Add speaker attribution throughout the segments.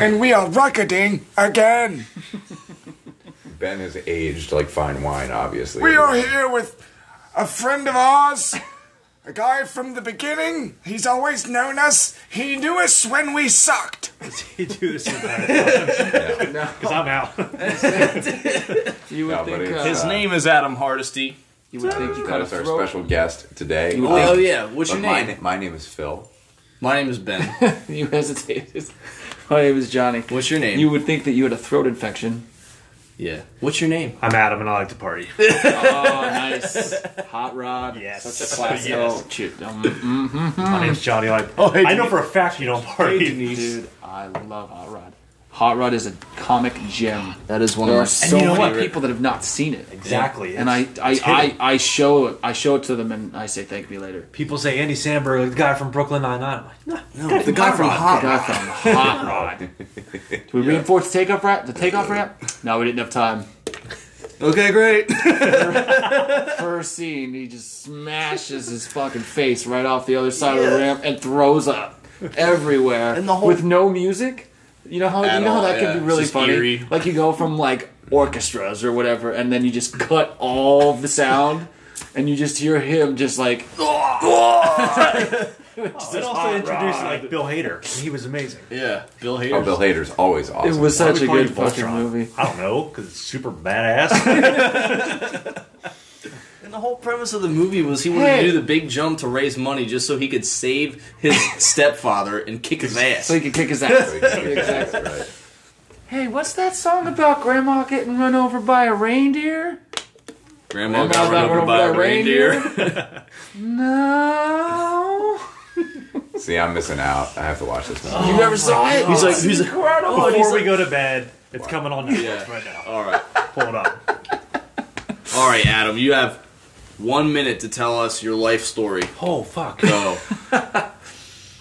Speaker 1: and we are rocketing again.
Speaker 2: Ben is aged like fine wine, obviously.
Speaker 1: We are here with a friend of ours, a guy from the beginning. He's always known us. He knew us when we sucked.
Speaker 3: you do this because I'm out.
Speaker 4: You would
Speaker 2: No, but
Speaker 4: think. Uh,
Speaker 2: it's, uh,
Speaker 5: His name is Adam Hardesty.
Speaker 4: you would think you
Speaker 2: That
Speaker 4: cut a
Speaker 2: is our
Speaker 4: throat.
Speaker 2: special guest today.
Speaker 4: You would
Speaker 2: Uh,
Speaker 4: think- oh yeah, what's your
Speaker 2: but my
Speaker 4: name?
Speaker 2: na- My name is Phil.
Speaker 6: My name is Ben.
Speaker 4: you hesitated. My name is Johnny.
Speaker 6: What's your name?
Speaker 4: You would think that you had a throat infection.
Speaker 6: yeah. What's your name?
Speaker 3: I'm Adam and I like to party.
Speaker 5: Hmm.
Speaker 4: Oh, nice. Hot rod.
Speaker 3: Yes.
Speaker 4: Such a classic.
Speaker 3: Yes.
Speaker 4: Oh, shoot. Um,
Speaker 3: My name's Johnny. I, I know for a fact you don't party.
Speaker 4: dude, I love Hot Rod. Hot Rod is a comic gem.
Speaker 6: That is one
Speaker 4: There
Speaker 6: of
Speaker 4: are
Speaker 6: my
Speaker 4: so
Speaker 6: so
Speaker 4: many
Speaker 6: many.
Speaker 4: people that have not seen it.
Speaker 3: Exactly.
Speaker 4: And I,
Speaker 3: It's- it's
Speaker 4: I,
Speaker 3: hidden.
Speaker 4: I, I show I show it to them and I say thank me later.
Speaker 3: people say Andy Sandberg, the guy from Brooklyn Nine Nine. I'm like, no,
Speaker 6: No, the guy from Hot
Speaker 4: Guy
Speaker 6: Rod.
Speaker 4: from Hot Rod. Did we reinforce the takeoff rap? The takeoff rap? No, we didn't have time.
Speaker 6: Okay, great.
Speaker 4: First scene, he just smashes his fucking face right off the other side of the ramp and throws up everywhere
Speaker 6: And the whole-
Speaker 4: with no music. You know how you
Speaker 6: At
Speaker 4: know how
Speaker 6: all,
Speaker 4: that
Speaker 6: yeah.
Speaker 4: can be really
Speaker 6: It's just
Speaker 4: funny.
Speaker 6: eerie.
Speaker 4: Like you go from like orchestras or whatever, and then you just cut all the sound, and you just hear him just like
Speaker 3: Oh, it also introduced like Bill Hader. He was amazing.
Speaker 6: Yeah, Bill Hader.
Speaker 2: Oh, Bill Hader's always awesome.
Speaker 4: it was
Speaker 3: Why
Speaker 4: such
Speaker 3: we
Speaker 4: a
Speaker 3: call
Speaker 4: good
Speaker 3: you
Speaker 4: fucking
Speaker 3: Voltron?
Speaker 4: movie.
Speaker 3: I don't know because it's super badass.
Speaker 6: And the whole premise of the movie was he wanted
Speaker 4: Hey.
Speaker 6: to do the big jump to raise money just so he could save his stepfather and kick his ass.
Speaker 4: So he could kick his ass.
Speaker 2: exactly right.
Speaker 4: hey, what's that song about Grandma getting run over by a reindeer?
Speaker 6: Grandma
Speaker 4: Grandma
Speaker 6: got run over by a reindeer.
Speaker 4: Uh, No.
Speaker 2: See, I'm missing out. I have to watch this movie.
Speaker 4: You never saw it?
Speaker 6: He's like, he's like,
Speaker 4: incredible.
Speaker 3: Before
Speaker 6: he's
Speaker 3: we
Speaker 6: like-
Speaker 3: go to bed, it's coming on Netflix
Speaker 6: Yeah.
Speaker 3: right now.
Speaker 6: all right,
Speaker 3: Pull it up.
Speaker 6: all right, Adam, you have one minute to tell us your life story.
Speaker 3: Oh fuck!
Speaker 6: Go.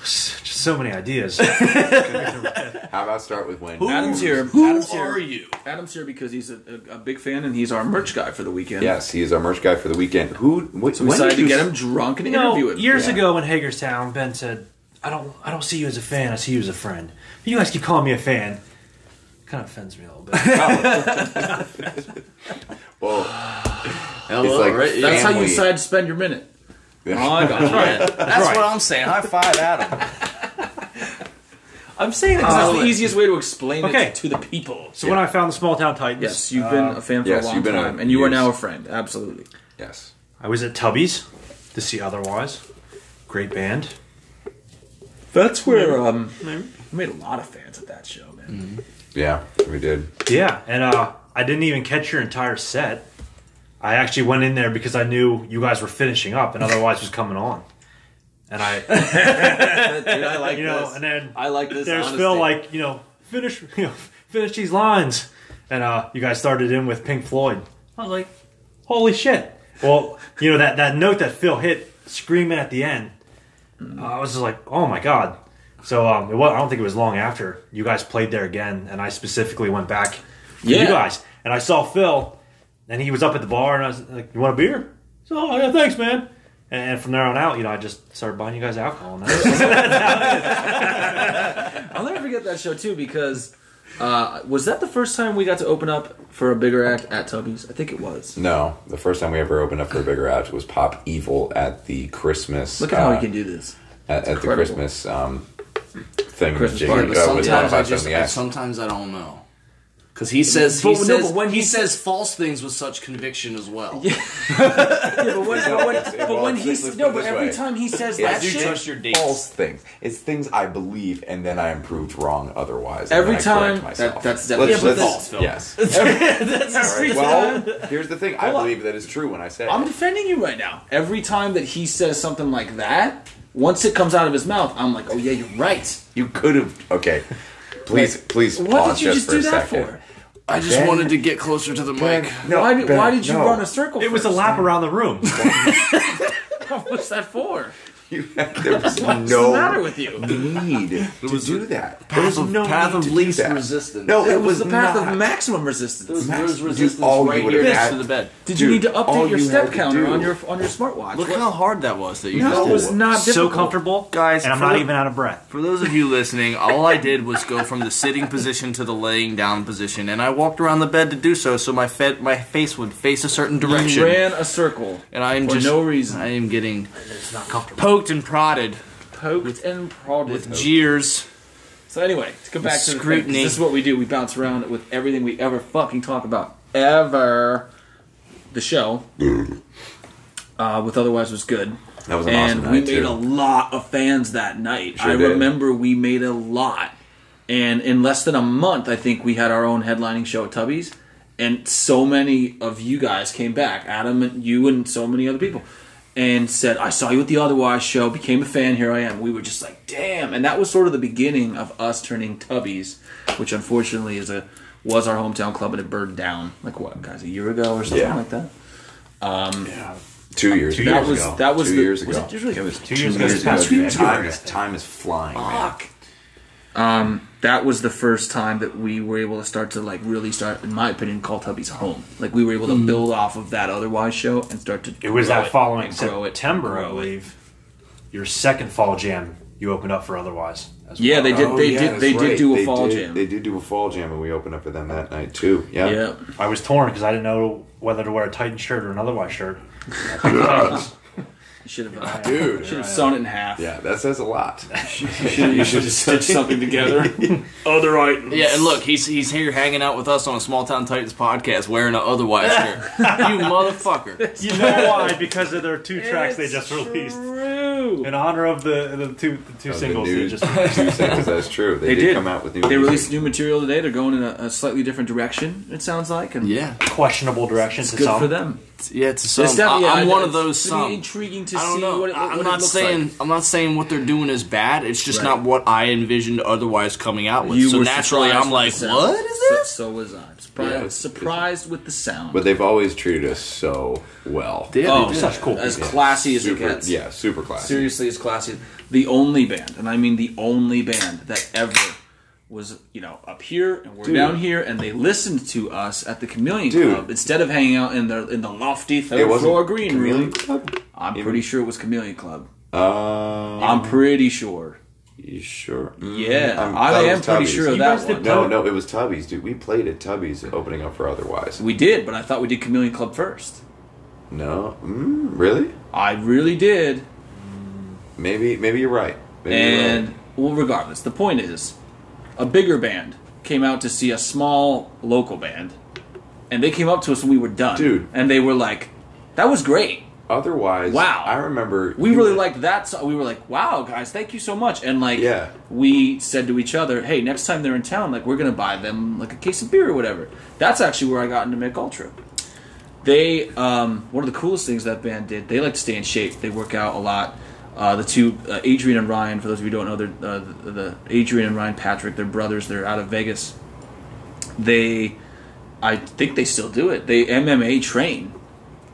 Speaker 3: Just so many ideas.
Speaker 2: How about start with when?
Speaker 5: Adam's here.
Speaker 6: Who
Speaker 5: Adam's here.
Speaker 6: are you?
Speaker 5: Adam's here because he's a, a, a big fan and he's our merch guy for the weekend.
Speaker 2: Yes, he's our merch guy for the weekend. Who? What,
Speaker 5: So we
Speaker 2: when
Speaker 5: decided
Speaker 2: did
Speaker 5: to
Speaker 2: you
Speaker 5: get him drunk and
Speaker 3: You know,
Speaker 5: interview him.
Speaker 3: years
Speaker 5: Yeah.
Speaker 3: ago in Hagerstown, Ben said, "I don't, I don't see you as a fan. I see you as a friend." You guys keep calling me a fan. Kind of offends me a little bit.
Speaker 2: Well,
Speaker 6: Hello,
Speaker 2: like-
Speaker 6: right?
Speaker 2: That's
Speaker 4: That's how
Speaker 2: how Family. Oh,
Speaker 4: you
Speaker 2: you decide
Speaker 4: decide to spend your minute.
Speaker 2: yeah.
Speaker 5: I got you.
Speaker 6: Yeah, That's what I'm saying. High five, Adam.
Speaker 5: I'm saying that 'cause that's
Speaker 6: Oh.
Speaker 5: the easiest way to explain
Speaker 3: Okay.
Speaker 5: it to the people.
Speaker 3: So when I found the Small Town Titans,
Speaker 5: Yes, you've been a fan for
Speaker 2: yes,
Speaker 5: a long
Speaker 2: you've been a-
Speaker 5: time, and you are
Speaker 2: years.
Speaker 5: now a friend. Absolutely.
Speaker 2: yes.
Speaker 3: I was at Tubby's to see Otherwise. Great band.
Speaker 5: That's where um, we made a lot of fans at that show, man.
Speaker 2: Yeah, we did.
Speaker 3: Yeah, and uh, I didn't even catch your entire set. I actually went in there because I knew you guys were finishing up, and otherwise was coming on. And I,
Speaker 6: Dude, I like
Speaker 3: you know, and then
Speaker 6: I like this.
Speaker 3: there's
Speaker 6: honesty.
Speaker 3: Phil, like you know, finish, you know, finish these lines, and uh, you guys started in with Pink Floyd. I was like, holy shit! Well, you know that that note that Phil hit screaming at the end. uh, I was just like, oh my god. So um, it was, I don't think it was long after you guys played there again, and I specifically went back to
Speaker 5: Yeah.
Speaker 3: you guys, and I saw Phil, and he was up at the bar, and I was like, you want a beer? So oh, yeah, thanks, man. And and from there on out, you know, I just started buying you guys alcohol. And that was-
Speaker 5: I'll never forget that show too because uh, was that the first time we got to open up for a bigger act at Tubby's? I think it was.
Speaker 2: No, the first time we ever opened up for a bigger act was Pop Evil at the Christmas.
Speaker 5: Look at how
Speaker 2: uh,
Speaker 5: you can do this.
Speaker 2: at, at the
Speaker 5: incredible.
Speaker 2: Christmas um, thing.
Speaker 5: Christmas
Speaker 2: jig-
Speaker 5: party,
Speaker 2: uh,
Speaker 5: but
Speaker 2: with
Speaker 5: Yeah,
Speaker 6: sometimes I
Speaker 2: 105
Speaker 6: just
Speaker 2: Seven Yes.
Speaker 6: sometimes I don't know. Because he says he
Speaker 5: But no,
Speaker 6: says
Speaker 5: but when
Speaker 6: he,
Speaker 5: he
Speaker 6: says false things with such conviction as well.
Speaker 5: Yeah, but when, but
Speaker 2: it's-
Speaker 5: when,
Speaker 2: well,
Speaker 5: but when
Speaker 2: it's-
Speaker 5: he's
Speaker 2: let's put
Speaker 5: no,
Speaker 2: it
Speaker 5: but
Speaker 2: this
Speaker 5: every
Speaker 2: way.
Speaker 5: time he says
Speaker 2: Yeah,
Speaker 5: that
Speaker 2: you
Speaker 5: shit,
Speaker 2: trust
Speaker 6: your dates.
Speaker 2: false things. It's things I believe, and then I am proved wrong otherwise. and
Speaker 5: Every
Speaker 2: then I correct
Speaker 5: time-
Speaker 2: myself.
Speaker 5: that- that's definitely-
Speaker 2: Let's-
Speaker 5: Yeah, but
Speaker 2: let's-
Speaker 6: that's- Phil.
Speaker 2: Yes.
Speaker 5: That's-
Speaker 2: well, here's the thing. I believe that is true when I say.
Speaker 5: I'm
Speaker 2: it.
Speaker 5: defending you right now. Every time that he says something like that, once it comes out of his mouth, I'm like, oh yeah, you're right.
Speaker 2: You could have. Okay. Please, please.
Speaker 5: What
Speaker 2: pause
Speaker 5: did you just
Speaker 2: for a
Speaker 5: do that
Speaker 2: second.
Speaker 5: for?
Speaker 6: I just
Speaker 2: Ben-
Speaker 6: wanted to get closer to the mic.
Speaker 2: No,
Speaker 5: why, did,
Speaker 2: Ben,
Speaker 5: why did you
Speaker 2: no.
Speaker 5: run a circle?
Speaker 3: it was a
Speaker 5: first?
Speaker 3: lap around the room.
Speaker 5: What's that for?
Speaker 2: You had, there was
Speaker 5: What's
Speaker 2: no
Speaker 5: the matter with you?
Speaker 2: need to do that. There was
Speaker 3: no
Speaker 6: path
Speaker 3: need
Speaker 6: of
Speaker 2: to do
Speaker 6: least
Speaker 2: that.
Speaker 6: resistance.
Speaker 2: No,
Speaker 5: It was the path
Speaker 2: not.
Speaker 5: of maximum
Speaker 6: there
Speaker 5: resistance.
Speaker 6: was, there was
Speaker 2: Dude,
Speaker 6: resistance
Speaker 2: all you
Speaker 6: right
Speaker 2: would've
Speaker 6: here next
Speaker 2: had-
Speaker 6: to the bed.
Speaker 5: Did you
Speaker 2: Dude,
Speaker 5: need to
Speaker 2: all
Speaker 5: update your
Speaker 2: you had
Speaker 5: step
Speaker 2: to
Speaker 5: counter
Speaker 2: do-
Speaker 5: on your on your smartwatch?
Speaker 6: Look
Speaker 5: What-
Speaker 6: how hard that was. That you
Speaker 5: no,
Speaker 6: just
Speaker 5: it
Speaker 6: did.
Speaker 5: was not
Speaker 3: so
Speaker 5: difficult.
Speaker 3: comfortable,
Speaker 6: Guys,
Speaker 3: and I'm
Speaker 6: for
Speaker 3: not
Speaker 6: the-
Speaker 3: even out of breath.
Speaker 6: For those of you listening, all I did was go from the sitting position to the laying down position, and I walked around the bed to do so, so my fed, my face would face a certain
Speaker 5: You
Speaker 6: direction.
Speaker 5: ran a circle
Speaker 6: and I am
Speaker 5: for
Speaker 6: just
Speaker 5: no reason.
Speaker 6: I am getting
Speaker 3: It's not comfortable.
Speaker 6: poked and prodded
Speaker 5: poked and prodded.
Speaker 6: with jeers.
Speaker 5: so anyway, to come back to the thing, 'cause
Speaker 6: Scrutiny.
Speaker 5: this is what we do. We bounce around with everything we ever fucking talk about ever. The show, uh, with otherwise was good.
Speaker 2: That was an
Speaker 5: and
Speaker 2: awesome
Speaker 5: we
Speaker 2: night
Speaker 5: made
Speaker 2: too.
Speaker 5: a lot of fans that night.
Speaker 2: Sure
Speaker 5: I
Speaker 2: did.
Speaker 5: remember we made a lot, and in less than a month, I think we had our own headlining show at Tubby's, and so many of you guys came back, Adam and you and so many other people, and said, "I saw you at the Otherwise show, became a fan. Here I am." We were just like, "Damn!" And that was sort of the beginning of us turning Tubby's, which unfortunately is a was our hometown club and it burned down like what guys a year ago or something
Speaker 2: Yeah.
Speaker 5: like that.
Speaker 2: two years.
Speaker 3: Two
Speaker 2: ago.
Speaker 3: years
Speaker 5: ago. That was
Speaker 2: two
Speaker 5: the-
Speaker 2: years ago.
Speaker 5: was it
Speaker 2: it, was two
Speaker 3: years ago this past
Speaker 2: Dude,
Speaker 3: weekend.
Speaker 2: Time is time is flying. Man.
Speaker 5: Fuck. Um, that was the first time that we were able to start to like really start, in my opinion, call Tubby's home. Like we were able to
Speaker 2: Mm-hmm.
Speaker 5: build off of that otherwise show and start to.
Speaker 3: It was
Speaker 5: grow
Speaker 3: that following
Speaker 5: and grow it,
Speaker 3: September, I
Speaker 5: grow it.
Speaker 3: believe. Your second fall jam you opened up for otherwise. as
Speaker 5: Yeah,
Speaker 3: well.
Speaker 5: they did.
Speaker 2: Oh,
Speaker 5: They
Speaker 2: yeah,
Speaker 5: did.
Speaker 2: that's
Speaker 5: They did
Speaker 2: right.
Speaker 5: do a
Speaker 2: They
Speaker 5: fall
Speaker 2: did-
Speaker 5: jam.
Speaker 2: They did do a fall jam, and we opened up for them that night too. Yeah.
Speaker 5: yeah.
Speaker 3: I was torn because I didn't know whether to wear a Titan shirt or an otherwise shirt.
Speaker 5: Should have. Uh,
Speaker 2: Dude.
Speaker 5: Should have sewn it in half.
Speaker 2: Yeah, that says a lot.
Speaker 5: You should have stitched something together.
Speaker 6: Yeah, and look, he's he's here hanging out with us on a Small Town Titans podcast wearing an otherwise shirt. you motherfucker.
Speaker 3: You know why? Because of their two tracks they just released
Speaker 5: True.
Speaker 3: in honor of the the two the two
Speaker 2: Of the
Speaker 3: singles
Speaker 2: new-
Speaker 3: they just
Speaker 2: two singles. That's true. They,
Speaker 5: They
Speaker 2: did,
Speaker 5: did.
Speaker 2: come out with new.
Speaker 5: They
Speaker 2: music.
Speaker 5: released new material today. They're going in a, a slightly different direction. It sounds like, and
Speaker 6: Yeah.
Speaker 3: questionable direction
Speaker 5: it's
Speaker 3: to
Speaker 5: good
Speaker 3: some.
Speaker 5: for them.
Speaker 6: Yeah, it's a some.
Speaker 5: It's definitely-
Speaker 6: I, am
Speaker 5: yeah,
Speaker 6: one of
Speaker 5: it's-
Speaker 6: those
Speaker 5: it's gonna be
Speaker 6: some.
Speaker 5: intriguing to
Speaker 6: I don't
Speaker 5: see
Speaker 6: know.
Speaker 5: what, it-
Speaker 6: I-
Speaker 5: what
Speaker 6: I'm
Speaker 5: it
Speaker 6: not
Speaker 5: looks
Speaker 6: saying
Speaker 5: like.
Speaker 6: I'm not saying what they're doing is bad. It's just
Speaker 5: Right.
Speaker 6: not what I envisioned otherwise coming out with.
Speaker 5: You
Speaker 6: so
Speaker 5: were
Speaker 6: naturally,
Speaker 5: surprised
Speaker 6: I'm
Speaker 5: with
Speaker 6: like,
Speaker 5: the sound.
Speaker 6: what is
Speaker 5: So-
Speaker 6: this?
Speaker 5: So, was I. Surprised,
Speaker 2: Yeah.
Speaker 5: surprised with the sound.
Speaker 2: But they've always treated us so well.
Speaker 5: oh,
Speaker 3: did. Such cool
Speaker 5: As
Speaker 3: people.
Speaker 5: classy as
Speaker 2: super,
Speaker 5: it gets.
Speaker 2: Yeah, super classy.
Speaker 5: Seriously, as classy. as- The only band, and I mean the only band that ever was, you know, up here and we're down here, and they listened to us at the Chameleon
Speaker 2: Dude.
Speaker 5: Club instead of hanging out in the in the lofty third
Speaker 2: wasn't
Speaker 5: floor green
Speaker 2: Chameleon
Speaker 5: room.
Speaker 2: Club?
Speaker 5: I'm
Speaker 2: Even-
Speaker 5: pretty sure it was Chameleon Club.
Speaker 2: Um,
Speaker 5: I'm pretty sure.
Speaker 2: you sure?
Speaker 5: Yeah,
Speaker 2: I'm-
Speaker 5: I
Speaker 2: that was
Speaker 5: am pretty
Speaker 2: Tubby's.
Speaker 5: sure of
Speaker 2: You
Speaker 5: that
Speaker 3: guys did
Speaker 5: one.
Speaker 2: No, no, it was Tubby's, dude. We played at Tubby's opening up for Otherwise.
Speaker 5: We did, but I thought we did Chameleon Club first.
Speaker 2: No, mm, really?
Speaker 5: I really did.
Speaker 2: Maybe, maybe you're right. Maybe you're
Speaker 5: And
Speaker 2: right.
Speaker 5: well, regardless, the point is, a bigger band came out to see a small local band, and they came up to us when we were done,
Speaker 2: Dude.
Speaker 5: and they were like, "That was great.
Speaker 2: Otherwise,
Speaker 5: Wow.
Speaker 2: I remember
Speaker 5: We
Speaker 2: you
Speaker 5: really
Speaker 2: were-
Speaker 5: liked that song. We were like, wow, guys, thank you so much." And like,
Speaker 2: Yeah.
Speaker 5: we said to each other, "Hey, next time they're in town, like, we're gonna buy them like a case of beer or whatever." That's actually where I got into Mick Ultra. They um, one of the coolest things that band did. They like to stay in shape. They work out a lot. Uh, the two uh, Adrian and Ryan. For those of you who don't know, they're uh, the, the Adrian and Ryan Patrick. They're brothers. They're out of Vegas. They, I think they still do it. They MMA train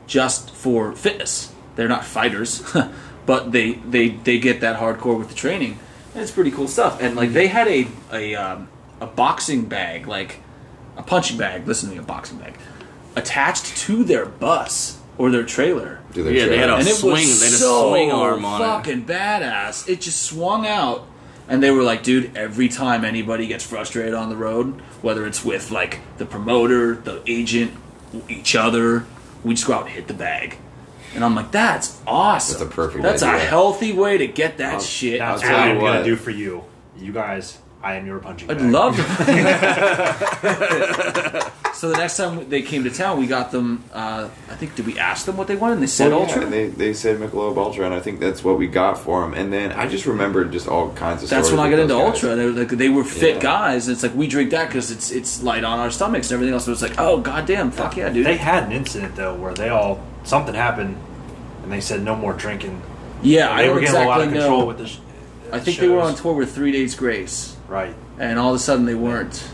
Speaker 5: just for fitness. They're not fighters, but they they they get that hardcore with the training. And it's pretty cool stuff. And like they had a a um, a boxing bag like a punching bag. Listen to me, a boxing bag attached to their bus or their trailer.
Speaker 2: Do their
Speaker 6: Yeah, they had
Speaker 2: trailer.
Speaker 6: a
Speaker 5: And it
Speaker 6: swing. They
Speaker 5: was
Speaker 6: had a
Speaker 5: so
Speaker 6: swing arm on it.
Speaker 5: fucking badass. It just swung out, and they were like, "Dude, every time anybody gets frustrated on the road, whether it's with like the promoter, the agent, each other, we just go out and hit the bag." And I'm like, "That's awesome.
Speaker 2: That's a perfect
Speaker 5: That's a
Speaker 2: idea.
Speaker 5: healthy way to get that shit."
Speaker 3: That's
Speaker 2: I'll
Speaker 3: what
Speaker 2: tell you
Speaker 3: I'm gonna
Speaker 2: what.
Speaker 3: do for you, you guys. I am your punching.
Speaker 5: I'd
Speaker 3: bag.
Speaker 5: love to. so the next time they came to town, we got them. Uh, I think did we ask them what they wanted? And they said
Speaker 2: Well, yeah,
Speaker 5: Ultra.
Speaker 2: and they, they said Michelob Ultra, and I think that's what we got for them. And then I just remembered just all kinds of.
Speaker 5: That's
Speaker 2: stories
Speaker 5: when I
Speaker 2: with
Speaker 5: got into
Speaker 2: those guys.
Speaker 5: Ultra. They were, like, they were fit
Speaker 2: Yeah.
Speaker 5: guys. It's like we drink that because it's it's light on our stomachs and everything else. So it's like, oh goddamn, fuck yeah, dude.
Speaker 3: They had an incident though where they all something happened, and they said no more drinking.
Speaker 5: yeah, I
Speaker 3: they
Speaker 5: don't
Speaker 3: were getting a lot
Speaker 5: exactly
Speaker 3: of control
Speaker 5: know.
Speaker 3: with this.
Speaker 5: I think they were on
Speaker 3: shows.
Speaker 5: tour with Three Days Grace,
Speaker 3: Right,
Speaker 5: and all of a sudden they weren't.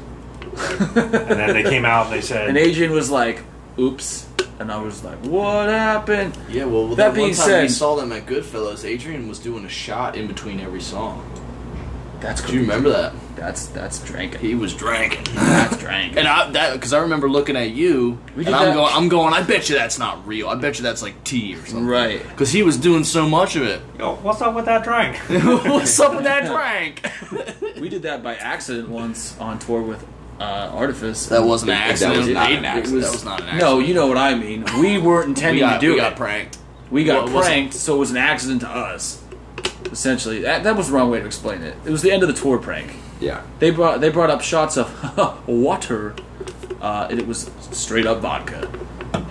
Speaker 3: and then they came out and they said,
Speaker 5: And Adrian was like, "Oops, and I was like, "What happened?"
Speaker 6: Yeah, well, that,
Speaker 5: That
Speaker 6: one
Speaker 5: being
Speaker 6: time
Speaker 5: said-
Speaker 6: we saw them at Goodfellas, Adrian was doing a shot in between every song.
Speaker 5: That's
Speaker 6: Do you remember that?
Speaker 5: That's that's drinking.
Speaker 6: He was drinking.
Speaker 5: That's drinking.
Speaker 6: And I that because I remember looking at you,
Speaker 5: We
Speaker 6: and
Speaker 5: did
Speaker 6: I'm
Speaker 5: that-
Speaker 6: going, I'm going. I bet you that's not real. I bet you that's like tea or something.
Speaker 5: Right.
Speaker 6: Because he was doing so much of it.
Speaker 3: Yo, what's up with that drink?
Speaker 6: What's up with that drink?
Speaker 5: We did that by accident once on tour with uh, Artifice.
Speaker 6: That wasn't an accident.
Speaker 2: was not an
Speaker 6: It
Speaker 2: accident.
Speaker 6: was- that was not an accident.
Speaker 5: No, you know what I mean. We weren't
Speaker 6: we
Speaker 5: intending
Speaker 6: got,
Speaker 5: to do it.
Speaker 6: we got pranked.
Speaker 5: we got
Speaker 6: Well, it
Speaker 5: pranked, so it was an accident to us. Essentially, that, that was the wrong way to explain it. It was the end of the tour prank.
Speaker 2: Yeah.
Speaker 5: They brought they brought up shots of water, uh, and it was straight up vodka.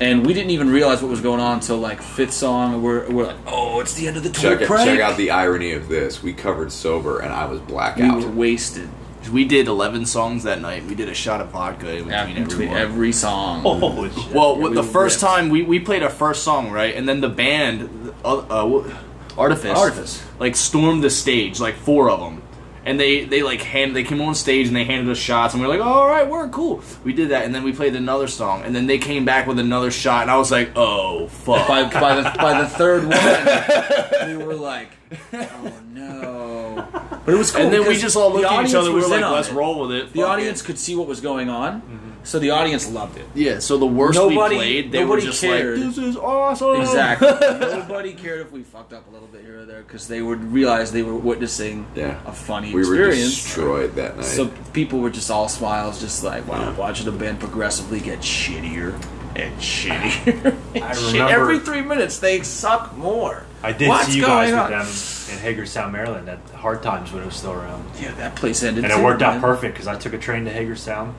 Speaker 5: And we didn't even realize what was going on until like fifth song. and We're we're like, oh, it's the end of the tour
Speaker 2: Check, it,
Speaker 5: prank.
Speaker 2: check out the irony of this. We covered sober and I was
Speaker 5: we
Speaker 2: blackout.
Speaker 5: were wasted
Speaker 6: We did 11 songs that night. We did a shot of vodka in between,
Speaker 5: after between
Speaker 6: everyone.
Speaker 5: every song.
Speaker 6: Oh.
Speaker 3: Holy shit.
Speaker 6: Well,
Speaker 5: Yeah, we
Speaker 6: the
Speaker 5: were
Speaker 6: first
Speaker 5: ripped.
Speaker 6: time we, we played our first song, right? And then the band, uh, uh, wh- Artifice,
Speaker 5: Artifice.
Speaker 6: like stormed the stage, like four of them. And they, they like hand they came on stage and they handed us shots and we are like all right we're cool we did that and then we played another song and then they came back with another shot and I was like oh fuck
Speaker 5: by, by the by the third one, we were like, oh no. But it was cool.
Speaker 6: and then we
Speaker 5: because
Speaker 6: just all
Speaker 5: the
Speaker 6: looked at each
Speaker 5: audience
Speaker 6: other we
Speaker 5: was
Speaker 6: were
Speaker 5: in
Speaker 6: like
Speaker 5: on
Speaker 6: let's
Speaker 5: it.
Speaker 6: roll with it
Speaker 5: The
Speaker 6: fuck
Speaker 5: audience
Speaker 6: it.
Speaker 5: could see what was going on, so the audience loved it.
Speaker 6: yeah so the worst
Speaker 5: Nobody-
Speaker 6: we played they were
Speaker 5: nobody
Speaker 6: just
Speaker 5: cared.
Speaker 6: like this is awesome
Speaker 5: Exactly. Nobody cared if we fucked up a little bit here or there because they would realize they were witnessing
Speaker 2: yeah.
Speaker 5: a funny
Speaker 2: we were
Speaker 5: experience.
Speaker 2: destroyed that night.
Speaker 5: so people were just all smiles, just like wow, watching the band progressively get shittier and shittier.
Speaker 3: I
Speaker 5: Shit,
Speaker 3: remember-
Speaker 5: every three minutes they suck more.
Speaker 3: I did
Speaker 5: What's
Speaker 3: see you guys
Speaker 5: going
Speaker 3: with them in Hagerstown, Maryland at Hard Times when it was still around.
Speaker 5: Yeah, that place ended.
Speaker 3: and it
Speaker 5: too,
Speaker 3: worked out
Speaker 5: man.
Speaker 3: perfect because I took a train to Hagerstown,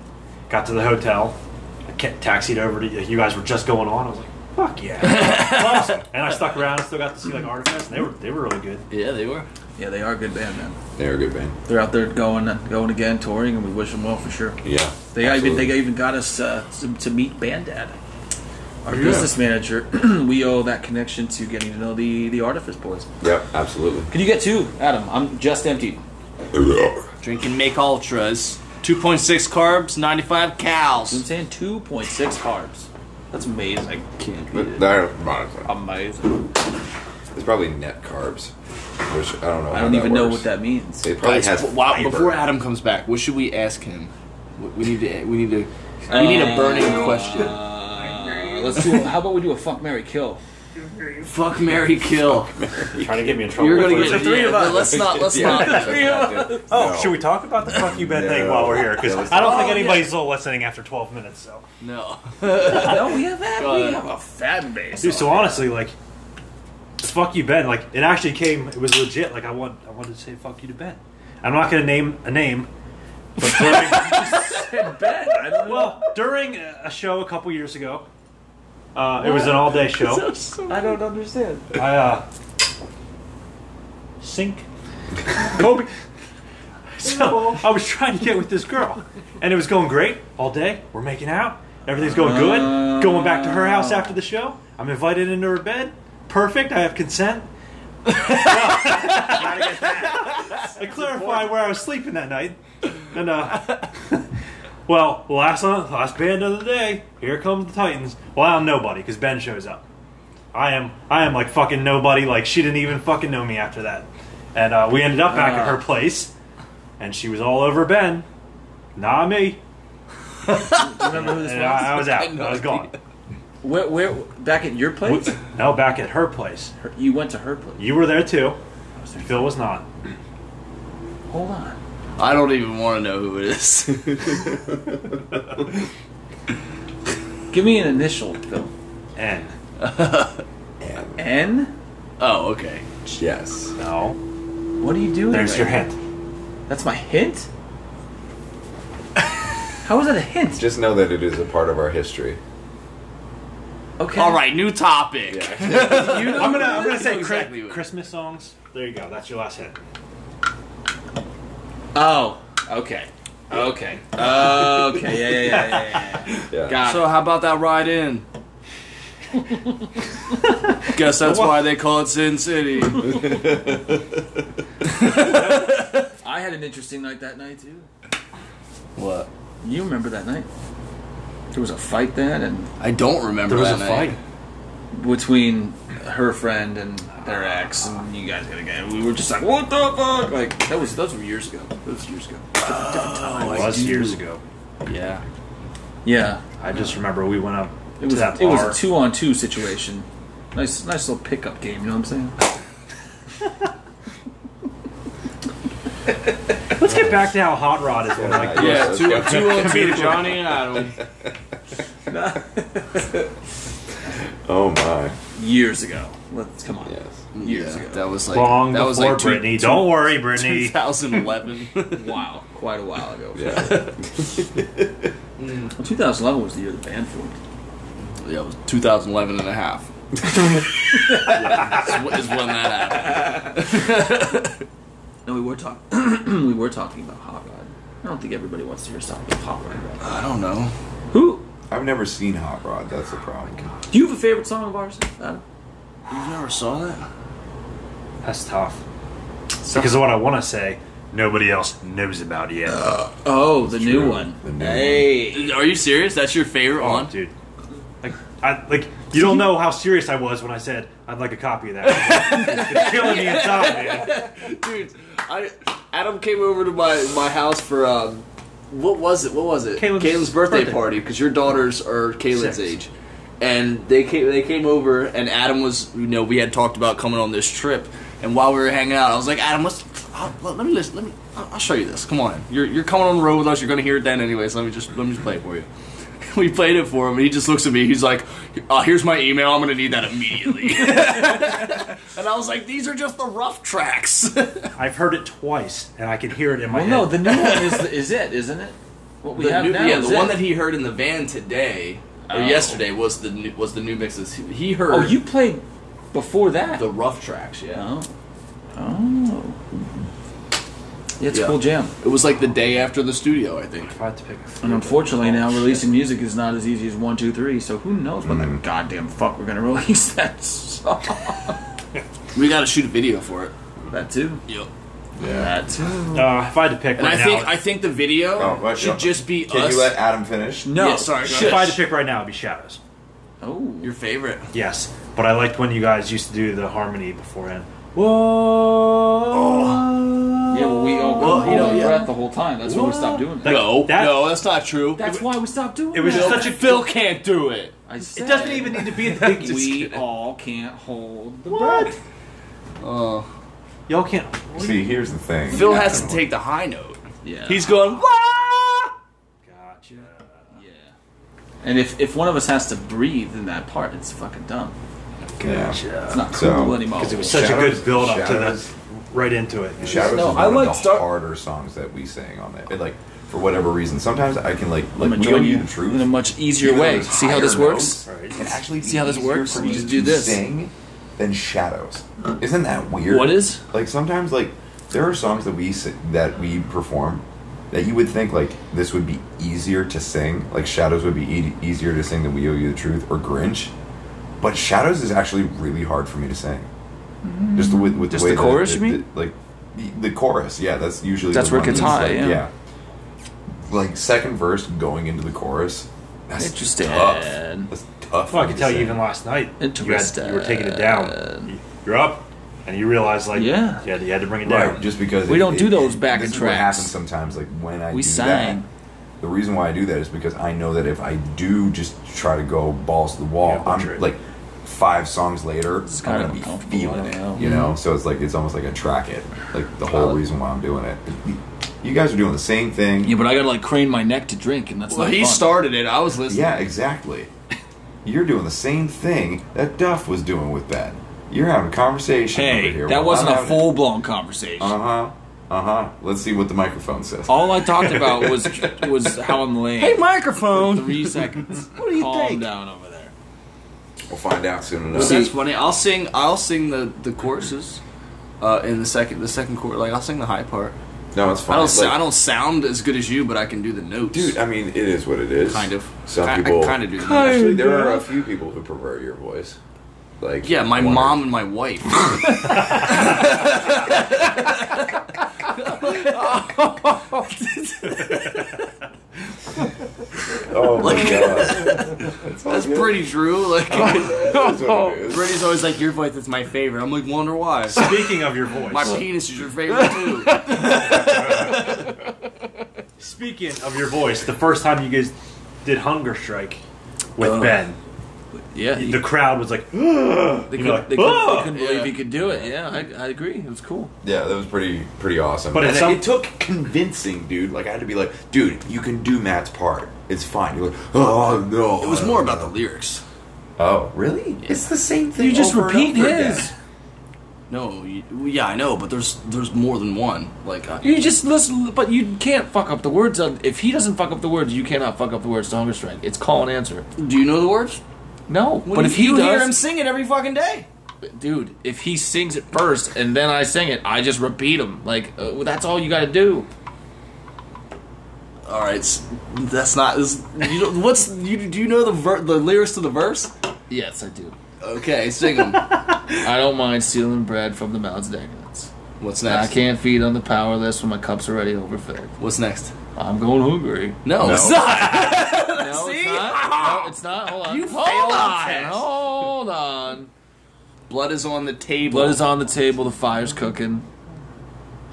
Speaker 3: got to the hotel, I ca- taxied over to you guys were just going on. I was like, "Fuck yeah!" awesome. And I stuck around. I still got to see like Artifice, and they were they were really good.
Speaker 6: yeah they were
Speaker 5: Yeah, they are a good band, man.
Speaker 2: they were a good band.
Speaker 5: They're out there going going again, touring, and we wish them well for sure.
Speaker 2: Yeah.
Speaker 5: They got even,
Speaker 2: absolutely.
Speaker 5: they got- even got us uh, to, to meet Bandad,
Speaker 3: Oh,
Speaker 5: our business manager. we owe that connection to getting to know the the Artifice Boys.
Speaker 2: Yep, absolutely.
Speaker 5: Can you get two, Adam? I'm just empty.
Speaker 6: drinking make ultras 2.6 carbs 95
Speaker 5: I'm
Speaker 6: cows
Speaker 5: saying two point six carbs. That's amazing.
Speaker 2: They're-
Speaker 5: Amazing.
Speaker 2: It's probably net carbs, which I don't know.
Speaker 5: I don't even know what that means.
Speaker 2: It probably has
Speaker 6: wow,
Speaker 2: fiber.
Speaker 6: before Adam comes back, what should we ask him? What- We need to. We need to. We need a burning question.
Speaker 5: Uh, let's do. How about we do a fuck Mary kill?
Speaker 6: Fuck Mary Kill.
Speaker 3: Trying to get me in trouble.
Speaker 6: You're gonna
Speaker 3: with
Speaker 6: get
Speaker 3: it.
Speaker 6: yeah, but Let's not. Let's
Speaker 2: Yeah,
Speaker 6: not.
Speaker 2: that's not good.
Speaker 3: Oh,
Speaker 2: No.
Speaker 3: should we talk about the fuck you bad thing
Speaker 2: No.
Speaker 3: while we're here?
Speaker 2: No, let's
Speaker 3: Because I don't
Speaker 6: not.
Speaker 3: think
Speaker 6: Oh,
Speaker 3: anybody's still listening after 12 minutes. So,
Speaker 6: No.
Speaker 5: no, Oh, we have that.
Speaker 6: God.
Speaker 5: We have a fan base.
Speaker 3: dude. So honestly, like, it's fuck you, Ben. Like, it actually came. It was legit. Like, I want I wanted to say fuck you to Ben. I'm not gonna name a name, but during,
Speaker 5: Ben, I don't know.
Speaker 3: Well, during a show a couple years ago, uh, it was an all-day show.
Speaker 5: I don't understand.
Speaker 3: I uh, sink Kobe. So I was trying to get with this girl, and it was going great all day. We're making out. Everything's going good. Going back to her house after the show. I'm invited into her bed. Perfect. I have consent. I clarified where I was sleeping that night, and uh, well, last last band of the day. Here comes the Titans. Well, I'm nobody because Ben shows up. I am I am like fucking nobody. Like she didn't even fucking know me after that. And uh, we ended up back at her place, and she was all over Ben, not me.
Speaker 5: Remember who this was?
Speaker 3: And I, I was out. I, was gone.
Speaker 5: Where, where? Back at your place?
Speaker 3: No, back at her place.
Speaker 5: Her- you went to her place.
Speaker 3: You were there too. Phil was not.
Speaker 5: Hold on.
Speaker 6: I don't even want to know who it is.
Speaker 5: Give me an initial, though.
Speaker 3: And
Speaker 2: And
Speaker 5: N?
Speaker 6: Oh, okay.
Speaker 2: yes,
Speaker 3: no,
Speaker 5: What are you doing?
Speaker 3: there's
Speaker 5: right
Speaker 3: your
Speaker 5: now?
Speaker 3: hint.
Speaker 5: That's my hint? How was that a hint?
Speaker 2: just know that it is a part of our history.
Speaker 5: Okay.
Speaker 6: All right, new topic.
Speaker 5: You know
Speaker 3: I'm
Speaker 6: uh,
Speaker 3: gonna
Speaker 5: what
Speaker 3: I'm
Speaker 5: it
Speaker 3: gonna
Speaker 5: is.
Speaker 3: say
Speaker 6: know
Speaker 3: Chri-
Speaker 6: exactly what-
Speaker 3: Christmas songs. There you go. That's your last hint.
Speaker 5: Oh, okay. Okay. Okay. Yeah, yeah, yeah, yeah, yeah, yeah.
Speaker 2: Yeah.
Speaker 5: Got
Speaker 6: So
Speaker 5: it.
Speaker 6: how about that ride in? Guess that's why they call it Sin City.
Speaker 5: I had an interesting night that night, too.
Speaker 6: What?
Speaker 5: You remember that night? There was a fight then, and
Speaker 6: I don't remember
Speaker 3: There was a
Speaker 6: that night.
Speaker 3: fight.
Speaker 5: between her friend and their ex, and you guys got a guy. We were just like, what the fuck? Like that was those were years ago. That was years ago.
Speaker 3: It was years ago.
Speaker 6: Yeah.
Speaker 5: Yeah,
Speaker 3: I just remember we went up
Speaker 5: it was
Speaker 3: to that
Speaker 5: it
Speaker 3: bar.
Speaker 5: was a two on two situation. Nice, nice little pickup game. You know what I'm saying?
Speaker 3: Let's get back to how hot rod is. When, like,
Speaker 2: Yeah,
Speaker 6: Yeah,
Speaker 2: that's
Speaker 6: two,
Speaker 2: good.
Speaker 6: two on two, Johnny and Adam.
Speaker 2: Oh my.
Speaker 5: Years ago. Let's come on.
Speaker 2: Yes.
Speaker 5: Years
Speaker 6: Yeah,
Speaker 5: ago.
Speaker 6: that was like
Speaker 3: long
Speaker 6: that
Speaker 3: before
Speaker 6: was like two-
Speaker 3: Brittany. Don't worry, Brittany.
Speaker 6: 2011.
Speaker 5: Wow, quite a while ago.
Speaker 2: Yeah.
Speaker 5: Mm. 2011 was the year the band formed.
Speaker 6: yeah, it was 2011 and a half. is, is when that happened.
Speaker 5: No, we were talking. we were talking about Hot Rod. I don't think everybody wants to hear something about Hot Rod.
Speaker 6: I don't know.
Speaker 5: Who?
Speaker 2: I've never seen Hot Rod. That's the problem.
Speaker 5: Do you have a favorite song of ours? Adam?
Speaker 6: You never saw that?
Speaker 3: That's tough. Because of what I want to say, nobody else knows about yet.
Speaker 6: Uh-huh.
Speaker 5: Oh, the new
Speaker 2: true.
Speaker 5: one.
Speaker 2: The new
Speaker 5: hey.
Speaker 6: Are you serious? That's your favorite
Speaker 3: Oh,
Speaker 6: one?
Speaker 3: dude. Like, I like. You don't know how serious I was when I said I'd like a copy of that. it's killing me inside, man.
Speaker 6: Dude, I Adam came over to my my house for um, what was it? What was it?
Speaker 3: Caitlin's
Speaker 6: birthday,
Speaker 3: birthday.
Speaker 6: party because your daughters are Caitlin's
Speaker 3: Six.
Speaker 6: age, and they came they came over and Adam was you know we had talked about coming on this trip, and while we were hanging out, I was like Adam, let's I'll, let let me listen, let me I'll, I'll show you this. Come on, in. you're you're coming on the road with us. You're gonna hear it then anyway. So let me just let me just play it for you. We played it for him, and he just looks at me. He's like, uh, "Here's my email. I'm gonna need that immediately." and I was like, "These are just the rough tracks."
Speaker 3: I've heard it twice, and I can hear it in my
Speaker 5: Well, no, the
Speaker 3: head.
Speaker 5: new one is, is it, isn't it? What we
Speaker 6: The
Speaker 5: have
Speaker 6: new-
Speaker 5: now.
Speaker 6: yeah,
Speaker 5: is
Speaker 6: the
Speaker 5: it.
Speaker 6: one that he heard in the van today or
Speaker 5: Oh.
Speaker 6: yesterday was the new, was the new mixes. He- He heard
Speaker 5: Oh, you played before that.
Speaker 6: the rough tracks. Yeah,
Speaker 5: Oh. Oh. It's
Speaker 6: Yeah.
Speaker 5: a cool jam.
Speaker 6: it was like the day after the studio, I think.
Speaker 3: If I had to pick a favorite-
Speaker 5: And unfortunately,
Speaker 3: Oh,
Speaker 5: now
Speaker 3: shit.
Speaker 5: releasing music is not as easy as one, two, three. So who knows when the goddamn fuck we're gonna release that song?
Speaker 6: We got to shoot a video for it.
Speaker 5: that too.
Speaker 6: Yep.
Speaker 5: That too.
Speaker 3: Uh, if I had to pick
Speaker 6: And
Speaker 3: right
Speaker 6: I think
Speaker 3: now,
Speaker 6: I think the video
Speaker 2: Oh, right,
Speaker 6: should
Speaker 2: yeah.
Speaker 6: just be
Speaker 2: Can
Speaker 6: us.
Speaker 2: you let Adam finish?
Speaker 5: No.
Speaker 6: Yeah, sorry, go
Speaker 3: if
Speaker 5: Shit.
Speaker 3: I had to pick right now, it'd be Shadows.
Speaker 5: Oh.
Speaker 6: your favorite.
Speaker 3: Yes, but I liked when you guys used to do the harmony beforehand. Whoa.
Speaker 5: Yeah, well, we all
Speaker 6: Well,
Speaker 5: well,
Speaker 6: you know,
Speaker 5: hold
Speaker 6: yeah.
Speaker 5: breath the whole time. That's why we stopped doing that.
Speaker 6: no,
Speaker 3: that-
Speaker 6: no, that's not true.
Speaker 5: That's why we stopped doing
Speaker 3: It was
Speaker 5: that.
Speaker 3: just
Speaker 6: Phil,
Speaker 3: such a-
Speaker 6: Phil can't do it.
Speaker 5: I said,
Speaker 3: It doesn't even need to be at the big.
Speaker 5: We
Speaker 6: kidding.
Speaker 5: all can't hold the
Speaker 3: What?
Speaker 5: breath.
Speaker 6: Oh,
Speaker 3: Y'all can't.
Speaker 2: See, here's the thing.
Speaker 6: Phil
Speaker 2: I
Speaker 6: has to
Speaker 2: don't-
Speaker 6: take the high note.
Speaker 5: Yeah.
Speaker 6: He's going. Wah!
Speaker 3: Gotcha.
Speaker 5: Yeah. And if, if one of us has to breathe in that part, it's fucking dumb.
Speaker 2: Yeah.
Speaker 5: It's not cool
Speaker 2: So-
Speaker 5: anymore.
Speaker 3: Because it was such a
Speaker 2: Shadows-
Speaker 3: good build up to
Speaker 2: Shadows-
Speaker 3: the right into it.
Speaker 2: Shadows
Speaker 5: No,
Speaker 2: is
Speaker 5: I
Speaker 2: one
Speaker 5: like
Speaker 2: of the
Speaker 5: Star-
Speaker 2: harder songs that we sang on that. It, like for whatever reason, sometimes I can like
Speaker 5: I'm
Speaker 2: like we owe
Speaker 5: enjoying
Speaker 2: you
Speaker 5: you
Speaker 2: the truth.
Speaker 5: in a much easier
Speaker 2: Even though
Speaker 5: way.
Speaker 2: there's
Speaker 5: See how this
Speaker 2: higher
Speaker 5: works?
Speaker 2: notes,
Speaker 3: Right.
Speaker 2: It can actually
Speaker 5: See how this
Speaker 2: easier
Speaker 5: works?
Speaker 2: for
Speaker 5: You
Speaker 2: me
Speaker 5: just
Speaker 2: to
Speaker 5: do this.
Speaker 2: Sing than shadows. Isn't that weird?
Speaker 5: What is?
Speaker 2: Like sometimes like there are songs that we si- that we perform that you would think like this would be easier to sing. Like shadows would be e- easier to sing than we owe you the truth or Grinch. But shadows is actually really hard for me to sing. Just the with, with
Speaker 5: Just
Speaker 2: the way
Speaker 5: the
Speaker 2: that-
Speaker 5: chorus,
Speaker 2: that-
Speaker 5: you mean?
Speaker 2: that- like the- the chorus, yeah, that's usually
Speaker 5: That's
Speaker 2: the
Speaker 5: where
Speaker 2: one
Speaker 5: it gets high,
Speaker 2: like,
Speaker 5: yeah.
Speaker 2: Like second verse going into the chorus. That's
Speaker 5: Interesting.
Speaker 2: Tough. That's tough.
Speaker 3: Well, I
Speaker 2: for me
Speaker 3: can
Speaker 2: to
Speaker 3: tell you
Speaker 2: sing.
Speaker 3: even last night, you, had,
Speaker 5: Interested.
Speaker 3: you were taking it down. You're up, and you realize like
Speaker 5: Yeah.
Speaker 3: you had, you had to bring it down.
Speaker 2: Right, just because
Speaker 5: We don't do those back
Speaker 2: this
Speaker 5: and
Speaker 2: is what
Speaker 5: tracks.
Speaker 2: happens sometimes. Like when I
Speaker 5: We
Speaker 2: do that,
Speaker 5: sign.
Speaker 2: the reason why I do that is because I know that if I do just try to go balls to the wall,
Speaker 3: Yeah,
Speaker 2: I'm
Speaker 3: butcher it.
Speaker 2: like five songs later,
Speaker 5: is
Speaker 2: I'm
Speaker 5: kinda
Speaker 2: gonna be
Speaker 5: uncomfortable,
Speaker 2: feeling
Speaker 5: I
Speaker 2: it.
Speaker 5: know. Mm-hmm.
Speaker 2: You know, so it's like it's almost like I track it. Like the whole
Speaker 5: Valid.
Speaker 2: reason why I'm doing it. You guys are doing the same thing.
Speaker 5: Yeah, but I gotta like crane my neck to drink, and that's
Speaker 6: Well,
Speaker 5: not
Speaker 6: he
Speaker 5: fun.
Speaker 6: started it. I was listening.
Speaker 2: Yeah, exactly. You're doing the same thing that Duff was doing with Ben. You're having a conversation over
Speaker 5: Hey,
Speaker 2: here.
Speaker 5: that wasn't a full blown conversation.
Speaker 2: Uh huh. Uh huh. Let's see what the microphone says.
Speaker 5: All I talked about was was how I'm laying. Hey,
Speaker 6: microphone.
Speaker 5: Three seconds.
Speaker 6: What do you
Speaker 5: Calm
Speaker 6: think?
Speaker 5: down over there.
Speaker 2: We'll find out soon enough.
Speaker 6: Well, that's funny. I'll sing. I'll sing the the choruses uh, in the second the second chord. Like I'll sing the high part.
Speaker 2: no, it's
Speaker 6: I
Speaker 2: fine.
Speaker 6: don't. sa-
Speaker 2: Like,
Speaker 6: I don't sound as good as you, but I can do the notes.
Speaker 2: Dude, I mean, it is what it is.
Speaker 6: kind of.
Speaker 2: Some
Speaker 6: I,
Speaker 2: people.
Speaker 6: I kind of do. The notes.
Speaker 2: Actually, there are a few people who prefer your voice. Like
Speaker 6: Yeah, my
Speaker 2: one or-
Speaker 6: mom and my wife.
Speaker 2: Oh,
Speaker 6: Like
Speaker 2: Oh, god.
Speaker 6: That's pretty true. Like
Speaker 2: That's what it is.
Speaker 6: Brady's always like, your voice is my favorite. I'm like, wonder why.
Speaker 3: Speaking of your voice,
Speaker 6: My penis is your favorite too.
Speaker 3: speaking of your voice, the first time you guys did hunger strike with
Speaker 5: Oh.
Speaker 3: Ben,
Speaker 5: Yeah, he-
Speaker 3: the crowd was like, "Ugh."
Speaker 5: they,
Speaker 3: You
Speaker 5: could,
Speaker 3: know,
Speaker 5: they,
Speaker 3: like,
Speaker 5: could,
Speaker 3: "Ugh."
Speaker 5: they couldn't believe
Speaker 6: Yeah.
Speaker 5: he could do it. Yeah, I, I agree. It was cool.
Speaker 2: Yeah, that was pretty pretty awesome.
Speaker 3: But
Speaker 2: But
Speaker 3: at
Speaker 2: and
Speaker 3: some-
Speaker 2: it took convincing, dude. Like I had to be like, dude, you can do Matt's part. It's fine. You're like, oh no.
Speaker 6: It was more about the lyrics.
Speaker 2: Oh, really? It's the same thing.
Speaker 5: You just
Speaker 2: over and
Speaker 5: repeat
Speaker 2: over again.
Speaker 5: his.
Speaker 6: No, you, well, yeah, I know, but there's there's more than one. Like, uh,
Speaker 5: You just listen, but you can't fuck up the words. On, if he doesn't fuck up the words, you cannot fuck up the words to Hunger Strike. It's call and answer.
Speaker 6: do you know the words?
Speaker 5: No,
Speaker 6: Well,
Speaker 5: but if he
Speaker 6: you hear him
Speaker 5: does,
Speaker 6: sing it every fucking day.
Speaker 5: dude, if he sings it first and then I sing it, I just repeat them. Like uh, well, that's all you got to do.
Speaker 6: All right, s- that's not. This, you know, what's you do you know the ver- the lyrics to the verse?
Speaker 5: Yes, I do.
Speaker 6: Okay, sing them.
Speaker 5: I don't mind stealing bread from the mouths of ignorance.
Speaker 6: What's
Speaker 5: I
Speaker 6: next?
Speaker 5: can't feed on the powerless when my cup's already overfilled.
Speaker 6: What's next?
Speaker 5: I'm going hungry.
Speaker 6: No,
Speaker 2: No.
Speaker 6: it's not.
Speaker 5: No, it's not. No, it's not. Hold on.
Speaker 6: You failed
Speaker 5: hold
Speaker 6: the
Speaker 5: on.
Speaker 6: test.
Speaker 5: Hold on.
Speaker 6: Blood is on the table.
Speaker 5: Blood is on the table. The fire's cooking.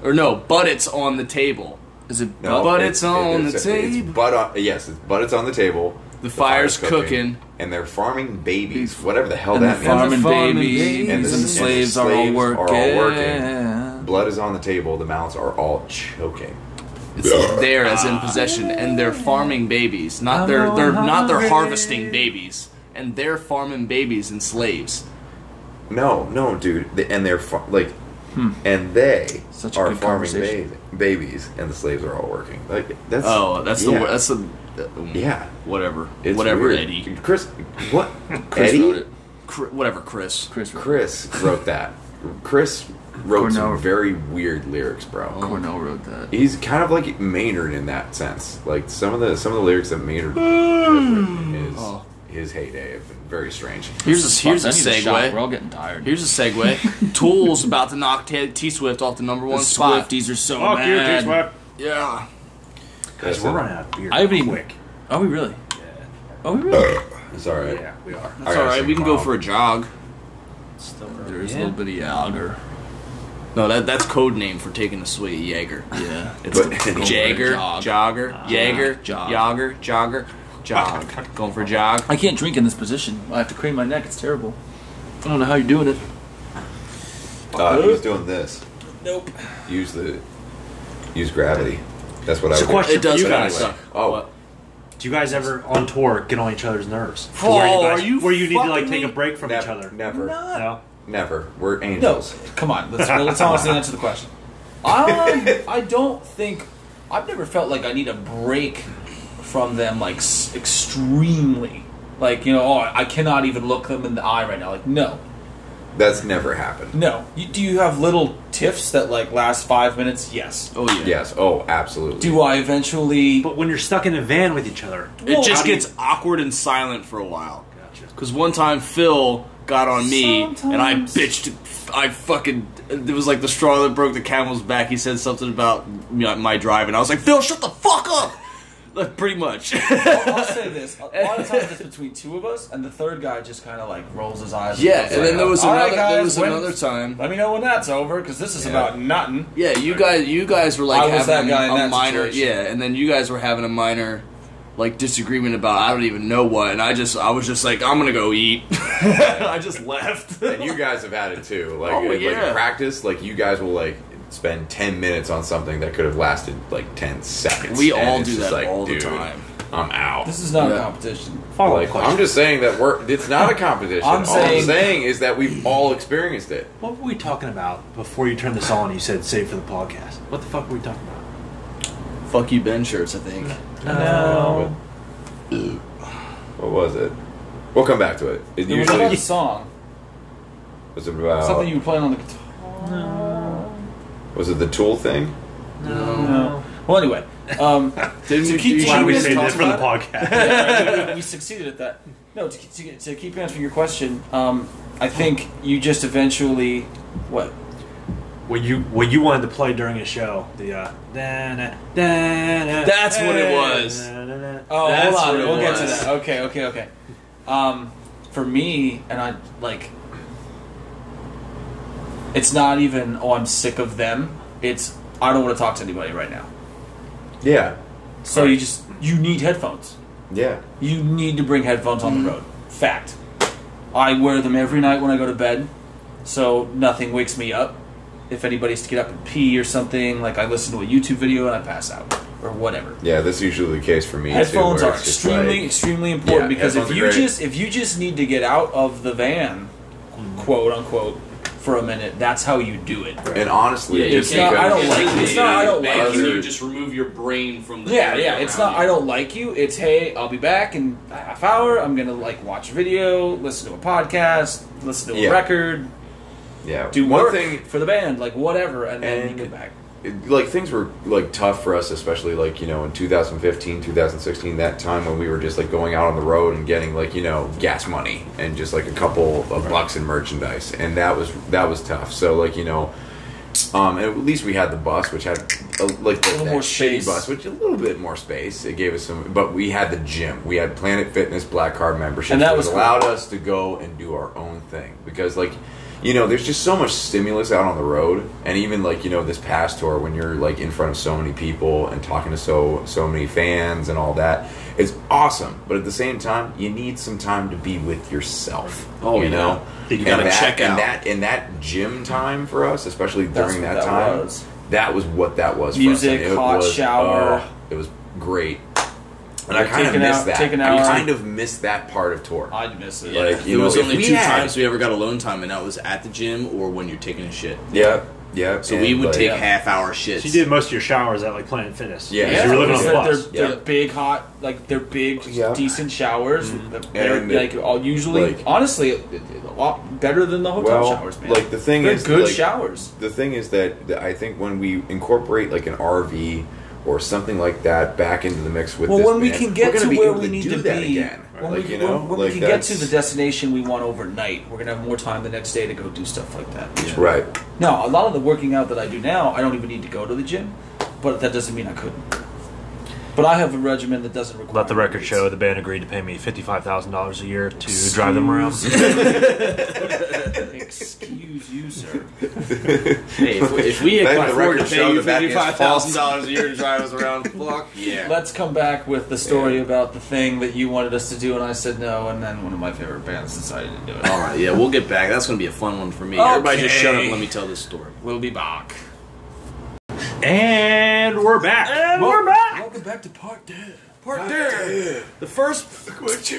Speaker 6: or no, but it's on the table.
Speaker 5: Is it?
Speaker 2: No,
Speaker 6: But it's on the
Speaker 2: it's,
Speaker 6: table.
Speaker 2: It's but on, yes, it's, but it's on the table.
Speaker 6: The fire's cooking.
Speaker 2: and they're farming babies. Whatever the hell
Speaker 5: And the
Speaker 2: that means.
Speaker 5: farming
Speaker 6: And the farming
Speaker 5: babies
Speaker 6: babies
Speaker 5: and the
Speaker 2: and the
Speaker 5: slaves are all
Speaker 2: slaves are all
Speaker 5: working.
Speaker 2: working. Blood is on the table. The mouths are all choking.
Speaker 6: It's there as
Speaker 5: Ah.
Speaker 6: in possession, and they're farming babies. Not
Speaker 5: I'm
Speaker 6: they're
Speaker 5: going
Speaker 6: they're not they're
Speaker 5: hungry.
Speaker 6: harvesting babies, and they're farming babies and slaves.
Speaker 2: No, no, dude. The, and they're fa- like, and they
Speaker 5: Hmm. Such a
Speaker 2: are
Speaker 5: good
Speaker 2: farming
Speaker 5: conversation.
Speaker 2: ba- babies, and the slaves are all working. Like that's
Speaker 6: Oh, that's the
Speaker 2: yeah.
Speaker 6: the that's the
Speaker 2: yeah.
Speaker 6: whatever
Speaker 2: It's
Speaker 6: whatever
Speaker 2: weird.
Speaker 6: Eddie
Speaker 2: Chris, what?
Speaker 5: Chris
Speaker 2: Eddie?
Speaker 5: wrote it.
Speaker 6: Cr- whatever Chris.
Speaker 5: Chris wrote
Speaker 2: Chris wrote that. Chris
Speaker 5: Oh,
Speaker 2: wrote some
Speaker 5: Cornell.
Speaker 2: very weird lyrics, bro.
Speaker 5: it. Cornell wrote that.
Speaker 2: He's kind of like Maynard in that sense. Like some of the some of the lyrics that Maynard wrote is
Speaker 6: Oh.
Speaker 2: his heyday have been very strange.
Speaker 6: Here's a here's a
Speaker 5: Fuck, I need shot.
Speaker 6: segue.
Speaker 5: We're all getting tired.
Speaker 6: Here's a segue. Tool's about to knock T Swift off the number
Speaker 5: the
Speaker 6: one spot.
Speaker 5: Swifties are so
Speaker 3: "Fuck you,
Speaker 5: mad.
Speaker 3: T-Swift."
Speaker 6: Yeah.
Speaker 3: Guys, we're running out of beer.
Speaker 5: I haven't even-
Speaker 3: quick.
Speaker 5: Are we really? Are we really?
Speaker 2: It's all right.
Speaker 3: Yeah, we are.
Speaker 6: That's all right. We can go for a jog.
Speaker 3: Still
Speaker 5: There's a little bit of Yager.
Speaker 6: No, that that's code name for taking a swig of Jaeger.
Speaker 5: Yeah.
Speaker 6: It's
Speaker 2: But-
Speaker 6: the Jagger,
Speaker 5: Jog. Ah.
Speaker 6: Jogger, Jaeger,
Speaker 5: jog.
Speaker 6: Jogger, Jogger, Jog. Going for a jog.
Speaker 5: I can't drink in this position. I have to crane my neck. It's terrible. I don't know how you're doing it.
Speaker 2: Uh, he's doing this.
Speaker 5: Nope.
Speaker 2: Use the use gravity. That's what I.
Speaker 3: It's a
Speaker 2: would
Speaker 3: question
Speaker 6: It does
Speaker 3: for you
Speaker 2: But
Speaker 6: kinda
Speaker 3: guys.
Speaker 2: anyway,
Speaker 6: suck.
Speaker 2: oh,
Speaker 6: What?
Speaker 3: Do you guys ever on tour get on each other's nerves?
Speaker 6: Oh,
Speaker 3: where you, guys,
Speaker 6: are you
Speaker 3: where you need to like
Speaker 6: fucking
Speaker 3: take a
Speaker 6: me?
Speaker 3: break from
Speaker 2: nev-
Speaker 3: each other?
Speaker 2: never,
Speaker 3: No.
Speaker 2: never. We're
Speaker 5: No,
Speaker 2: angels.
Speaker 5: come on. Let's let's honestly answer the question. I I don't think I've never felt like I need a break from them like s- extremely. Like you know, oh, I cannot even look them in the eye right now. Like no,
Speaker 2: That's never happened.
Speaker 5: no. You, do you have little tiffs that like last five minutes? Yes.
Speaker 6: Oh yeah.
Speaker 2: Yes. Oh, absolutely.
Speaker 5: Do I eventually?
Speaker 3: But when you're stuck in a van with each other,
Speaker 6: It
Speaker 5: How
Speaker 6: just
Speaker 5: do you-
Speaker 6: gets awkward and silent for a while.
Speaker 3: gotcha.
Speaker 6: Because one time Phil got on me and I
Speaker 5: Sometimes.
Speaker 6: bitched. I fucking. It was like the straw that broke the camel's back. He said something about my, my drive, and I was like, Phil, shut the fuck up! Like, pretty much.
Speaker 5: I'll say this. A lot of times it's between two of us, and the third guy just kind of like rolls his eyes.
Speaker 6: Yeah,
Speaker 5: goes
Speaker 6: and
Speaker 5: like,
Speaker 6: then there was
Speaker 5: "All right,
Speaker 6: another- there
Speaker 5: guys,
Speaker 6: was
Speaker 5: when-
Speaker 6: another time."
Speaker 5: Let me know when that's over, because this is
Speaker 2: Yeah.
Speaker 5: about nothing.
Speaker 6: yeah, you guys, you guys were like
Speaker 5: I was that
Speaker 6: having
Speaker 5: guy in
Speaker 6: a
Speaker 5: that
Speaker 6: minor.
Speaker 5: situation.
Speaker 6: Yeah, and then you guys were having a minor, like disagreement about I don't even know what, and I just, I was just like, I'm gonna go eat. I just left.
Speaker 2: And you guys have had it too. Like,
Speaker 6: Oh,
Speaker 2: like
Speaker 6: yeah.
Speaker 2: in practice, like you guys will like spend ten minutes on something that could have lasted like ten seconds.
Speaker 6: We
Speaker 2: And
Speaker 6: all
Speaker 2: it's
Speaker 6: do
Speaker 2: just
Speaker 6: that all the time.
Speaker 2: I'm out.
Speaker 5: This is not a
Speaker 6: Yeah.
Speaker 5: competition.
Speaker 3: Follow
Speaker 2: like,
Speaker 3: question.
Speaker 2: I'm just saying that we're. It's not a competition.
Speaker 5: I'm
Speaker 2: all
Speaker 5: saying-
Speaker 2: I'm saying is that we've all experienced it.
Speaker 3: What were we talking about before you turned this on? You said save for the podcast. What the fuck were we talking about?
Speaker 6: Fuck you, Ben shirts. I think.
Speaker 2: No. What was it? We'll come back to it. It
Speaker 5: It was about
Speaker 2: usually
Speaker 5: a song.
Speaker 2: was it about
Speaker 5: Something you were playing on the guitar.
Speaker 2: was it the tool thing?
Speaker 5: Oh. Well, anyway, um,
Speaker 6: Didn't
Speaker 5: to
Speaker 6: we-
Speaker 5: keep
Speaker 6: did
Speaker 3: Why
Speaker 5: Should we
Speaker 3: do we
Speaker 5: just
Speaker 3: save
Speaker 5: talk
Speaker 3: this for the
Speaker 5: about
Speaker 3: podcast?
Speaker 5: yeah, we- we succeeded at that. No, to, to, to keep answering your question, um, I think you just eventually what
Speaker 3: what you what you wanted to play during a show? The uh, that's
Speaker 6: what it was.
Speaker 5: Oh,
Speaker 6: That's
Speaker 5: hold on.
Speaker 6: what it
Speaker 5: We'll get to
Speaker 6: was.
Speaker 5: that. Okay, okay, okay. Um, for me, and I like, it's not even. Oh, I'm sick of them. It's I don't want to talk to anybody right now.
Speaker 2: Yeah.
Speaker 5: So you just you need headphones.
Speaker 2: Yeah.
Speaker 5: You need to bring headphones on
Speaker 2: Mm.
Speaker 5: the road. Fact. I wear them every night when I go to bed, so nothing wakes me up. If anybody's to get up and pee or something, like I listen to a YouTube video and I pass out or whatever.
Speaker 2: Yeah, that's usually the case for me. too,
Speaker 5: Headphones
Speaker 2: where
Speaker 5: are
Speaker 2: it's just
Speaker 5: extremely,
Speaker 2: like-
Speaker 5: extremely important
Speaker 2: Yeah,
Speaker 5: because if
Speaker 2: headphones are
Speaker 5: you
Speaker 2: great.
Speaker 5: just if you just need to get out of the van,
Speaker 2: Mm.
Speaker 5: quote unquote, for a minute, that's how you do it.
Speaker 2: and honestly,
Speaker 6: you
Speaker 2: just
Speaker 5: can't-
Speaker 2: because,
Speaker 5: I don't like- it's not- I don't
Speaker 6: Man,
Speaker 5: like
Speaker 6: can
Speaker 2: it.
Speaker 6: you just remove your brain from the
Speaker 5: Yeah,
Speaker 6: area
Speaker 5: yeah. It's
Speaker 6: around
Speaker 5: not.
Speaker 6: you?
Speaker 5: I don't like you. It's hey, I'll be back in a half hour. I'm gonna like watch a video, listen to a podcast, listen to
Speaker 2: Yeah.
Speaker 5: a record,
Speaker 2: yeah.
Speaker 5: do
Speaker 2: one
Speaker 5: work
Speaker 2: thing,
Speaker 5: for the band, like whatever, and then
Speaker 2: And-
Speaker 5: you get back.
Speaker 2: it- like things were like tough for us, especially like you know in 2015, 2016, that time when we were just like going out on the road and getting like you know gas money and just like a couple of bucks in merchandise, and that was that was tough. So like you know. Um, at least we had the bus, which had uh, like the,
Speaker 5: little
Speaker 2: that
Speaker 5: more
Speaker 2: shitty
Speaker 5: space.
Speaker 2: bus, which a little bit more space. It gave us some, but we had the gym. We had Planet Fitness Black Card membership,
Speaker 5: And that
Speaker 2: which
Speaker 5: was cool.
Speaker 2: allowed us to go and do our own thing because, like, you know, there's just so much stimulus out on the road, and even like you know this past tour when you're like in front of so many people and talking to so so many fans and all that, it's awesome. But at the same time, you need some time to be with yourself.
Speaker 6: Oh,
Speaker 2: you
Speaker 6: yeah.
Speaker 2: know.
Speaker 6: You
Speaker 2: And
Speaker 6: gotta
Speaker 2: that-
Speaker 6: check
Speaker 2: and
Speaker 6: out.
Speaker 2: that in that gym time for us, especially
Speaker 5: That's
Speaker 2: during
Speaker 5: what
Speaker 2: that,
Speaker 5: that
Speaker 2: time,
Speaker 5: was.
Speaker 2: that was what that was. for us.
Speaker 5: Music,
Speaker 2: and it
Speaker 5: hot
Speaker 2: was-
Speaker 5: shower.
Speaker 2: oh, it was great, and I
Speaker 5: Like,
Speaker 2: kind of
Speaker 5: take an
Speaker 2: missed
Speaker 5: hour-
Speaker 2: that.
Speaker 5: take an
Speaker 2: I
Speaker 5: hour.
Speaker 2: kind of missed that part of tour.
Speaker 5: I'd miss it.
Speaker 6: Yeah.
Speaker 2: Like, you
Speaker 6: it
Speaker 2: know,
Speaker 6: was
Speaker 2: if
Speaker 6: only
Speaker 2: we
Speaker 6: two
Speaker 2: had-
Speaker 6: times we ever got alone time, and that was at the gym or when you're taking a shit.
Speaker 2: Yeah, yeah.
Speaker 6: So we would take
Speaker 5: yeah.
Speaker 6: half hour shits.
Speaker 3: So you did most of your showers at like Planet Fitness.
Speaker 2: Yeah.
Speaker 3: Because you were living on the
Speaker 5: They're-
Speaker 3: bus.
Speaker 5: They're,
Speaker 2: Yeah.
Speaker 5: they're big, hot, like they're big,
Speaker 2: Yeah.
Speaker 5: decent showers. They're
Speaker 2: And,
Speaker 5: like all usually,
Speaker 2: like-
Speaker 5: honestly, a lot better than the hotel
Speaker 2: well,
Speaker 5: showers, man.
Speaker 2: like the thing
Speaker 5: they're
Speaker 2: is,
Speaker 5: good
Speaker 2: like,
Speaker 5: showers.
Speaker 2: the thing is that, that I think when we incorporate like an RV or something like that back into the mix with
Speaker 5: Well,
Speaker 2: this
Speaker 5: when we
Speaker 2: band,
Speaker 5: can
Speaker 2: we're
Speaker 5: get
Speaker 2: gonna
Speaker 5: to
Speaker 2: be
Speaker 5: where
Speaker 2: able
Speaker 5: we need
Speaker 2: do
Speaker 5: to
Speaker 2: that
Speaker 5: be,
Speaker 2: again.
Speaker 5: when
Speaker 2: like,
Speaker 5: we,
Speaker 2: you know,
Speaker 5: when, when
Speaker 2: like
Speaker 5: we can get to the
Speaker 2: that's-
Speaker 5: destination we want overnight, we're gonna have more time the next day to go do stuff like that.
Speaker 2: right.
Speaker 5: Now, a lot of the working out that I do now, I don't even need to go to the gym, but that doesn't mean I couldn't. But I have a regimen that doesn't require.
Speaker 3: Let the record
Speaker 5: weights.
Speaker 3: show the band agreed to pay me fifty-five thousand dollars a year to drive them around.
Speaker 5: Excuse you, sir.
Speaker 6: Hey, if, if we
Speaker 2: Let
Speaker 6: had
Speaker 2: the
Speaker 6: afford to
Speaker 2: record
Speaker 6: pay
Speaker 2: show
Speaker 6: you
Speaker 2: that that is
Speaker 6: fifty-five thousand dollars a year to drive us around, fuck yeah.
Speaker 5: Let's come back with the story
Speaker 2: Yeah.
Speaker 5: about the thing that you wanted us to do, and I said no, and then one of my favorite bands decided to do it.
Speaker 6: All right, yeah, we'll get back. That's gonna be a fun one for me. Everybody, just shut up. and
Speaker 5: Okay.
Speaker 6: Let me tell this story.
Speaker 5: We'll be back.
Speaker 3: and we're back. And we're back.
Speaker 5: Welcome back to part two.
Speaker 1: Part two.
Speaker 6: The first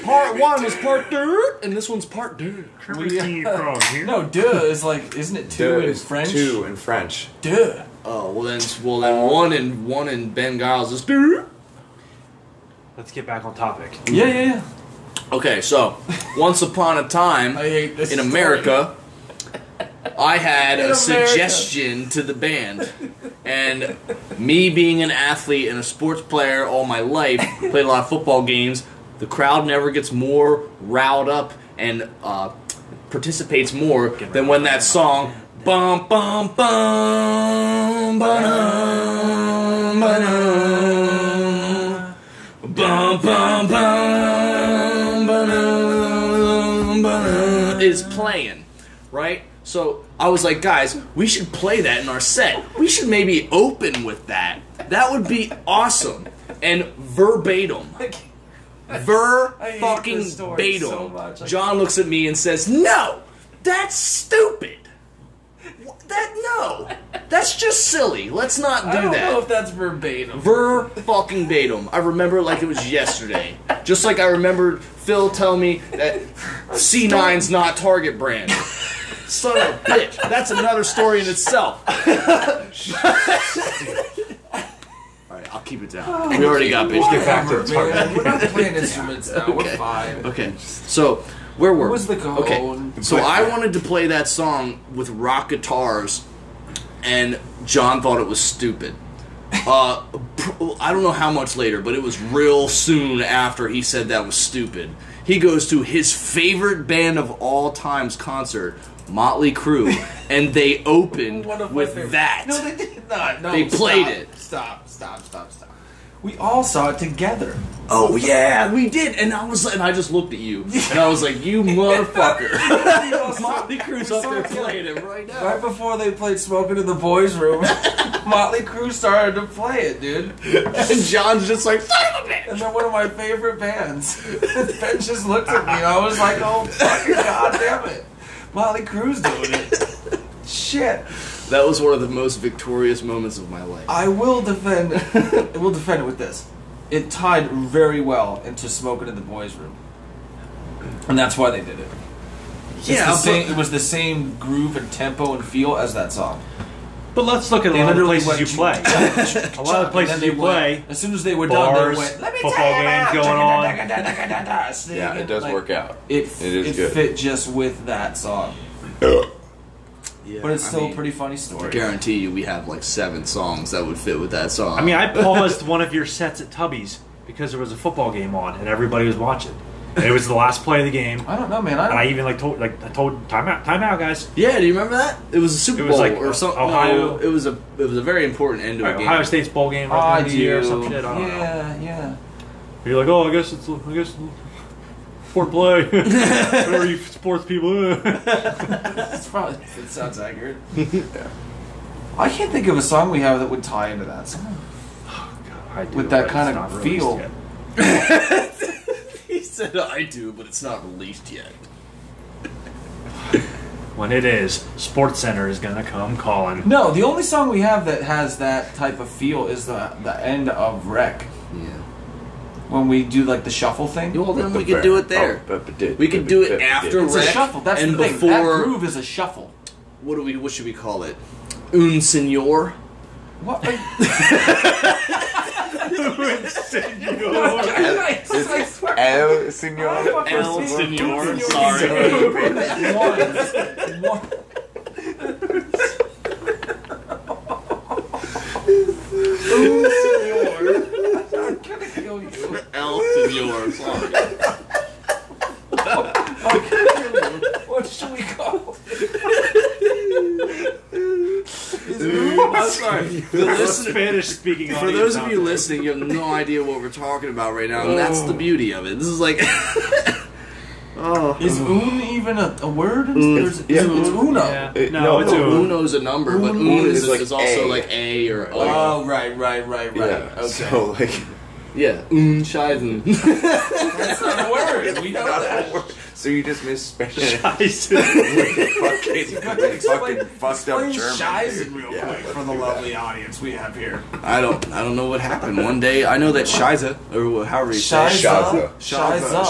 Speaker 1: Part one was part two.
Speaker 6: and this one's part dude.
Speaker 5: No, duh is like, isn't it two
Speaker 2: Dude,
Speaker 5: in
Speaker 2: it's
Speaker 5: French?
Speaker 2: Two in French.
Speaker 5: Duh.
Speaker 6: Oh well, then well then one and one and Ben Giles is dude.
Speaker 3: Let's get back on topic.
Speaker 5: Yeah, yeah, yeah.
Speaker 6: Okay, so once upon a time
Speaker 5: I hate this.
Speaker 6: in
Speaker 5: story.
Speaker 6: America, I had a
Speaker 5: In America.
Speaker 6: suggestion to the band, and me being an athlete and a sports player all my life, played a lot of football games. The crowd never gets more riled up and uh, participates more than when that song. Bum bum bum ba-dum, ba-dum. Bum, bum, bum, ba-dum, ba-dum, is playing, right? So I was like, guys, we should play that in our set. We should maybe open with that. That would be awesome. And verbatim. Ver
Speaker 5: I hate
Speaker 6: fucking
Speaker 5: this story
Speaker 6: batum.
Speaker 5: so much. I
Speaker 6: John looks at me and says, No! That's stupid. Wh- That no. That's just silly. Let's not do
Speaker 5: I don't
Speaker 6: that.
Speaker 5: know if that's verbatim.
Speaker 6: Ver fucking datum. I remember it like it was yesterday. Just like I remembered Phil tell me that C9's not Target brand. Son of a bitch. That's another story in itself. Alright, I'll keep it down. We already got bitch. Get back
Speaker 5: Man, we're not playing instruments now. We're fine.
Speaker 6: Okay, so where were
Speaker 5: What was
Speaker 6: we?
Speaker 5: the
Speaker 6: Okay,
Speaker 5: goal?
Speaker 6: so I wanted to play that song with rock guitars, and John thought it was stupid. Uh, pr- I don't know how much later, but it was real soon after he said that was stupid. He goes to his favorite band of all times concert, Motley Crue, and they opened
Speaker 5: One of my
Speaker 6: with
Speaker 5: favorites.
Speaker 6: that.
Speaker 5: No, they did not. No,
Speaker 6: They played
Speaker 5: stop.
Speaker 6: it.
Speaker 5: Stop! Stop! Stop! Stop! We all saw it together.
Speaker 6: Oh yeah, we did. And I was, and I just looked at you, and I was like, "You motherfucker!"
Speaker 5: We all saw
Speaker 6: Motley
Speaker 5: it
Speaker 6: Crue's up
Speaker 5: Sorry.
Speaker 6: there playing it right now.
Speaker 5: right before they played "Smoking in the Boys' Room." Motley Crue started to play it, dude,
Speaker 6: And John's just like, "Son of a bitch!"
Speaker 5: and they're one of my favorite bands. ben just looked at me, and I was like, "Oh fucking goddamn it, Motley Crue's doing it." Shit,
Speaker 6: That was one of the most victorious moments of my life.
Speaker 5: I will defend. I will defend it with this. It tied very well into "Smoking in the Boys' Room," and that's why they did it. It's the
Speaker 6: Yeah,
Speaker 5: same- it was the same groove and tempo and feel as that song.
Speaker 3: But let's look at a
Speaker 5: They
Speaker 3: lot of the
Speaker 5: literally
Speaker 3: places you play.
Speaker 5: went-
Speaker 3: a lot of the
Speaker 5: And then
Speaker 3: places
Speaker 5: they
Speaker 3: you play.
Speaker 5: went- As soon as they were done,
Speaker 3: Bars,
Speaker 5: they went. Let me
Speaker 3: football
Speaker 5: tell you about
Speaker 3: games going on.
Speaker 5: da-da-da-da-da-da-da-da-da,"
Speaker 2: Yeah, it does
Speaker 5: like,
Speaker 2: work out.
Speaker 5: It
Speaker 2: It
Speaker 5: it,
Speaker 2: is good.
Speaker 5: fit just with that song, but it's
Speaker 6: I
Speaker 5: still
Speaker 6: mean,
Speaker 5: a pretty funny
Speaker 6: I
Speaker 5: story.
Speaker 6: guarantee you, we have like seven songs that would fit with that song.
Speaker 3: I mean, I paused one of your sets at Tubby's because there was a football game on and everybody was watching. And it was the last play of the game.
Speaker 5: I don't know, man.
Speaker 3: And I
Speaker 5: I
Speaker 3: even like told like I told time out, time out, guys.
Speaker 6: yeah, do you remember that? It was a Super
Speaker 3: It was
Speaker 6: Bowl
Speaker 3: like
Speaker 6: or something.
Speaker 3: Ohio-
Speaker 6: it was a it was a very important end to a game.
Speaker 3: Ohio State's bowl game
Speaker 5: don't,
Speaker 3: right
Speaker 5: Oh, I
Speaker 3: at the end of the year or
Speaker 5: do.
Speaker 3: some shit. I don't know.
Speaker 5: yeah, yeah.
Speaker 3: You're like, oh, I guess it's I guess sport play. or you sports people.
Speaker 5: That's probably it sounds accurate. I can't think of a song we have that would tie into that song.
Speaker 3: I do,
Speaker 5: With that
Speaker 3: but
Speaker 5: kind
Speaker 3: it's
Speaker 5: of
Speaker 3: not released
Speaker 5: feel.
Speaker 3: yet.
Speaker 6: He said, "I do, but it's not released yet."
Speaker 3: When it is, Sports Center is gonna come calling.
Speaker 5: No, the only song we have that has that type of feel is the the end of Wreck
Speaker 6: Yeah.
Speaker 5: when we do like the shuffle thing.
Speaker 6: Well, then we could do it
Speaker 2: Oh,
Speaker 6: there. We could do it after
Speaker 5: It's a
Speaker 6: Wreck,
Speaker 5: shuffle. That's
Speaker 6: and
Speaker 5: the thing. That
Speaker 6: before-
Speaker 5: groove is a shuffle.
Speaker 6: What do we? What should we call it? Un senor.
Speaker 5: What?
Speaker 3: Senor.
Speaker 5: I, I swear.
Speaker 2: El Senor.
Speaker 5: fucking
Speaker 6: El
Speaker 5: see-
Speaker 6: Senor.
Speaker 5: Senor.
Speaker 6: Sorry.
Speaker 5: One. One. I'm gonna kill you.
Speaker 6: El senor. Sorry.
Speaker 5: What should we call?
Speaker 6: I'm sorry. The listener-
Speaker 3: Spanish speaking.
Speaker 6: For those of you listening, you have no idea what we're talking about right now, and that's
Speaker 2: Oh.
Speaker 6: the beauty of it. This is like
Speaker 5: Is un even a, a word? There's, yeah. It's uno.
Speaker 3: yeah.
Speaker 2: Uh,
Speaker 3: no,
Speaker 2: no,
Speaker 3: it's
Speaker 2: no,
Speaker 3: Uno.
Speaker 6: Uno's oh, a number, but
Speaker 5: Uno
Speaker 6: Un is,
Speaker 2: is like
Speaker 6: is also
Speaker 2: A.
Speaker 6: like A or O.
Speaker 5: Oh, right, right, right, right.
Speaker 2: Yeah.
Speaker 5: Okay.
Speaker 2: So like,
Speaker 6: yeah, Un Scheiden.
Speaker 5: That's not a word. We know that.
Speaker 2: so you just miss Spanish.
Speaker 3: Scheiße.
Speaker 2: fucking, fucking fucked up German.
Speaker 5: Shizen real quick for the lovely audience we have here.
Speaker 6: I don't, I don't know what happened. One day, I know that Scheiße or wh- however you say it.
Speaker 2: Shiza.
Speaker 5: Shiza.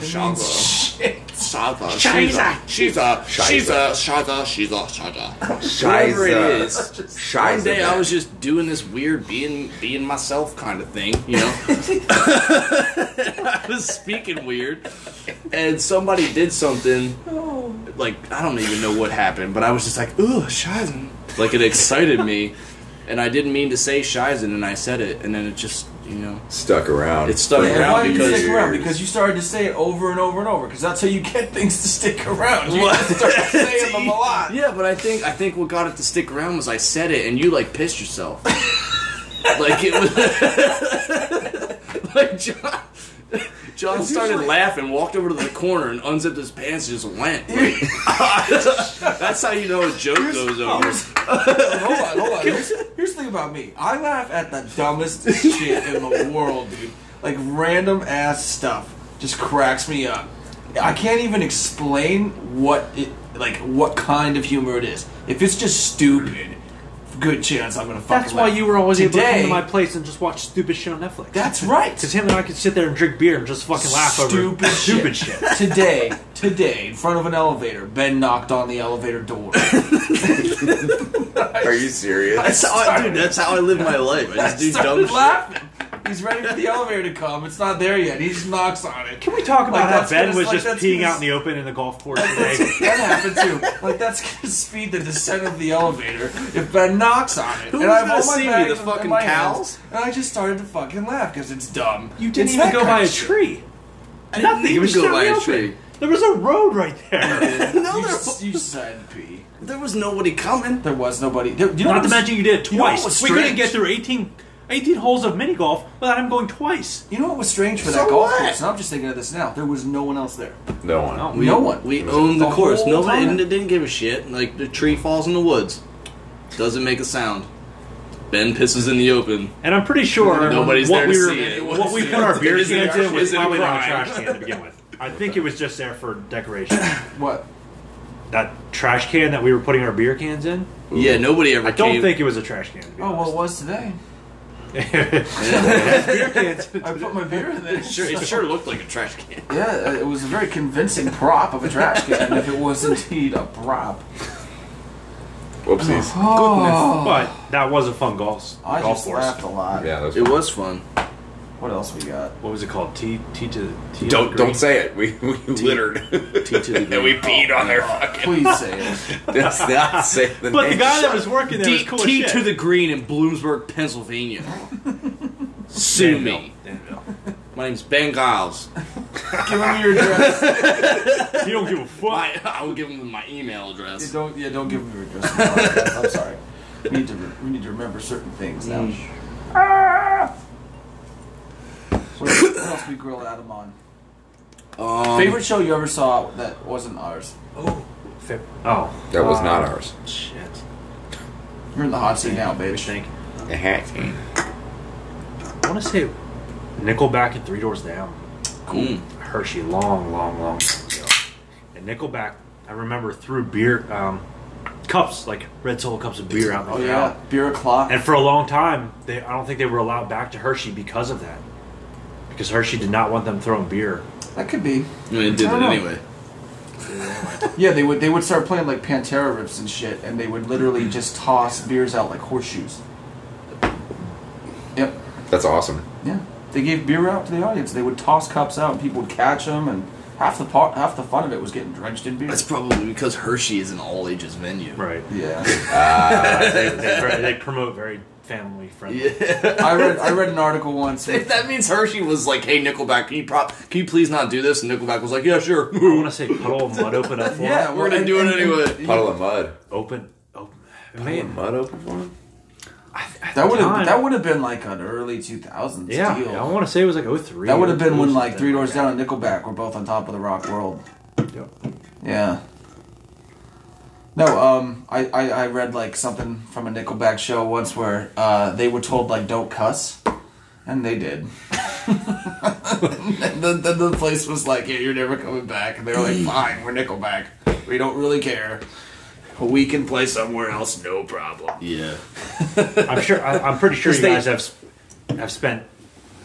Speaker 2: Shiza. Shiza.
Speaker 6: Scheiße, Scheiße, Scheiße, Scheiße, Scheiße, Scheiße, Scheiße. Whatever it
Speaker 2: uh,
Speaker 6: is. One day I was just doing this weird being being myself kind of thing, you know. I was speaking weird, and somebody did something. Oh. Like I don't even know what happened, but I was just like, "Ooh, Shizen!" Like it excited me, and I didn't mean to say Shizen, and I said it, and then it just, you know,
Speaker 2: stuck around.
Speaker 6: It stuck
Speaker 5: And
Speaker 6: around
Speaker 5: why did you
Speaker 6: because-
Speaker 5: stick around? Because you started to say it over and over and over. Because that's how you get things to stick around. You just start saying them a lot.
Speaker 6: yeah. But I think I think what got it to stick around was I said it, and you like pissed yourself. like it was like John. John started laughing, walked over to the corner, and unzipped his pants and just went. Like, that's how you know a joke goes
Speaker 5: Hold
Speaker 6: over.
Speaker 5: on, hold on. Here's, here's the thing about me. I laugh at the dumbest shit in the world, dude. Like random ass stuff just cracks me up. I can't even explain what it like what kind of humor it is. If it's just stupid, good chance I'm gonna fucking.
Speaker 3: That's why
Speaker 5: laugh.
Speaker 3: you were always able to come
Speaker 5: Today-
Speaker 3: to my place and just watch stupid shit on Netflix.
Speaker 5: That's right.
Speaker 3: Because him and I could sit there and drink beer and just fucking laugh over
Speaker 5: Stupid
Speaker 3: stupid
Speaker 5: shit.
Speaker 3: shit.
Speaker 5: today, today, in front of an elevator, Ben knocked on the elevator door.
Speaker 2: Are you serious?
Speaker 6: That's how I, dude, that's how I live my life. I just do dumb
Speaker 5: Started
Speaker 6: shit.
Speaker 5: laughing. He's ready for the elevator to come. It's not there yet. He just knocks on it.
Speaker 3: Can we talk about
Speaker 5: Like,
Speaker 3: how
Speaker 5: that's
Speaker 3: Ben
Speaker 5: gonna-
Speaker 3: was
Speaker 5: like,
Speaker 3: just
Speaker 5: that's
Speaker 3: peeing
Speaker 5: gonna-
Speaker 3: out in the open in the golf course today?
Speaker 5: That happened too. Like that's gonna speed the descent of the elevator if Ben knocks on it.
Speaker 6: was gonna see me,
Speaker 5: bags
Speaker 6: the
Speaker 5: in
Speaker 6: fucking
Speaker 5: my
Speaker 6: cows?
Speaker 5: hands, and I just started to fucking laugh because it's dumb.
Speaker 3: You didn't
Speaker 5: It's
Speaker 3: even
Speaker 5: that
Speaker 3: go
Speaker 5: kind
Speaker 3: by
Speaker 5: of
Speaker 3: a
Speaker 5: shit.
Speaker 3: tree.
Speaker 6: I
Speaker 3: Nothing.
Speaker 6: didn't
Speaker 3: it
Speaker 6: even
Speaker 3: was
Speaker 6: go
Speaker 3: still
Speaker 6: by
Speaker 3: in the
Speaker 6: a
Speaker 3: open.
Speaker 6: tree.
Speaker 3: There was a road right there.
Speaker 6: No,
Speaker 5: You,
Speaker 6: there,
Speaker 5: s- you said pee.
Speaker 6: there was nobody coming.
Speaker 5: There was nobody. There, you know
Speaker 3: Not
Speaker 5: what
Speaker 3: to
Speaker 5: was-
Speaker 3: mention you did it
Speaker 6: know what
Speaker 3: twice.
Speaker 6: was
Speaker 3: we couldn't
Speaker 6: strange?
Speaker 3: get through 18, 18 holes of mini golf without him going twice.
Speaker 5: You know what was strange for that
Speaker 2: So
Speaker 5: golf
Speaker 2: what?
Speaker 5: course? And I'm just thinking of this now. There was no one else there.
Speaker 2: No one.
Speaker 3: No.
Speaker 6: We,
Speaker 5: no one.
Speaker 6: We owned the,
Speaker 5: The
Speaker 6: course.
Speaker 5: whole
Speaker 6: Nobody
Speaker 5: time.
Speaker 6: didn't, didn't give a shit. Like the tree falls in the woods, doesn't make a sound. Ben pisses in the open.
Speaker 3: And I'm pretty sure
Speaker 6: Nobody's
Speaker 3: what
Speaker 6: there
Speaker 3: we
Speaker 6: to
Speaker 3: were,
Speaker 6: see it. It was-
Speaker 3: what we put our beer
Speaker 6: Is it a
Speaker 3: cans in
Speaker 6: trash-
Speaker 3: was
Speaker 6: is it a
Speaker 3: probably not a
Speaker 6: crime?
Speaker 3: trash can to begin with. I think it was just there for decoration.
Speaker 5: What?
Speaker 3: that trash can that we were putting our beer cans in.
Speaker 6: Yeah, nobody ever
Speaker 3: I don't
Speaker 6: came.
Speaker 3: think it was a trash can. To be
Speaker 5: Oh, well,
Speaker 3: honest.
Speaker 5: it was today.
Speaker 3: beer cans.
Speaker 5: I put my beer in there.
Speaker 6: Sure, it sure looked like a trash can.
Speaker 5: Yeah, it was a very convincing prop of a trash can, if it was indeed a prop.
Speaker 2: Whoopsies.
Speaker 5: Oh,
Speaker 3: But that was a fun golf
Speaker 5: I
Speaker 3: golf
Speaker 5: just
Speaker 3: course.
Speaker 5: laughed a lot.
Speaker 2: Yeah, those
Speaker 6: It was fun.
Speaker 5: What else we got?
Speaker 3: What was it called? T T to T.
Speaker 2: Don't don't say it. We, we littered
Speaker 6: to the
Speaker 2: and we
Speaker 6: green.
Speaker 2: peed on their fucking.
Speaker 5: Please say it.
Speaker 2: Let's not say the
Speaker 3: But the
Speaker 2: name.
Speaker 3: guy that was working there was
Speaker 6: D-
Speaker 3: cool as
Speaker 6: T
Speaker 3: shit.
Speaker 6: to the green in Bloomsburg, Pennsylvania. Sue me.
Speaker 3: Danville.
Speaker 6: My name's Ben Giles.
Speaker 5: Give me your address.
Speaker 3: You don't give a fuck.
Speaker 6: My, I will give him my email
Speaker 5: Yeah,
Speaker 6: address.
Speaker 5: don't, yeah, don't give me your address. I'm sorry. We need to re- we need to remember certain things now. Ah! What what else we grill Adam on?
Speaker 6: Um,
Speaker 5: Favorite show you ever saw that wasn't ours?
Speaker 3: Oh, Feb- oh,
Speaker 2: That was not ours.
Speaker 3: shit.
Speaker 5: You're in the hot seat now,
Speaker 3: I
Speaker 5: baby.
Speaker 3: think
Speaker 2: Uh-huh.
Speaker 3: I want to say Nickelback and Three Doors Down.
Speaker 6: mm.
Speaker 3: Hershey long, long, long time ago. And Nickelback, I remember threw beer um, cups, like red solo cups of beer out in the
Speaker 5: Oh
Speaker 3: crowd.
Speaker 5: yeah, beer o'clock.
Speaker 3: And for a long time, they I don't think they were allowed back to Hershey because of that. Because Hershey did not want them throwing beer.
Speaker 5: That could be.
Speaker 6: I mean, it did
Speaker 5: I don't
Speaker 6: it
Speaker 5: know.
Speaker 6: anyway.
Speaker 5: Yeah, they would they would start playing like Pantera rips and shit, and they would
Speaker 6: Mm-hmm.
Speaker 5: literally just toss beers out like horseshoes. Yep.
Speaker 2: That's awesome.
Speaker 5: Yeah. They gave beer out to the audience. They would toss cups out, and people would catch them, and half the part, half the fun of it was getting drenched in beer.
Speaker 6: That's probably because Hershey is an all ages menu.
Speaker 3: Right.
Speaker 5: yeah.
Speaker 3: they, they- they promote very family friendly.
Speaker 5: I read I read an article once.
Speaker 6: If
Speaker 5: With,
Speaker 6: that means Hershey was like, "Hey, Nickelback, can you prop? Can you please not do this?" And Nickelback was like, "Yeah, sure."
Speaker 3: I want to say puddle of mud open up for
Speaker 5: yeah,
Speaker 3: them.
Speaker 6: We're gonna
Speaker 5: and-
Speaker 6: do it
Speaker 5: and- and-
Speaker 6: anyway.
Speaker 2: Puddle of mud.
Speaker 3: Open. open.
Speaker 2: Puddle
Speaker 3: Man,
Speaker 2: of mud open for him.
Speaker 3: at
Speaker 5: That
Speaker 3: the
Speaker 5: would have
Speaker 3: time-
Speaker 5: that would have been like an early two thousands
Speaker 3: Yeah,
Speaker 5: deal.
Speaker 3: I want to say it was like 03.
Speaker 5: that would have been when
Speaker 3: 02,
Speaker 5: like Three
Speaker 3: something
Speaker 5: Doors Down and Nickelback were both on top of the rock world.
Speaker 3: Yep.
Speaker 5: Yeah. No, um, I, I, I read like something from a Nickelback show once where uh, they were told like don't cuss, and they did. and then, then the place was like, yeah, you're never coming back, and they were like, fine, we're Nickelback, we don't really care. We can play somewhere else, no problem.
Speaker 6: Yeah,
Speaker 3: I'm sure. I, I'm pretty sure you
Speaker 5: Because they-
Speaker 3: guys have s- have spent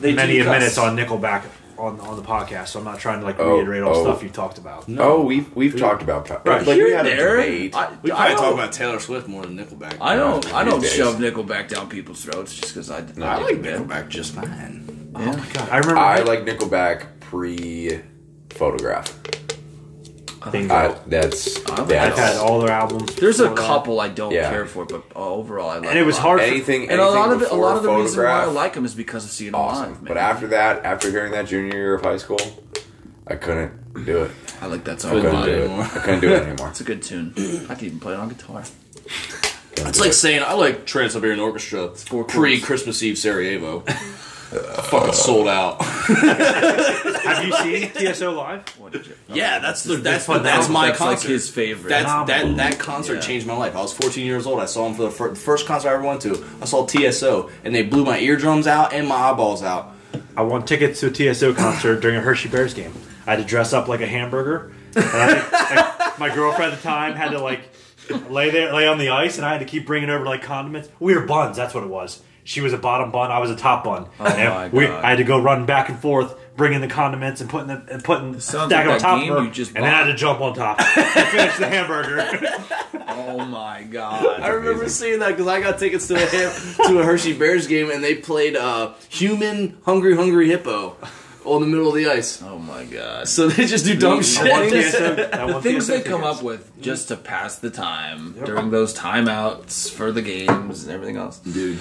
Speaker 5: They
Speaker 3: many
Speaker 5: do cuss.
Speaker 3: minutes on Nickelback on on the podcast, so I'm not trying to like
Speaker 2: Oh,
Speaker 3: reiterate all the
Speaker 2: oh.
Speaker 3: stuff you talked about.
Speaker 2: Oh, we've we've talked about cut.
Speaker 3: Right.
Speaker 2: Like we
Speaker 5: Here
Speaker 2: had
Speaker 5: and there,
Speaker 2: a debate.
Speaker 5: I-
Speaker 6: we
Speaker 5: I
Speaker 6: probably talk
Speaker 5: don't-
Speaker 6: about Taylor Swift more than Nickelback.
Speaker 5: I don't. I don't
Speaker 2: These days.
Speaker 5: shove Nickelback down people's throats just because I did
Speaker 2: No,
Speaker 5: not
Speaker 2: I like
Speaker 5: Ben.
Speaker 6: Nickelback just fine.
Speaker 3: Oh my god, I remember.
Speaker 2: I like Nickelback pre photograph.
Speaker 3: Bingo.
Speaker 2: I that's
Speaker 5: I've
Speaker 3: I've
Speaker 2: that's
Speaker 3: had all their albums.
Speaker 5: There's a
Speaker 3: before that.
Speaker 5: couple I don't
Speaker 2: Yeah.
Speaker 5: care for, but uh, overall I like.
Speaker 3: and it was
Speaker 5: a lot.
Speaker 3: hard. For,
Speaker 2: anything.
Speaker 5: And a lot
Speaker 2: anything
Speaker 5: of it, a
Speaker 2: before
Speaker 5: lot of the reason why I
Speaker 2: Photograph,
Speaker 5: like him is because of seeing him live.
Speaker 2: awesome.
Speaker 5: Man.
Speaker 2: But after that, after hearing that junior year of high school, I couldn't do it.
Speaker 5: I like that song a
Speaker 6: Good
Speaker 2: Couldn't
Speaker 5: lot.
Speaker 2: do it.
Speaker 6: anymore.
Speaker 2: I couldn't do it anymore.
Speaker 5: It's a good tune. I could even play it on guitar.
Speaker 6: It's like saying I like Trans Siberian Orchestra
Speaker 5: Four chords.
Speaker 6: pre Christmas Eve Sarajevo. Fucking sold out.
Speaker 3: Have you seen TSO live?
Speaker 5: What did you?
Speaker 6: Yeah, that's the, that's
Speaker 3: fun.
Speaker 6: that's my
Speaker 5: That's like
Speaker 6: concert.
Speaker 5: his favorite.
Speaker 6: That's, that
Speaker 3: Phenomenal.
Speaker 6: that concert
Speaker 5: Yeah.
Speaker 6: changed my life. I was 14 years old. I saw him for the, fir- the first concert I ever went to. I saw TSO, and they blew my eardrums out and my eyeballs out.
Speaker 3: I won tickets to a TSO concert during a Hershey Bears game. I had to dress up like a hamburger. And I think, like, my girlfriend at the time had to like lay there, lay on the ice, and I had to keep bringing over like condiments. We were buns. That's what it was. She was a bottom bun. I was a top bun. Oh
Speaker 5: my
Speaker 3: we,
Speaker 5: God.
Speaker 3: I had to go run back and forth, bringing the condiments and putting the and putting the
Speaker 5: sounds
Speaker 3: stack
Speaker 5: like that
Speaker 3: on top
Speaker 5: game
Speaker 3: of her,
Speaker 5: you just
Speaker 3: and then I had
Speaker 5: bought.
Speaker 3: to jump on top and finish the hamburger.
Speaker 5: Oh my god!
Speaker 6: I remember seeing that because I got tickets to a hip, to a Hershey Bears game, and they played uh, "Human Hungry Hungry Hippo" on the middle of the ice.
Speaker 5: Oh my god!
Speaker 6: So they just do dumb shit.
Speaker 5: I
Speaker 3: Things-
Speaker 5: TSO
Speaker 3: I
Speaker 5: The
Speaker 3: won
Speaker 5: things
Speaker 3: TSO
Speaker 5: they come
Speaker 3: tickets.
Speaker 5: up with just to pass the time during those timeouts for the games and everything else.
Speaker 6: Dude,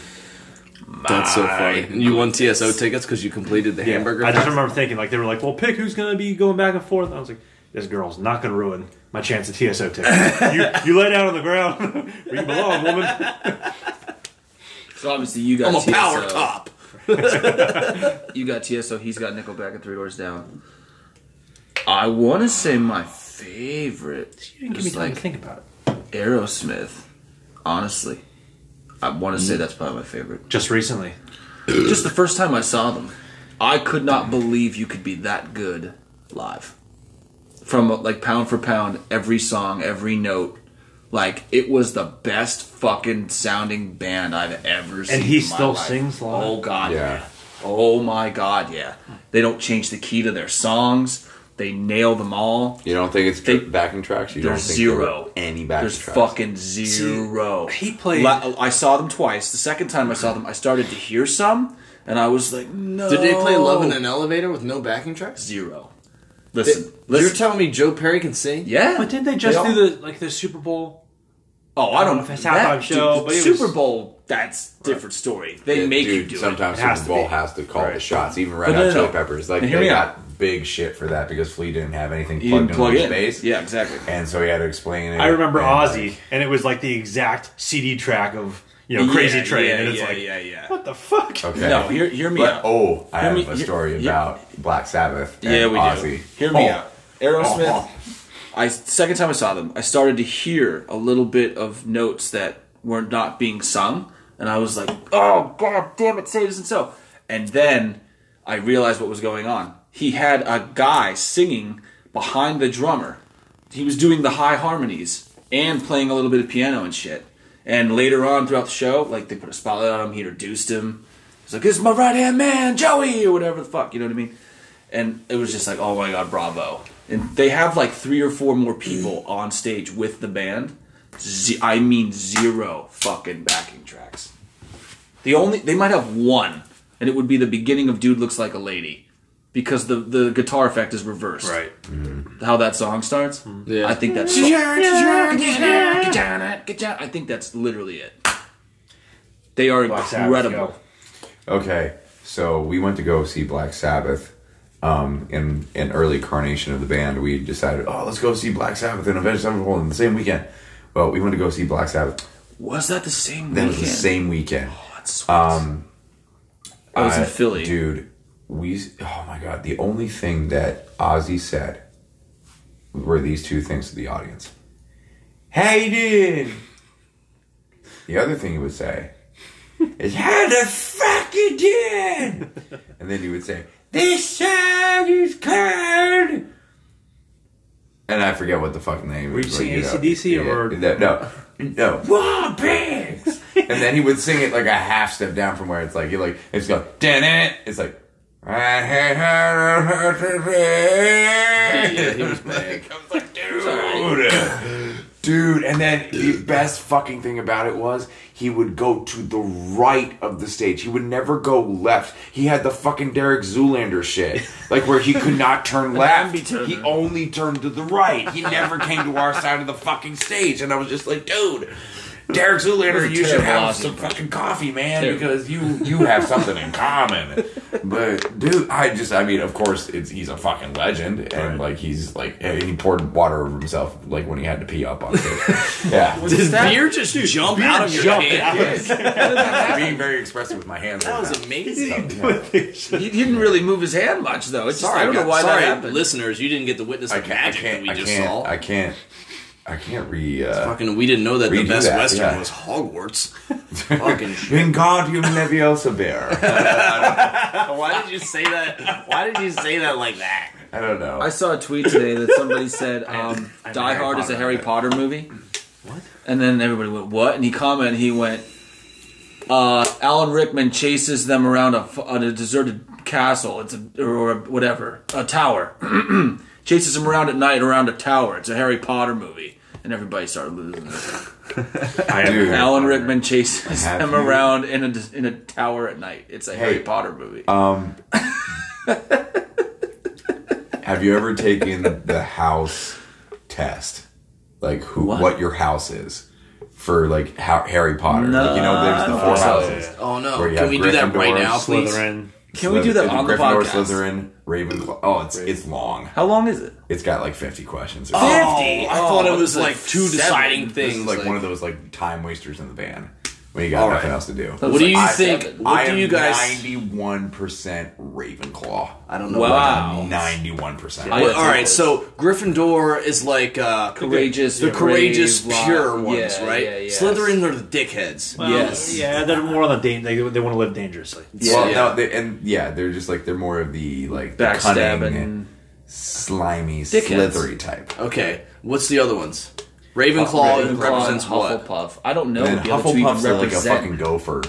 Speaker 6: that's so funny. And you won TSO tickets because you completed the
Speaker 3: Yeah.
Speaker 6: hamburger.
Speaker 3: I just
Speaker 6: fest?
Speaker 3: remember thinking like they were like, "Well, pick who's going to be going back and forth." I was like, "This girl's not going to ruin my chance at TSO ticket." you, you lay down on the ground where you belong, woman.
Speaker 5: It's So obviously you got
Speaker 6: I'm a
Speaker 5: TSO.
Speaker 6: power cop.
Speaker 5: You got TSO. He's got Nickelback and Three Doors Down. I want to say my favorite
Speaker 3: You didn't give me
Speaker 5: is
Speaker 3: time to
Speaker 5: like
Speaker 3: think about it.
Speaker 5: Aerosmith. Honestly, I want to
Speaker 6: Mm.
Speaker 5: say that's probably my favorite.
Speaker 3: Just recently.
Speaker 5: Just the first time I saw them, I could not believe you could be that good live. From like pound for pound, every song, every note, like it was the best fucking sounding band I've ever seen.
Speaker 3: And he
Speaker 5: in my
Speaker 3: still
Speaker 5: life.
Speaker 3: sings live?
Speaker 5: Oh god,
Speaker 2: Yeah.
Speaker 5: yeah. Oh my god, yeah. They don't change the key to their songs. They nail them all.
Speaker 2: You don't think it's
Speaker 5: They-
Speaker 2: backing tracks? You don't
Speaker 5: There's
Speaker 2: think there were
Speaker 5: zero.
Speaker 2: any backing
Speaker 5: There's
Speaker 2: tracks?
Speaker 5: fucking zero.
Speaker 3: he played-
Speaker 5: La- I saw them twice. The second time I saw them, I started to hear some, and I was like, no.
Speaker 4: Did they play Love in an
Speaker 6: Oh.
Speaker 4: Elevator with no backing tracks?
Speaker 5: zero?
Speaker 4: They-
Speaker 5: Listen,
Speaker 4: You're
Speaker 5: listen.
Speaker 4: telling me Joe Perry can sing?
Speaker 5: yeah.
Speaker 3: But didn't they just
Speaker 5: all-
Speaker 3: do the like the Super Bowl?
Speaker 5: Oh, I don't know
Speaker 3: if it's halftime show, but it
Speaker 5: Super
Speaker 3: was-
Speaker 5: Bowl, that's different story. They
Speaker 2: Yeah,
Speaker 5: make
Speaker 2: dude,
Speaker 5: you do it.
Speaker 2: sometimes
Speaker 3: It has
Speaker 2: Super
Speaker 3: to
Speaker 2: Bowl
Speaker 3: be.
Speaker 2: has to call the
Speaker 5: Right.
Speaker 2: shots. Even Red
Speaker 5: But
Speaker 2: Hot
Speaker 5: no, no,
Speaker 2: Chili
Speaker 5: no.
Speaker 2: Peppers, like
Speaker 5: And hear
Speaker 2: they
Speaker 5: me
Speaker 2: got
Speaker 5: out.
Speaker 2: big shit for that because Flea didn't have anything
Speaker 5: You
Speaker 2: plugged
Speaker 5: didn't plug
Speaker 2: into
Speaker 5: in.
Speaker 2: his bass.
Speaker 5: Yeah, exactly.
Speaker 2: and so he had to explain it.
Speaker 3: I remember
Speaker 2: and,
Speaker 3: Ozzy,
Speaker 2: like,
Speaker 3: and it was like the exact CD track of you know Crazy
Speaker 5: Yeah,
Speaker 3: Train,
Speaker 5: yeah,
Speaker 3: and it's
Speaker 5: yeah,
Speaker 3: like
Speaker 5: yeah, yeah.
Speaker 3: what the fuck?
Speaker 2: okay,
Speaker 5: No, hear, hear me
Speaker 2: But-
Speaker 5: out.
Speaker 2: oh, I
Speaker 5: Hear
Speaker 2: have
Speaker 5: me-
Speaker 2: a
Speaker 5: hear-
Speaker 2: story
Speaker 5: hear-
Speaker 2: about Black Sabbath. And
Speaker 5: Yeah, we
Speaker 2: Ozzy.
Speaker 5: do. Hear me
Speaker 2: Oh,
Speaker 5: out. Aerosmith.
Speaker 2: Oh.
Speaker 5: I second time I saw them, I started to hear a little bit of notes that were not being sung, and I was like, "Oh god, damn it, say this and so." And then I realized what was going on. He had a guy singing behind the drummer. He was doing the high harmonies and playing a little bit of piano and shit. And later on throughout the show, like they put a spotlight on him, he introduced him. He's like, "This is my right hand man, Joey," or whatever the fuck, you know what I mean? and it was just like, oh my god, bravo! And they have like three or four more people on stage with the band. Ze- I mean, zero fucking backing tracks. The only they might have one, and it would be the beginning of "Dude Looks Like a Lady," because the the guitar effect is reversed.
Speaker 3: Right.
Speaker 5: How that song starts.
Speaker 2: Mm-hmm.
Speaker 4: Yeah.
Speaker 5: I think that's. I think that's literally it. They are
Speaker 3: Black Sabbath,
Speaker 5: incredible.
Speaker 3: yo.
Speaker 2: Okay, so we went to go see Black Sabbath. Um, in an early carnation of the band, we decided, oh, let's go see Black Sabbath and Avenged Sevenfold in the same weekend. Well, we went to go see Black Sabbath.
Speaker 5: Was that the same
Speaker 2: That
Speaker 5: weekend?
Speaker 2: was the same weekend.
Speaker 5: That's um, I was in
Speaker 2: Uh,
Speaker 5: Philly.
Speaker 2: dude. We oh my god, the only thing that Ozzy said were these two things to the audience. Hayden. The other thing he would say is "How the fuck you doing?" and then he would say, "This song is called." And I forget what the fuck name.
Speaker 3: Were
Speaker 2: is,
Speaker 3: you
Speaker 2: but
Speaker 3: singing
Speaker 2: know,
Speaker 3: AC/DC
Speaker 2: yeah,
Speaker 3: or-
Speaker 2: that- no, no, War Pigs. and then he would sing it like a half step down from where it's like you like it's going dun it. It's like. Yeah,
Speaker 4: he was bad.
Speaker 2: dude. Dude, and then the best fucking thing about it was he would go to the right of the stage. He would never go left. He had the fucking Derek Zoolander shit, like where he could not turn left.
Speaker 5: turner.
Speaker 2: He only turned to the right. He never came to our side of the fucking stage, and I was just like, dude. Derek Zoolander, you should
Speaker 5: terrible
Speaker 2: have
Speaker 5: Aussie.
Speaker 2: some fucking coffee, man,
Speaker 5: Terrible.
Speaker 2: because you you have something in common. But dude, I just I mean, of course, it's he's a fucking legend, and like he's like and he poured water over himself like when he had to pee up on stage. yeah,
Speaker 4: Does
Speaker 5: that-
Speaker 4: beer just jump out of your hand?
Speaker 2: I'm being very expressive with my hands. That was
Speaker 4: Amazing.
Speaker 5: He didn't really move his hand much, though. It's just, I don't know why
Speaker 4: sorry,
Speaker 5: that happened.
Speaker 6: listeners, you didn't get to witness
Speaker 2: I
Speaker 6: the
Speaker 2: can't. I
Speaker 6: magic that
Speaker 2: can't.
Speaker 6: we
Speaker 2: I
Speaker 6: just
Speaker 2: can't.
Speaker 6: saw.
Speaker 2: I can't. I can't re. Uh,
Speaker 6: Fucking, we didn't know that the
Speaker 2: Redo
Speaker 6: best
Speaker 2: that,
Speaker 6: western
Speaker 2: yeah.
Speaker 6: was Hogwarts. Fucking shit.
Speaker 2: Wingardium Leviosa bear.
Speaker 6: Why did you say that? Why did you say that like that?
Speaker 2: I don't know.
Speaker 5: I saw a tweet today that somebody said um,
Speaker 3: I'm
Speaker 5: Die
Speaker 3: Harry
Speaker 5: Hard is a
Speaker 3: Potter.
Speaker 5: Harry Potter movie. What? And then everybody went, what? And he commented, he went, uh, Alan Rickman chases them around a, f- on a deserted castle it's a, or a, whatever, a tower. chases them around at night around a tower. It's a Harry Potter movie. And everybody started losing. it.
Speaker 3: I am-
Speaker 2: Dude.
Speaker 5: Alan Rickman chases
Speaker 2: Have
Speaker 5: them
Speaker 2: you-
Speaker 5: around in a, in a tower at night. It's a Harry Potter movie.
Speaker 2: Have you ever taken the house test? Like who what, your house is for like how, Harry Potter. Like you know there's the four houses.
Speaker 6: Oh no!
Speaker 2: Where you
Speaker 6: Can
Speaker 2: have
Speaker 6: we do that right
Speaker 2: Gryffindor,
Speaker 6: now, please?
Speaker 3: Slytherin.
Speaker 5: Can we do that on the
Speaker 2: Gryffindor,
Speaker 5: podcast?
Speaker 2: Slytherin, Ravenclaw. Oh, it's it's long.
Speaker 5: How long is it?
Speaker 2: It's got like 50 questions. Or
Speaker 6: Oh,
Speaker 2: something.
Speaker 6: I thought
Speaker 5: Oh,
Speaker 6: it was
Speaker 5: it's like
Speaker 6: like two
Speaker 5: seven.
Speaker 6: deciding
Speaker 2: This
Speaker 6: things.
Speaker 2: is like, one of those like time wasters in the van. when you got
Speaker 6: All
Speaker 2: nothing
Speaker 6: right.
Speaker 2: else to do.
Speaker 5: What
Speaker 4: What do you
Speaker 2: I-
Speaker 4: think?
Speaker 5: seven. What
Speaker 2: I
Speaker 5: do
Speaker 2: am
Speaker 5: you guys-
Speaker 2: Ninety-one percent Ravenclaw.
Speaker 6: I don't know.
Speaker 5: Wow.
Speaker 2: Ninety-one percent.
Speaker 5: I-
Speaker 6: Well, all right, so Gryffindor is like uh,
Speaker 5: Courageous,
Speaker 6: the courageous,
Speaker 5: brave,
Speaker 6: pure
Speaker 5: li-
Speaker 6: ones,
Speaker 5: yeah,
Speaker 6: right?
Speaker 5: yeah, yes.
Speaker 6: Slytherin are the dickheads.
Speaker 3: Well,
Speaker 5: Yes.
Speaker 3: Yeah, they're more on the dan- they they want to live dangerously.
Speaker 2: Well,
Speaker 6: Yeah.
Speaker 2: no, they, and yeah, they're just like they're more of the like the
Speaker 5: Backstabbing.
Speaker 2: cunning, slimy,
Speaker 5: Dickheads.
Speaker 2: slithery type.
Speaker 6: Okay, what's the other ones? Ravenclaw,
Speaker 5: Ravenclaw
Speaker 6: represents
Speaker 5: and
Speaker 6: what?
Speaker 5: Hufflepuff. I don't know.
Speaker 2: And
Speaker 5: What
Speaker 2: then
Speaker 5: the other two even
Speaker 2: Hufflepuff's are like a
Speaker 5: represent.
Speaker 2: fucking gopher.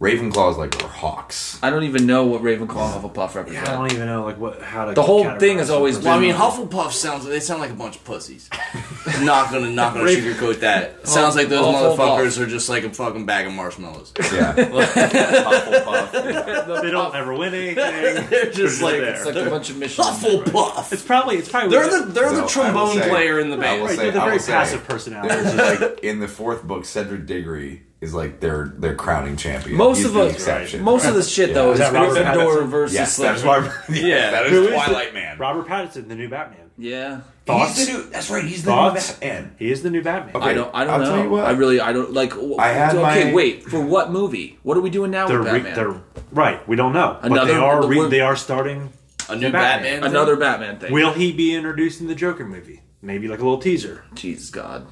Speaker 2: Ravenclaw's like are hawks.
Speaker 5: I don't even know what Ravenclaw and Hufflepuff represent.
Speaker 3: I don't even know like what how to.
Speaker 5: The whole thing has
Speaker 3: categorize
Speaker 5: always
Speaker 3: them.
Speaker 6: Well, I mean, Hufflepuff sounds they sound like a bunch of pussies. not gonna not gonna sugarcoat that. Sounds like those
Speaker 5: Hufflepuff.
Speaker 6: motherfuckers are just like a fucking bag of marshmallows.
Speaker 2: Yeah, Hufflepuff.
Speaker 3: they don't ever win anything.
Speaker 6: They're just like
Speaker 5: It's like a bunch of missions.
Speaker 6: Hufflepuff.
Speaker 3: It's probably it's probably
Speaker 6: They're the they're
Speaker 2: No, I
Speaker 6: the
Speaker 2: will
Speaker 6: trombone
Speaker 2: say-
Speaker 6: player in the
Speaker 2: I will
Speaker 6: band.
Speaker 3: Right,
Speaker 2: say-
Speaker 3: they're the
Speaker 2: I will
Speaker 3: very
Speaker 2: say,
Speaker 3: passive
Speaker 2: They're
Speaker 3: personality.
Speaker 2: just like in the fourth book, Cedric Diggory is like their their crowning champion.
Speaker 5: Most
Speaker 2: He's
Speaker 5: of
Speaker 2: the
Speaker 5: us-
Speaker 2: exception.
Speaker 5: Most of this shit though
Speaker 3: Is
Speaker 5: is,
Speaker 3: that Robert
Speaker 5: Gryffindor
Speaker 3: Pattinson?
Speaker 5: versus
Speaker 2: yes, that's
Speaker 5: Slytherin.
Speaker 2: why. yeah, that is
Speaker 3: Who is the-
Speaker 2: Twilight Man.
Speaker 3: Robert Pattinson, the new Batman.
Speaker 5: Yeah.
Speaker 3: Thoughts?
Speaker 2: He's the new, that's right. He's the
Speaker 3: Thoughts?
Speaker 2: new Batman.
Speaker 3: He is the new Batman.
Speaker 2: Okay.
Speaker 5: I don't. I don't
Speaker 2: I'll
Speaker 5: know.
Speaker 2: tell you what.
Speaker 5: I really. I don't like.
Speaker 2: I had
Speaker 5: okay.
Speaker 2: my-
Speaker 5: Wait for what movie? What are we doing now
Speaker 3: They're,
Speaker 5: with
Speaker 3: re-
Speaker 5: Batman?
Speaker 3: they're right. We don't know, but
Speaker 5: Another-
Speaker 3: they are
Speaker 5: the
Speaker 3: re-
Speaker 5: one-
Speaker 3: they are starting.
Speaker 6: A
Speaker 3: Batman.
Speaker 6: new Batman. thing?
Speaker 5: Another Batman thing.
Speaker 3: Will he be introduced in the Joker movie? Maybe like a little teaser,
Speaker 5: Jesus God.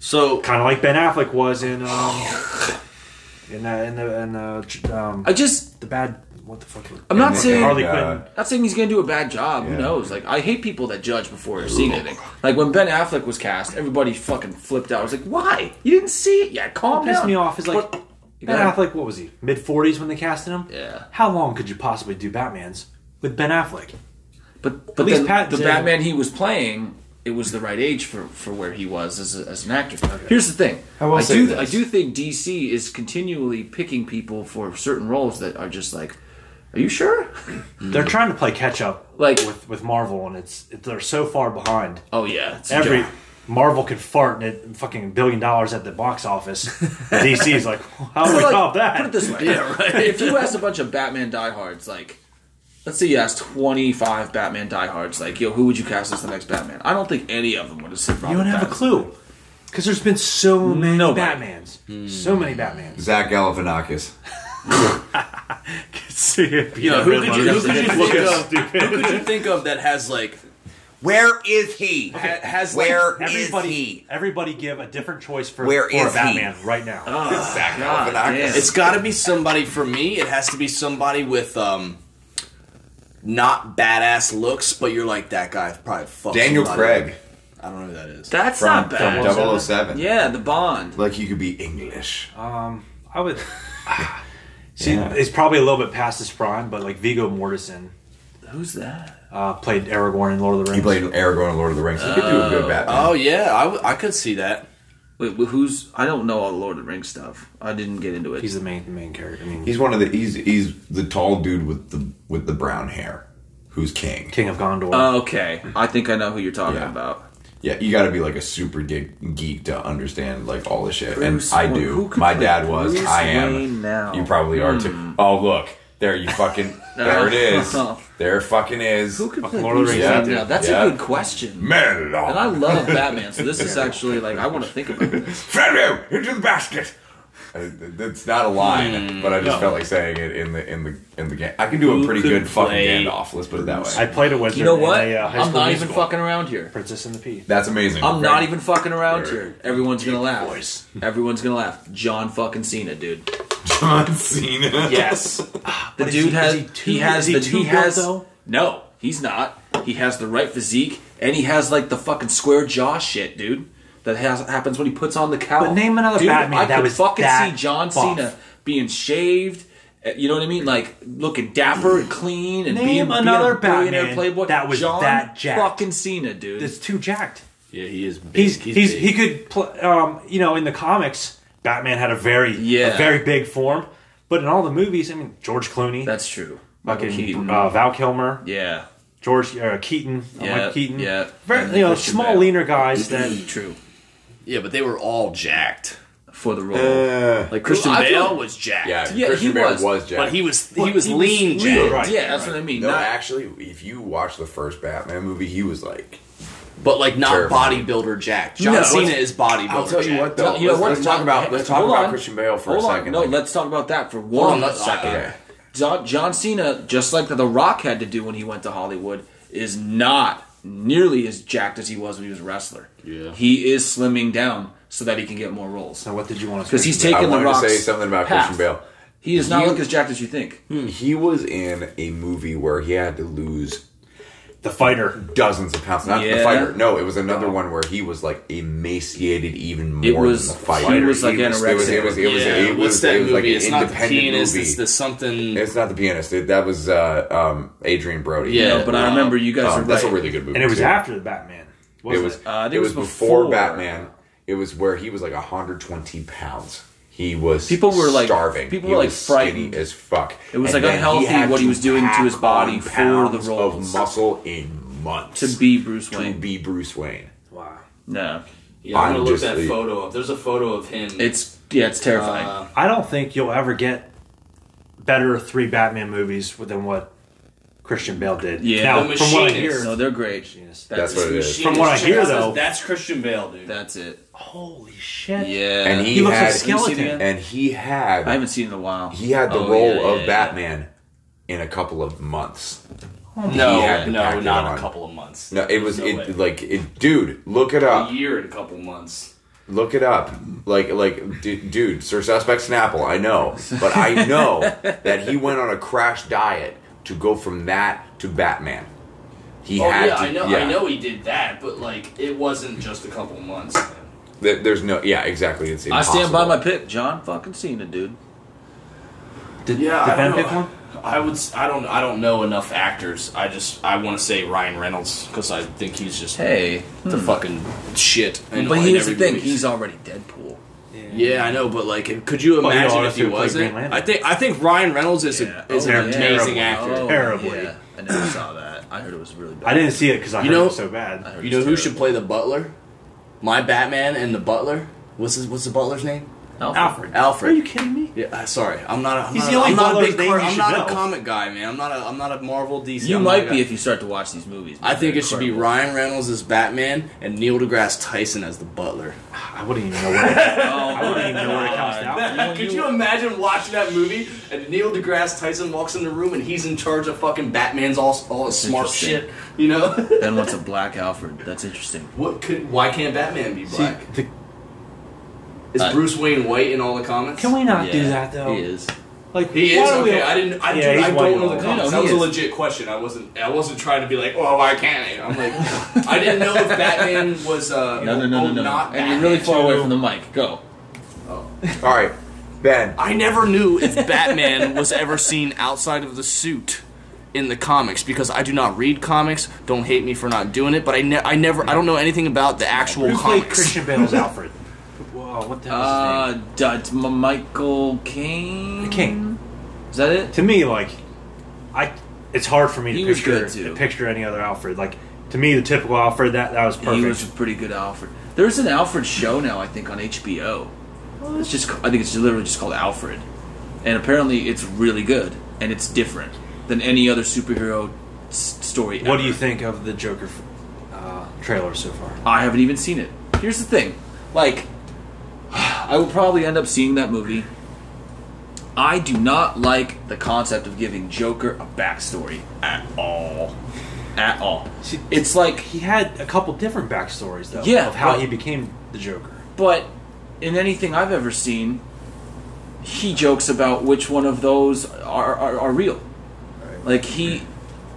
Speaker 6: So
Speaker 3: kind of like Ben Affleck was in um in that in the in the um
Speaker 5: I just.
Speaker 3: the bad what the fuck was
Speaker 5: I'm not
Speaker 2: And-
Speaker 5: saying. uh,
Speaker 3: Harley
Speaker 2: Yeah.
Speaker 3: Quinn.
Speaker 5: Not saying he's gonna do a bad job.
Speaker 2: Yeah.
Speaker 5: Who knows? Like I hate people that judge before they've seen anything. Like when Ben Affleck was cast, everybody fucking flipped out. I was like, why? You didn't see it? Yeah, calm
Speaker 3: pissed
Speaker 5: down.
Speaker 3: me off is like
Speaker 5: What- You
Speaker 3: Ben
Speaker 5: gotta-
Speaker 3: Affleck. What was he? Mid forties when they casted him.
Speaker 5: Yeah.
Speaker 3: How long could you possibly do Batman's with Ben Affleck?
Speaker 5: But but
Speaker 3: least
Speaker 5: then
Speaker 3: Pattinson-
Speaker 5: the Batman he was playing, it was the right age for, for where he was as, a, as an actor. Here's the thing:
Speaker 2: I will say
Speaker 5: do
Speaker 2: this.
Speaker 5: I do think DC is continually picking people for certain roles that are just like, are you sure?
Speaker 3: They're trying to play catch up,
Speaker 5: Like-
Speaker 3: with with Marvel, and it's it, they're so far behind.
Speaker 5: Oh yeah, it's a
Speaker 3: Every
Speaker 5: job.
Speaker 3: Marvel could fart and it fucking billion dollars at the box office. DC is like, how do we
Speaker 5: Like,
Speaker 3: top
Speaker 5: Put
Speaker 3: that?
Speaker 5: it this way: if you asked a bunch of Batman diehards, like. Let's say you asked 25 Batman diehards, like, yo, who would you cast as the next Batman? I don't think any of them would have said Robert
Speaker 3: you don't have a
Speaker 5: Pattinson.
Speaker 3: clue because there's been so many
Speaker 5: Nobody.
Speaker 3: Batmans, so many Batmans.
Speaker 2: Zach Galifianakis.
Speaker 6: you know who could you, who
Speaker 5: That's a
Speaker 6: could you
Speaker 5: good
Speaker 6: think
Speaker 5: point.
Speaker 6: of? Who could you think of that has like
Speaker 2: Where is he?
Speaker 6: ha- has
Speaker 2: Where
Speaker 6: like,
Speaker 2: is
Speaker 3: Everybody,
Speaker 2: he?
Speaker 3: everybody, give a different choice for,
Speaker 2: Where
Speaker 3: for
Speaker 2: is
Speaker 3: a
Speaker 2: he?
Speaker 3: Batman right now.
Speaker 2: Zach
Speaker 5: Ah, God damn.
Speaker 2: Galifianakis.
Speaker 6: It's got to be somebody for me. It has to be somebody with um, not badass looks, but you're like that guy probably fucked
Speaker 2: Daniel
Speaker 6: somebody.
Speaker 2: Craig
Speaker 6: I don't know who that is.
Speaker 5: That's
Speaker 2: from,
Speaker 5: not bad.
Speaker 2: from 007.
Speaker 5: yeah, the Bond.
Speaker 2: Like he could be English.
Speaker 3: I would. See,
Speaker 2: Yeah.
Speaker 3: it's probably a little bit past his prime, but like Vigo Mortensen
Speaker 5: Who's that?
Speaker 3: uh, played Aragorn in Lord of the Rings.
Speaker 2: he played Aragorn in Lord of the Rings. He could do a good Batman.
Speaker 6: oh yeah, I, w- I could see that.
Speaker 5: Wait, wh- who's? I don't know all the Lord of the Rings stuff. I didn't get into it.
Speaker 3: He's the main the main character. I mean,
Speaker 2: He's one of the he's he's the tall dude with the with the brown hair, who's king.
Speaker 3: King of Gondor.
Speaker 5: Uh, okay, I think I know who you're talking
Speaker 2: Yeah.
Speaker 5: about.
Speaker 2: Yeah, you got to be like a super geek, geek to understand like all this shit,
Speaker 5: Bruce
Speaker 2: and I
Speaker 5: Wayne.
Speaker 2: do.
Speaker 5: Who could
Speaker 2: My
Speaker 5: play
Speaker 2: dad was.
Speaker 5: Bruce
Speaker 2: I am.
Speaker 5: Wayne now? Hmm.
Speaker 2: You probably are too. Oh look, there you fucking. there it is. There it fucking is.
Speaker 5: Who could play
Speaker 3: Lord of the
Speaker 5: Bruce
Speaker 3: Rings,
Speaker 5: Wayne
Speaker 3: yeah.
Speaker 5: now? That's
Speaker 2: Yeah.
Speaker 5: a good question.
Speaker 2: Melon.
Speaker 5: And I love Batman, so this is actually like I want to think about this.
Speaker 2: Pharaoh into the basket. I- That's not a line, but I just
Speaker 3: No.
Speaker 2: felt like saying it in the in the in the game. I can do a
Speaker 5: Hmm. Who
Speaker 2: pretty
Speaker 5: could
Speaker 2: good fucking
Speaker 5: play
Speaker 2: Gandalf. Let's put it that
Speaker 3: I
Speaker 2: way.
Speaker 3: played a wizard.
Speaker 5: You know what?
Speaker 3: In a, uh, high
Speaker 5: I'm
Speaker 3: school
Speaker 5: not even
Speaker 3: musical.
Speaker 5: fucking around here.
Speaker 3: Princess and the Pea.
Speaker 2: That's amazing.
Speaker 5: I'm
Speaker 2: Great.
Speaker 5: not even fucking around
Speaker 2: Right.
Speaker 5: here. Everyone's gonna laugh.
Speaker 3: voice.
Speaker 5: Everyone's gonna laugh. John fucking Cena, dude.
Speaker 2: John Cena.
Speaker 5: Yes. The
Speaker 3: Ah, But is
Speaker 5: dude
Speaker 3: he-
Speaker 5: has
Speaker 3: is
Speaker 5: he,
Speaker 3: he too-
Speaker 5: has
Speaker 3: is he
Speaker 5: the
Speaker 3: too
Speaker 5: he
Speaker 3: built,
Speaker 5: has
Speaker 3: though?
Speaker 5: no he's not he has the right physique and he has like the fucking square jaw shit, dude. That has happens when he puts on the cowl.
Speaker 3: But name another
Speaker 5: dude,
Speaker 3: Batman
Speaker 5: I
Speaker 3: that
Speaker 5: could
Speaker 3: was
Speaker 5: fucking
Speaker 3: that
Speaker 5: see John
Speaker 3: buff.
Speaker 5: Cena being shaved. uh, You know what I mean? Like looking dapper and clean and
Speaker 3: Name
Speaker 5: being being
Speaker 3: another
Speaker 5: a billionaire
Speaker 3: Batman
Speaker 5: playboy.
Speaker 3: that was
Speaker 5: John
Speaker 3: that jacked.
Speaker 5: fucking Cena, dude.
Speaker 3: It's too jacked.
Speaker 6: Yeah, he is. Big.
Speaker 3: He's he's, he could pl- um you know in the comics Batman had a very
Speaker 5: Yeah.
Speaker 3: a very big form, but in all the movies I mean George Clooney,
Speaker 5: That's true. Michael
Speaker 3: fucking
Speaker 5: Keaton.
Speaker 3: uh, Val Kilmer,
Speaker 5: yeah.
Speaker 3: George uh, Keaton, uh,
Speaker 5: Yeah,
Speaker 3: Mike Keaton,
Speaker 5: yeah.
Speaker 3: very,
Speaker 5: And
Speaker 3: you know
Speaker 5: Christian
Speaker 3: small
Speaker 5: Bale.
Speaker 3: leaner guys that
Speaker 5: True.
Speaker 6: yeah, but they were all jacked.
Speaker 5: For the role.
Speaker 2: Uh,
Speaker 6: Like Christian
Speaker 5: I feel-
Speaker 6: Bale was jacked.
Speaker 2: yeah,
Speaker 5: Yeah,
Speaker 2: Christian
Speaker 5: he
Speaker 2: Bale
Speaker 5: was.
Speaker 2: was, Jack.
Speaker 6: but he was he
Speaker 3: But
Speaker 6: was
Speaker 3: he was
Speaker 6: lean
Speaker 3: lean.
Speaker 6: jacked.
Speaker 3: Right,
Speaker 5: yeah, that's what I mean.
Speaker 2: no,
Speaker 5: Not-
Speaker 2: actually, if you watch the first Batman movie, he was like
Speaker 6: but like not
Speaker 2: Terrifying.
Speaker 6: bodybuilder Jack. John
Speaker 2: No.
Speaker 6: Cena is bodybuilder.
Speaker 2: I'll tell you
Speaker 6: Jack.
Speaker 2: what, though.
Speaker 5: You know
Speaker 2: let's,
Speaker 5: what?
Speaker 2: let's talk about let's talk
Speaker 5: Hold
Speaker 2: about
Speaker 5: on.
Speaker 2: Christian Bale for
Speaker 5: Hold
Speaker 2: a
Speaker 5: on.
Speaker 2: second.
Speaker 5: No,
Speaker 2: like-
Speaker 5: let's talk about that for
Speaker 6: Hold
Speaker 5: one
Speaker 6: on, let's-
Speaker 5: second.
Speaker 2: okay.
Speaker 5: John, John Cena, just like The Rock had to do when he went to Hollywood, is not nearly as jacked as he was when he was a wrestler.
Speaker 6: Yeah.
Speaker 5: He is slimming down so that he can get more roles.
Speaker 3: So what did you want to?
Speaker 5: Because he's
Speaker 3: taking.
Speaker 5: taking
Speaker 2: I
Speaker 5: the
Speaker 2: wanted
Speaker 5: rocks.
Speaker 2: to say something about
Speaker 5: path.
Speaker 2: Christian Bale.
Speaker 5: He does not
Speaker 2: You-
Speaker 5: look as jacked as you think.
Speaker 2: He was in a movie where he had to lose
Speaker 3: the fighter.
Speaker 2: dozens of pounds. Not the
Speaker 5: Yeah.
Speaker 2: fighter. No, it was another one where he was like emaciated even more
Speaker 5: It was-
Speaker 2: than the fighter.
Speaker 5: he was, like,
Speaker 2: It was. It
Speaker 5: anorexic.
Speaker 2: was. It was.
Speaker 6: yeah,
Speaker 2: it was,
Speaker 6: what's that
Speaker 2: it was
Speaker 6: movie?
Speaker 2: like an
Speaker 6: it's not the
Speaker 2: independent
Speaker 6: pianist.
Speaker 2: movie.
Speaker 6: It's the something.
Speaker 2: It's not the pianist. It, that was uh, um, Adrian Brody.
Speaker 6: Yeah,
Speaker 5: No, but I remember you guys
Speaker 2: Um,
Speaker 5: are right.
Speaker 2: that's a really good movie.
Speaker 3: And it was
Speaker 2: too.
Speaker 3: after the Batman.
Speaker 2: It
Speaker 3: Wasn't
Speaker 2: was.
Speaker 5: Uh, I think
Speaker 2: it
Speaker 5: it
Speaker 2: was
Speaker 5: was
Speaker 2: before,
Speaker 5: before-
Speaker 2: Batman. It was where he was like 120 pounds. He was
Speaker 5: People were, like-
Speaker 2: starving.
Speaker 5: people
Speaker 2: He
Speaker 5: were, like,
Speaker 2: was skinny
Speaker 5: frightened.
Speaker 2: as fuck.
Speaker 5: It was, like,
Speaker 2: then
Speaker 5: unhealthy
Speaker 2: had
Speaker 5: what he was doing to
Speaker 2: pack
Speaker 5: his body
Speaker 2: on
Speaker 5: for the
Speaker 2: pounds
Speaker 5: roles.
Speaker 2: of muscle in months
Speaker 5: to be Bruce
Speaker 2: to
Speaker 5: Wayne.
Speaker 2: be Bruce Wayne.
Speaker 3: Wow.
Speaker 5: no.
Speaker 6: Yeah, I'm
Speaker 2: I'm
Speaker 6: gonna look
Speaker 2: just
Speaker 6: that
Speaker 2: a-
Speaker 6: photo up. There's a photo of him.
Speaker 5: It's yeah, it's terrifying.
Speaker 6: uh,
Speaker 3: I don't think you'll ever get better three Batman movies than what Christian Bale did.
Speaker 5: Yeah.
Speaker 3: Now,
Speaker 6: The
Speaker 3: from what I
Speaker 6: Machinist.
Speaker 3: hear,
Speaker 5: no, they're great.
Speaker 3: Machinist.
Speaker 2: That's what it is.
Speaker 6: She-
Speaker 3: From what I
Speaker 6: she-
Speaker 3: hear,
Speaker 6: that's-
Speaker 3: though-
Speaker 6: that's Christian Bale, dude.
Speaker 5: That's it.
Speaker 3: holy shit.
Speaker 5: Yeah.
Speaker 2: And he,
Speaker 3: He looks like
Speaker 2: had
Speaker 3: a skeleton.
Speaker 5: seen
Speaker 2: and he had
Speaker 5: I haven't seen it in a while.
Speaker 2: he had the
Speaker 5: Oh,
Speaker 2: role
Speaker 5: yeah,
Speaker 2: of
Speaker 5: yeah,
Speaker 2: Batman in a couple of months.
Speaker 6: no,
Speaker 2: had to pack
Speaker 6: no,
Speaker 2: it
Speaker 6: not
Speaker 2: on.
Speaker 6: a couple of months.
Speaker 2: No, it was
Speaker 6: No
Speaker 2: it
Speaker 6: way.
Speaker 2: like it, dude. Look it
Speaker 6: a
Speaker 2: up.
Speaker 6: year and a couple months.
Speaker 2: Look it up. Like like d- dude, Sir Suspect Snapple. I know, but I know that he went on a crash diet to go from that to Batman. He
Speaker 6: Oh
Speaker 2: had
Speaker 6: yeah,
Speaker 2: to.
Speaker 6: I know,
Speaker 2: yeah.
Speaker 6: I know he did that, but like it wasn't just a couple months.
Speaker 2: There- There's no. Yeah, exactly. It's
Speaker 5: I
Speaker 2: impossible.
Speaker 5: stand by my pick, John fucking Cena, dude.
Speaker 3: Did,
Speaker 6: Yeah,
Speaker 3: did
Speaker 6: I
Speaker 3: Ben
Speaker 6: don't
Speaker 3: pick
Speaker 6: know.
Speaker 3: one?
Speaker 6: I would. s- I don't. I don't know enough actors. I just. I want to say Ryan Reynolds because I think he's just
Speaker 5: Hey, Hmm.
Speaker 6: the fucking shit. in-
Speaker 5: but
Speaker 6: in
Speaker 5: here's the
Speaker 6: every
Speaker 5: thing:
Speaker 6: movie.
Speaker 5: he's already Deadpool.
Speaker 6: Yeah, I know, but like, if- could you
Speaker 3: Well, you
Speaker 6: imagine
Speaker 3: know,
Speaker 6: if he
Speaker 3: if you played
Speaker 6: wasn't?
Speaker 3: Green Lantern.
Speaker 6: I think I think Ryan Reynolds is
Speaker 5: Yeah.
Speaker 6: a, is
Speaker 5: Oh,
Speaker 6: an
Speaker 5: yeah.
Speaker 6: amazing
Speaker 5: Terrible.
Speaker 6: actor.
Speaker 5: Oh,
Speaker 3: Terribly.
Speaker 5: yeah. I never saw that. I heard it was really bad.
Speaker 3: I didn't see it because I
Speaker 6: You
Speaker 3: heard it
Speaker 6: know-
Speaker 3: was so bad.
Speaker 5: I-
Speaker 6: You know who should play the Butler? My Batman and the Butler. What's his, What's the Butler's name?
Speaker 5: Alfred.
Speaker 3: Alfred.
Speaker 6: Alfred.
Speaker 3: Are you kidding me?
Speaker 6: Yeah, uh, sorry, I'm not. A, I'm
Speaker 3: He's
Speaker 6: not
Speaker 3: the
Speaker 6: a-
Speaker 3: only
Speaker 6: I'm not a
Speaker 3: Butler's
Speaker 6: big.
Speaker 3: name
Speaker 6: Cor-
Speaker 3: you
Speaker 6: I'm
Speaker 3: should
Speaker 6: not a
Speaker 3: know.
Speaker 6: comic guy, man. I'm not a. I'm not a Marvel DC.
Speaker 5: You
Speaker 6: I'm not a
Speaker 5: might
Speaker 6: guy.
Speaker 5: be if you start to watch these movies.
Speaker 6: I think
Speaker 5: They're
Speaker 6: it should be
Speaker 5: incredible.
Speaker 6: Ryan Reynolds as Batman and Neil deGrasse Tyson as the Butler.
Speaker 3: I wouldn't even know where. It, I
Speaker 5: Oh,
Speaker 3: wouldn't even know where it comes down.
Speaker 6: Could you imagine watching that movie and Neil deGrasse Tyson walks in the room and he's in charge of fucking Batman's all all his smart
Speaker 5: interesting.
Speaker 6: shit? You know.
Speaker 5: ben wants a black Alfred. That's interesting.
Speaker 6: What could? Why can't Batman be black?
Speaker 3: See, the-
Speaker 6: is
Speaker 5: I-
Speaker 6: Bruce Wayne white in all the comics?
Speaker 3: can we not do
Speaker 5: Yeah,
Speaker 3: that though?
Speaker 5: He is.
Speaker 3: Like
Speaker 6: He
Speaker 3: why
Speaker 6: is
Speaker 3: don't
Speaker 6: okay.
Speaker 3: we-
Speaker 6: I didn't. I,
Speaker 3: Yeah,
Speaker 6: dude,
Speaker 3: he's
Speaker 6: I
Speaker 3: white
Speaker 6: don't know
Speaker 3: all
Speaker 6: the
Speaker 3: the
Speaker 6: comics.
Speaker 5: time.
Speaker 6: that was
Speaker 5: No,
Speaker 6: a
Speaker 5: he
Speaker 6: legit question. I wasn't. I wasn't trying to be like, oh, why can't he? I'm like, I didn't know if Batman was. Uh,
Speaker 5: No, no, no,
Speaker 6: oh,
Speaker 5: no, no.
Speaker 6: Not
Speaker 5: And you're
Speaker 6: Batman.
Speaker 5: really far away from the mic. Go.
Speaker 2: All right, Ben.
Speaker 6: I never knew if Batman was ever seen outside of the suit in the comics because I do not read comics. Don't hate me for not doing it, but I, ne- I never. I don't know anything about the actual
Speaker 3: Who played
Speaker 6: comics.
Speaker 3: Christian Bale's Alfred? Whoa, what the hell is
Speaker 5: Uh, Dut- M- Michael Caine.
Speaker 3: his name? The King.
Speaker 5: Is that it?
Speaker 3: to me, like, I, it's hard for me to
Speaker 5: He was
Speaker 3: picture
Speaker 5: good, too.
Speaker 3: to picture any other Alfred. Like, to me, the typical Alfred that that was perfect.
Speaker 5: He was a pretty good Alfred. There's an Alfred show now, I think, on HBO. It's just, I think it's literally just called Alfred, and apparently it's really good and it's different than any other superhero s- story.
Speaker 3: what
Speaker 5: ever.
Speaker 3: do you think of the Joker uh, trailer so far?
Speaker 5: I haven't even seen it. Here's the thing, like, I will probably end up seeing that movie. I do not like the concept of giving Joker a backstory at all, at all.
Speaker 3: See-
Speaker 5: It's like
Speaker 3: He had a couple different backstories though.
Speaker 5: Yeah,
Speaker 3: of how
Speaker 5: but-
Speaker 3: he became the Joker.
Speaker 5: But in anything I've ever seen, he jokes about which one of those are are, are real. Like he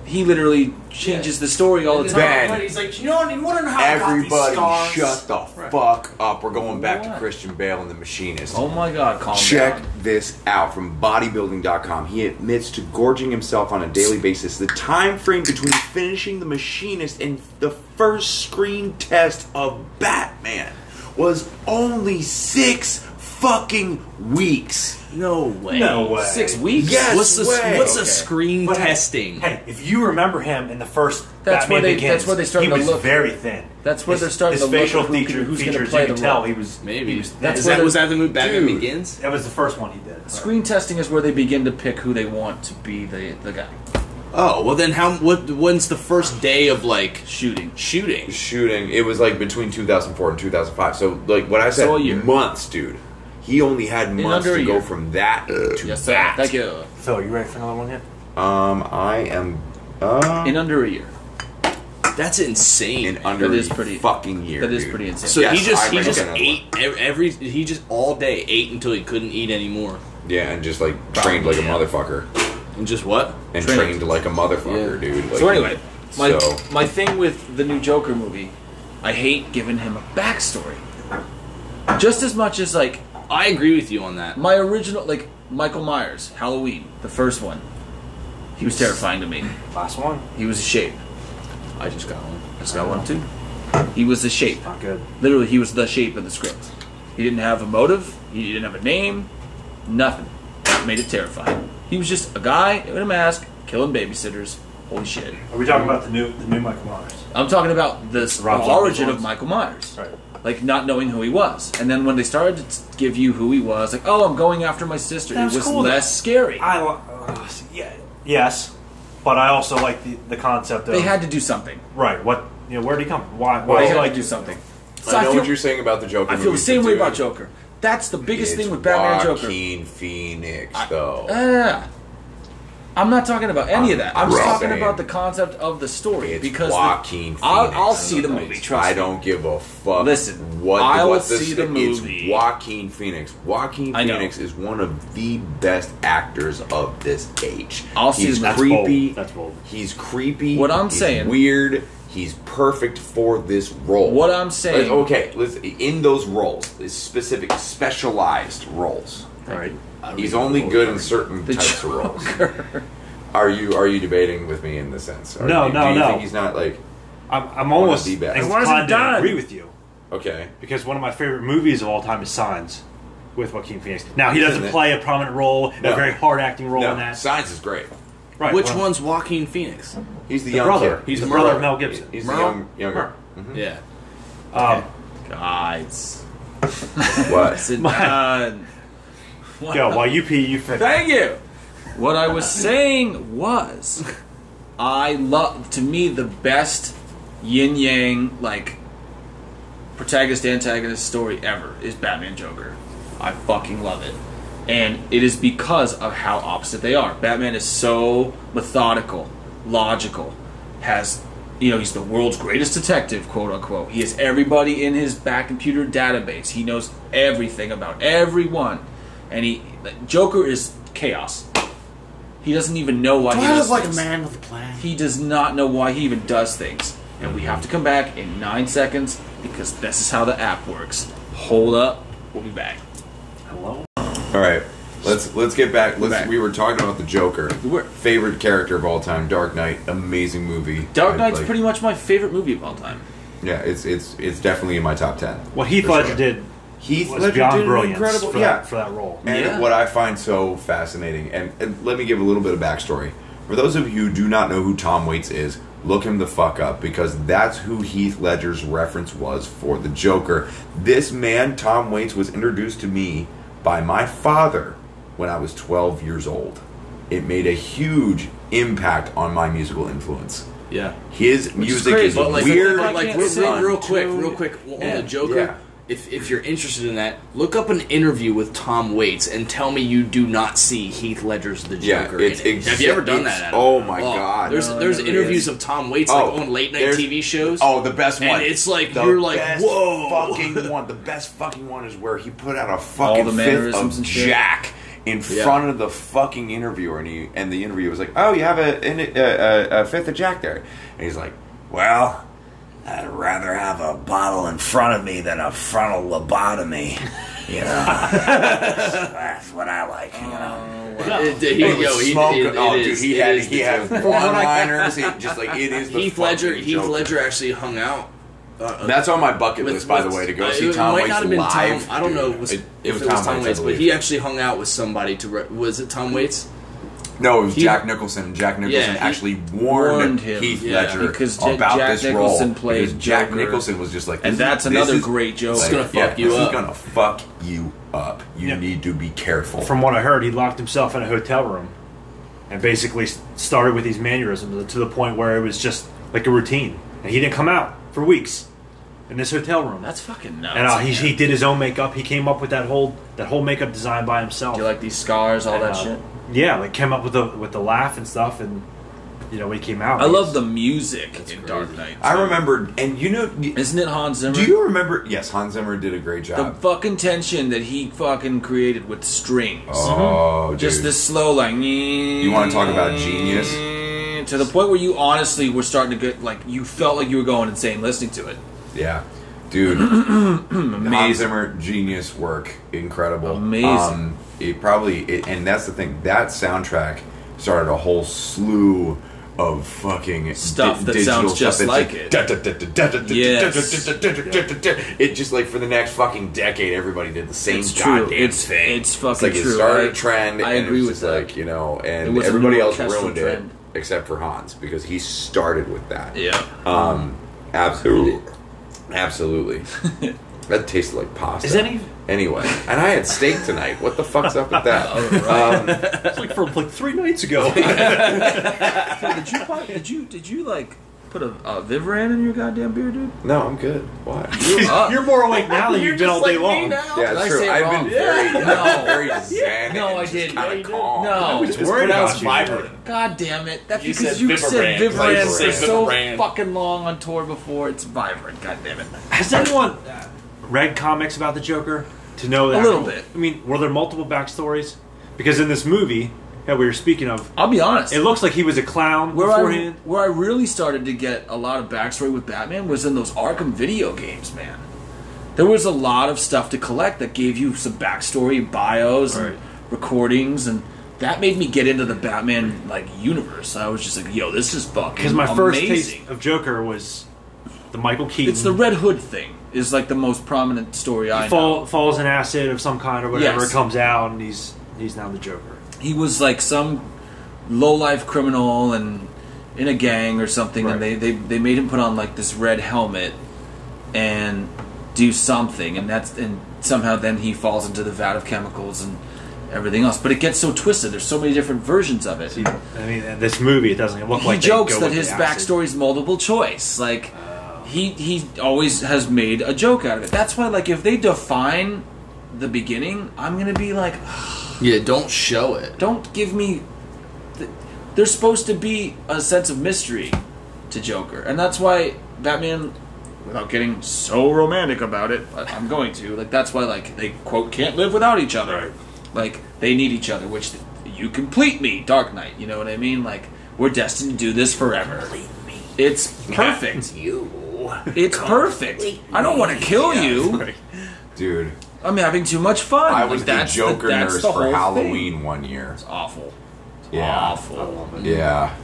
Speaker 5: he literally changes the story all the time.
Speaker 2: Ben.
Speaker 6: He's like, you know, you want to know how I got these
Speaker 2: Everybody,
Speaker 6: scars?"
Speaker 2: shut the fuck up. We're going back to
Speaker 5: What?
Speaker 2: Christian Bale and the Machinist.
Speaker 5: Oh my god, calm
Speaker 2: Check
Speaker 5: down.
Speaker 2: this out from bodybuilding.com. He admits to gorging himself on a daily basis. The time frame between finishing The Machinist and the first screen test of Batman was only six fucking weeks.
Speaker 6: No way.
Speaker 3: No way.
Speaker 5: Six weeks?
Speaker 2: Yes.
Speaker 6: What's the
Speaker 2: way.
Speaker 6: What's the
Speaker 5: Okay.
Speaker 6: screen
Speaker 3: But hey-
Speaker 6: testing?
Speaker 3: Hey, if you remember him in the first
Speaker 5: That's
Speaker 3: Batman
Speaker 5: where they-
Speaker 3: Begins,
Speaker 5: that's where they started
Speaker 3: he
Speaker 5: to
Speaker 3: was
Speaker 5: look.
Speaker 3: very thin.
Speaker 5: That's where
Speaker 3: his,
Speaker 5: they're starting
Speaker 3: his
Speaker 5: to look
Speaker 3: facial
Speaker 5: at who can-
Speaker 3: feature-
Speaker 5: who's gonna
Speaker 3: features.
Speaker 5: play
Speaker 3: You can
Speaker 5: the
Speaker 3: tell
Speaker 5: role.
Speaker 3: he was.
Speaker 6: Maybe
Speaker 3: He was,
Speaker 5: That's
Speaker 6: is
Speaker 5: where
Speaker 6: that
Speaker 5: the-
Speaker 6: was that the movie Batman
Speaker 2: Dude.
Speaker 6: Begins?
Speaker 3: that was the first one he did.
Speaker 5: Screen testing is where they begin to pick who they want to be the, the guy.
Speaker 6: Oh well, then how? What? When's the first day of like
Speaker 5: Shooting.
Speaker 6: shooting?
Speaker 2: shooting. It was like between 2004 and 2005. So like what I said,
Speaker 5: So a year.
Speaker 2: months, dude. He only had months
Speaker 5: under a
Speaker 2: to go
Speaker 5: year.
Speaker 2: from that to
Speaker 5: Yes, sir.
Speaker 2: that.
Speaker 5: Thank you.
Speaker 3: Phil, you ready for another one here?
Speaker 2: Um, I am. Uh,
Speaker 5: In under a year.
Speaker 6: That's insane.
Speaker 2: in
Speaker 6: man.
Speaker 2: under
Speaker 5: that is
Speaker 2: a
Speaker 5: pretty-
Speaker 2: fucking year.
Speaker 5: That is
Speaker 2: dude.
Speaker 5: pretty insane.
Speaker 6: so
Speaker 2: Yes,
Speaker 6: he just
Speaker 2: I
Speaker 6: he
Speaker 2: reckon
Speaker 6: just
Speaker 2: that one.
Speaker 6: ate ev- every he just all day ate until he couldn't eat anymore.
Speaker 2: Yeah, and just like trained like a motherfucker,
Speaker 6: And just what?
Speaker 2: and
Speaker 5: Trained.
Speaker 2: trained like a motherfucker,
Speaker 5: Yeah.
Speaker 2: dude. Like,
Speaker 5: so anyway, my
Speaker 2: so-
Speaker 5: my thing with the new Joker movie, I hate giving him a backstory. Just as much as like
Speaker 6: I agree with you on that.
Speaker 5: my original, like Michael Myers, Halloween, the first one. He was terrifying to me.
Speaker 3: Last one.
Speaker 5: He was a shape.
Speaker 6: I just got one.
Speaker 5: I just got one too. He was the shape.
Speaker 3: Not good.
Speaker 5: Literally, he was the shape of the script. He didn't have a motive. He didn't have a name. Nothing. That made it terrifying. He was just a guy in a mask killing babysitters. Holy shit.
Speaker 3: Are we talking about the new the new Michael Myers?
Speaker 5: I'm talking about this
Speaker 3: Rob Zombie
Speaker 5: origin
Speaker 3: ones.
Speaker 5: of Michael Myers.
Speaker 3: Right.
Speaker 5: Like not knowing who he was, and then when they started to t- give you who he was, like, oh, I'm going after my sister.
Speaker 3: That
Speaker 5: it
Speaker 3: was
Speaker 5: was
Speaker 3: cool,
Speaker 5: less scary.
Speaker 3: I li- uh, yeah yes, but I also like the, the concept of
Speaker 5: they had to do something.
Speaker 3: right. What you know? Where would he come? from? Why?
Speaker 5: They
Speaker 3: Why?
Speaker 5: had
Speaker 3: like
Speaker 5: to do something. So
Speaker 2: I
Speaker 5: I,
Speaker 2: know
Speaker 5: feel,
Speaker 2: what you're saying about the Joker.
Speaker 5: I feel the
Speaker 2: movies,
Speaker 5: same
Speaker 2: but
Speaker 5: way
Speaker 2: dude,
Speaker 5: about Joker. That's the biggest
Speaker 2: it's
Speaker 5: thing with Batman and Joker.
Speaker 2: Joaquin Phoenix, though.
Speaker 5: Ah. I'm not talking about any of that. I'm just
Speaker 2: Right.
Speaker 5: talking
Speaker 2: Saying.
Speaker 5: about the concept of the story
Speaker 2: it's
Speaker 5: because the-
Speaker 2: Joaquin Phoenix.
Speaker 5: I'll, I'll see the
Speaker 2: Like,
Speaker 5: movie. Trust
Speaker 2: I
Speaker 5: me.
Speaker 2: don't give a fuck.
Speaker 5: Listen,
Speaker 2: what?
Speaker 5: I
Speaker 2: what
Speaker 5: will
Speaker 2: this-
Speaker 5: see the
Speaker 2: It's
Speaker 5: movie.
Speaker 2: Joaquin Phoenix. Joaquin
Speaker 5: I know.
Speaker 2: Phoenix is one of the best actors of this age.
Speaker 5: I'll see
Speaker 2: he's
Speaker 5: the- That's
Speaker 2: creepy.
Speaker 3: bold. That's bold.
Speaker 2: He's creepy.
Speaker 5: What I'm
Speaker 2: he's
Speaker 5: saying-
Speaker 2: weird. He's perfect for this role.
Speaker 5: What I'm saying-
Speaker 2: Like, okay, listen, in those roles, these specific, specialized roles.
Speaker 3: All right.
Speaker 2: He's only good in certain
Speaker 5: The
Speaker 2: types of roles. Are you are you debating with me in the sense? Are
Speaker 3: No,
Speaker 2: you,
Speaker 3: no,
Speaker 2: do you
Speaker 3: no.
Speaker 2: Think he's not like
Speaker 3: I'm, I'm almost
Speaker 2: be back.
Speaker 3: inclined
Speaker 2: Why
Speaker 5: isn't it
Speaker 3: to
Speaker 5: done?
Speaker 3: agree with you
Speaker 2: okay.
Speaker 3: because one of my favorite movies of all time is Signs with Joaquin Phoenix. Now he
Speaker 2: Isn't
Speaker 3: doesn't
Speaker 2: it?
Speaker 3: play a prominent role, a
Speaker 2: No.
Speaker 3: very hard acting role in
Speaker 2: No,
Speaker 3: that.
Speaker 2: science is great.
Speaker 3: right.
Speaker 6: Which
Speaker 3: well,
Speaker 6: one's Joaquin Phoenix?
Speaker 2: He's the,
Speaker 3: The
Speaker 2: young
Speaker 3: brother.
Speaker 2: kid.
Speaker 3: He's the
Speaker 2: the
Speaker 3: brother of
Speaker 2: brother.
Speaker 3: Mel Gibson.
Speaker 2: He's
Speaker 6: Merle?
Speaker 2: the young, younger.
Speaker 6: Yeah.
Speaker 3: Um,
Speaker 5: Guys.
Speaker 2: What?
Speaker 5: Sit
Speaker 3: My-
Speaker 5: down.
Speaker 3: Go while you pee, you finish.
Speaker 5: Thank you. What I was saying was, I love to me the best yin yang like protagonist antagonist story ever is Batman Joker. I fucking love it, and it is because of how opposite they are. Batman is so methodical, logical, has. You know, he's the world's greatest detective, quote unquote. He has everybody in his back computer database. He knows everything about everyone. And he Joker is chaos. He doesn't even know why he does things.
Speaker 4: with a plan.
Speaker 5: He does not know why he even does things. And we have to come back in nine seconds because this is how the app works. Hold up, we'll be back.
Speaker 3: Hello.
Speaker 2: All right. Let's let's get back. Let's,
Speaker 5: Back.
Speaker 2: We were talking about the Joker.
Speaker 5: We were.
Speaker 2: Favorite character of all time, Dark Knight. Amazing movie.
Speaker 5: Dark
Speaker 2: I,
Speaker 5: Knight's
Speaker 2: like-
Speaker 5: pretty much my favorite movie of all time.
Speaker 2: Yeah, it's it's it's definitely in my top ten.
Speaker 3: What Heath
Speaker 2: For sure.
Speaker 3: Ledger did
Speaker 2: Heath
Speaker 3: was
Speaker 2: Ledger did
Speaker 3: beyond
Speaker 2: an
Speaker 3: brilliance
Speaker 2: incredible-
Speaker 3: for,
Speaker 2: yeah.
Speaker 3: that, for that role.
Speaker 2: And
Speaker 5: Yeah.
Speaker 2: what I find so fascinating, and, and let me give a little bit of backstory. For those of you who do not know who Tom Waits is, look him the fuck up because that's who Heath Ledger's reference was for the Joker. This man, Tom Waits, was introduced to me by my father when I was 12 years old. It made a huge impact on my musical influence.
Speaker 6: Yeah.
Speaker 2: His
Speaker 6: It's
Speaker 2: music is,
Speaker 6: but like,
Speaker 2: weird.
Speaker 6: But
Speaker 5: I
Speaker 6: like,
Speaker 5: can't
Speaker 6: real,
Speaker 5: say
Speaker 6: real, real
Speaker 5: it.
Speaker 6: quick, real quick, well, on
Speaker 2: Yeah.
Speaker 6: the Joker.
Speaker 2: Yeah.
Speaker 6: If, if you're interested in that, look up an interview with Tom Waits and tell me you do not see Heath Ledger's The
Speaker 2: Yeah,
Speaker 6: Joker.
Speaker 2: it's
Speaker 6: in it. Have you ever
Speaker 2: exact-
Speaker 6: done
Speaker 2: it's-
Speaker 6: that? Adam?
Speaker 2: oh my God.
Speaker 6: There's
Speaker 5: No,
Speaker 6: there's
Speaker 5: it never
Speaker 6: interviews
Speaker 5: is.
Speaker 6: of Tom Waits
Speaker 2: Oh,
Speaker 6: like on late night
Speaker 2: there's-
Speaker 6: TV shows.
Speaker 2: Oh, the best
Speaker 6: And
Speaker 2: one.
Speaker 6: it's like, you're like,
Speaker 2: best
Speaker 6: "Whoa."
Speaker 2: Fucking one. The best fucking one is where he put out a fucking
Speaker 5: the
Speaker 2: fifth
Speaker 5: mannerisms
Speaker 2: of
Speaker 5: and shit.
Speaker 2: Jack in
Speaker 5: Yeah.
Speaker 2: front of the fucking interviewer, and he and the interviewer was like, "Oh, you have a in, uh, a, a, a fifth of Jack there," and he's like, "Well." I'd rather have a bottle in front of me than a frontal lobotomy. You know, that's what I like. You know,
Speaker 6: It- it- he-
Speaker 2: It was
Speaker 6: yo, he-
Speaker 2: oh, smoke-
Speaker 6: it- it
Speaker 2: oh, dude,
Speaker 6: is-
Speaker 2: he
Speaker 6: it
Speaker 2: had
Speaker 6: is
Speaker 2: he
Speaker 6: the
Speaker 2: had
Speaker 6: Joker.
Speaker 2: one-liners. It just like it is the
Speaker 6: Heath Ledger.
Speaker 2: fucking
Speaker 6: Heath
Speaker 2: Joker.
Speaker 6: Ledger actually hung out.
Speaker 2: That's on my bucket
Speaker 6: with-
Speaker 2: list, by
Speaker 6: with-
Speaker 2: the way, to go
Speaker 6: uh,
Speaker 2: see
Speaker 6: it
Speaker 2: Tom
Speaker 6: might
Speaker 2: Waits
Speaker 6: not have been
Speaker 2: live.
Speaker 6: Tom, I don't know.
Speaker 2: dude.
Speaker 6: It was,
Speaker 2: it, it
Speaker 6: if
Speaker 2: was
Speaker 6: it
Speaker 2: Tom,
Speaker 6: Tom
Speaker 2: Waits, I
Speaker 6: but
Speaker 2: believe.
Speaker 6: he actually hung out with somebody to. Re- was it Tom Waits?
Speaker 2: no, it was
Speaker 6: he-
Speaker 2: Jack Nicholson. and Jack Nicholson
Speaker 6: he
Speaker 2: actually warned,
Speaker 5: warned him,
Speaker 2: Heath
Speaker 6: yeah,
Speaker 2: Ledger
Speaker 5: because J-
Speaker 2: about
Speaker 5: Jack
Speaker 2: this
Speaker 5: Nicholson
Speaker 2: role.
Speaker 5: played
Speaker 2: because Jack
Speaker 5: Joker.
Speaker 2: Nicholson was just like,
Speaker 5: And
Speaker 2: this
Speaker 5: that's
Speaker 2: is-
Speaker 5: another
Speaker 2: this is-
Speaker 5: great joke.
Speaker 6: It's gonna
Speaker 2: yeah,
Speaker 6: fuck you
Speaker 2: this
Speaker 6: up.
Speaker 2: is gonna fuck you up. You
Speaker 3: Yeah.
Speaker 2: need to be careful.
Speaker 3: From what I heard, he locked himself in a hotel room and basically s- started with these mannerisms to the point where it was just like a routine. And he didn't come out for weeks in this hotel room.
Speaker 5: That's fucking nuts.
Speaker 3: and uh, he,
Speaker 5: man.
Speaker 3: he did his own makeup. He came up with that whole that whole makeup design by himself.
Speaker 5: Do you like these scars, all
Speaker 3: And,
Speaker 5: that
Speaker 3: uh,
Speaker 5: shit?
Speaker 3: Yeah, like came up with the with the laugh and stuff, and you know he came out.
Speaker 5: I
Speaker 3: he
Speaker 5: love
Speaker 3: was-
Speaker 5: the music in Dark Knight.
Speaker 2: I remember, and you know, do
Speaker 5: Isn't it Hans Zimmer?
Speaker 2: you remember? Yes, Hans Zimmer did a great
Speaker 5: the
Speaker 2: job.
Speaker 5: fucking tension that he fucking created with strings.
Speaker 2: oh, dude.
Speaker 5: Mm-hmm. Just this slow, like. You
Speaker 2: wanna talk about genius?
Speaker 5: To the point where you honestly were starting to get like you felt like you were going insane listening to it.
Speaker 2: yeah, dude. Hans
Speaker 5: Amazing.
Speaker 2: Zimmer, genius work, incredible, Um,
Speaker 5: Amazing.
Speaker 2: it probably, it, and that's the thing. That soundtrack started a whole slew of fucking
Speaker 5: Stuff that sounds just like it. Yes.
Speaker 2: it. It just like for the next fucking decade, everybody did the same
Speaker 5: It's true.
Speaker 2: goddamn
Speaker 5: It's-
Speaker 2: thing.
Speaker 5: it's fucking
Speaker 2: like
Speaker 5: true.
Speaker 2: It started
Speaker 5: I-
Speaker 2: a trend.
Speaker 5: I
Speaker 2: and
Speaker 5: agree
Speaker 2: it was
Speaker 5: with
Speaker 2: just
Speaker 5: that.
Speaker 2: like you know,
Speaker 5: It
Speaker 2: and
Speaker 5: was a
Speaker 2: everybody
Speaker 5: new
Speaker 2: else
Speaker 5: orchestral
Speaker 2: ruined
Speaker 5: trend.
Speaker 2: it except for Hans because he started with that.
Speaker 5: Yeah.
Speaker 2: Absolutely. Absolutely. that tasted like pasta.
Speaker 3: Is any
Speaker 2: Anyway, and I had steak tonight. What the fuck's up with
Speaker 5: Oh.
Speaker 2: that?
Speaker 3: it's like from like three nights ago?
Speaker 5: did you buy- did you did you like put a, a Vivaran in your goddamn beer, dude?
Speaker 2: No, I'm good. Why?
Speaker 3: You're more awake now than you've been all day long.
Speaker 2: Yeah,
Speaker 5: Did I
Speaker 2: it's true.
Speaker 5: say it
Speaker 2: I've
Speaker 5: wrong?
Speaker 2: been very,
Speaker 5: No.
Speaker 2: very zen.
Speaker 5: No, I
Speaker 2: and
Speaker 5: didn't. Yeah,
Speaker 2: Kind
Speaker 5: you
Speaker 2: of calm.
Speaker 5: No,
Speaker 3: Just worried about you.
Speaker 5: God damn it! That's
Speaker 6: You
Speaker 5: because
Speaker 6: said
Speaker 5: you
Speaker 6: Vivaran.
Speaker 5: said
Speaker 6: Like,
Speaker 5: Vivaran
Speaker 2: you
Speaker 5: for
Speaker 2: said
Speaker 5: so
Speaker 6: Vivaran.
Speaker 5: fucking long on tour before. It's vibrant. God damn it!
Speaker 3: Has anyone uh, read comics about the Joker to know that?
Speaker 5: little bit.
Speaker 3: I mean, were there multiple backstories? Because in this movie that we were speaking of,
Speaker 5: I'll be honest.
Speaker 3: it looks like he was a clown
Speaker 5: where I
Speaker 3: beforehand.
Speaker 5: where I really started to get a lot of backstory with Batman was in those Arkham video games, man. There was a lot of stuff to collect that gave you some backstory, and bios, and
Speaker 3: Right.
Speaker 5: recordings, and that made me get into the Batman like universe. I was just like, yo, this is fucking
Speaker 3: Because my first
Speaker 5: amazing.
Speaker 3: taste of Joker was the Michael Keaton.
Speaker 5: It's the Red Hood thing is like the most prominent story I know.
Speaker 3: fall, falls in acid of some kind or whatever.
Speaker 5: Yes.
Speaker 3: It comes out and he's he's now the Joker.
Speaker 5: he was like some low life criminal and in a gang or something and they,
Speaker 3: Right.
Speaker 5: they they made him put on like this red helmet and do something and that's and somehow then he falls into the vat of chemicals and everything else but it gets so twisted there's so many different versions of it
Speaker 3: See, I mean, in this movie it doesn't look
Speaker 5: he
Speaker 3: like they
Speaker 5: jokes
Speaker 3: go
Speaker 5: that
Speaker 3: with
Speaker 5: his
Speaker 3: the acid.
Speaker 5: backstory is multiple choice. Like he he always has made a joke out of it. That's why like if they define the beginning, I'm gonna be like,
Speaker 6: Yeah, don't show it.
Speaker 5: don't give me. Th- there's supposed to be a sense of mystery to Joker, and that's why Batman. Without getting so romantic about it, but I'm going to. Like that's why like they quote can't live without each other. Like they need each other, which you complete me, Dark Knight. You know what I mean? Like we're destined to do this forever. It's perfect.
Speaker 2: You.
Speaker 5: It's perfect. I don't want to kill you.
Speaker 2: Dude,
Speaker 5: I'm having too much fun.
Speaker 2: I
Speaker 5: Like,
Speaker 2: was the
Speaker 5: that's
Speaker 2: Joker
Speaker 5: that's
Speaker 2: nurse
Speaker 5: the
Speaker 2: for
Speaker 5: whole
Speaker 2: Halloween
Speaker 5: Thing.
Speaker 2: one year.
Speaker 5: It's awful.
Speaker 2: Yeah.
Speaker 5: Awful.
Speaker 2: Yeah.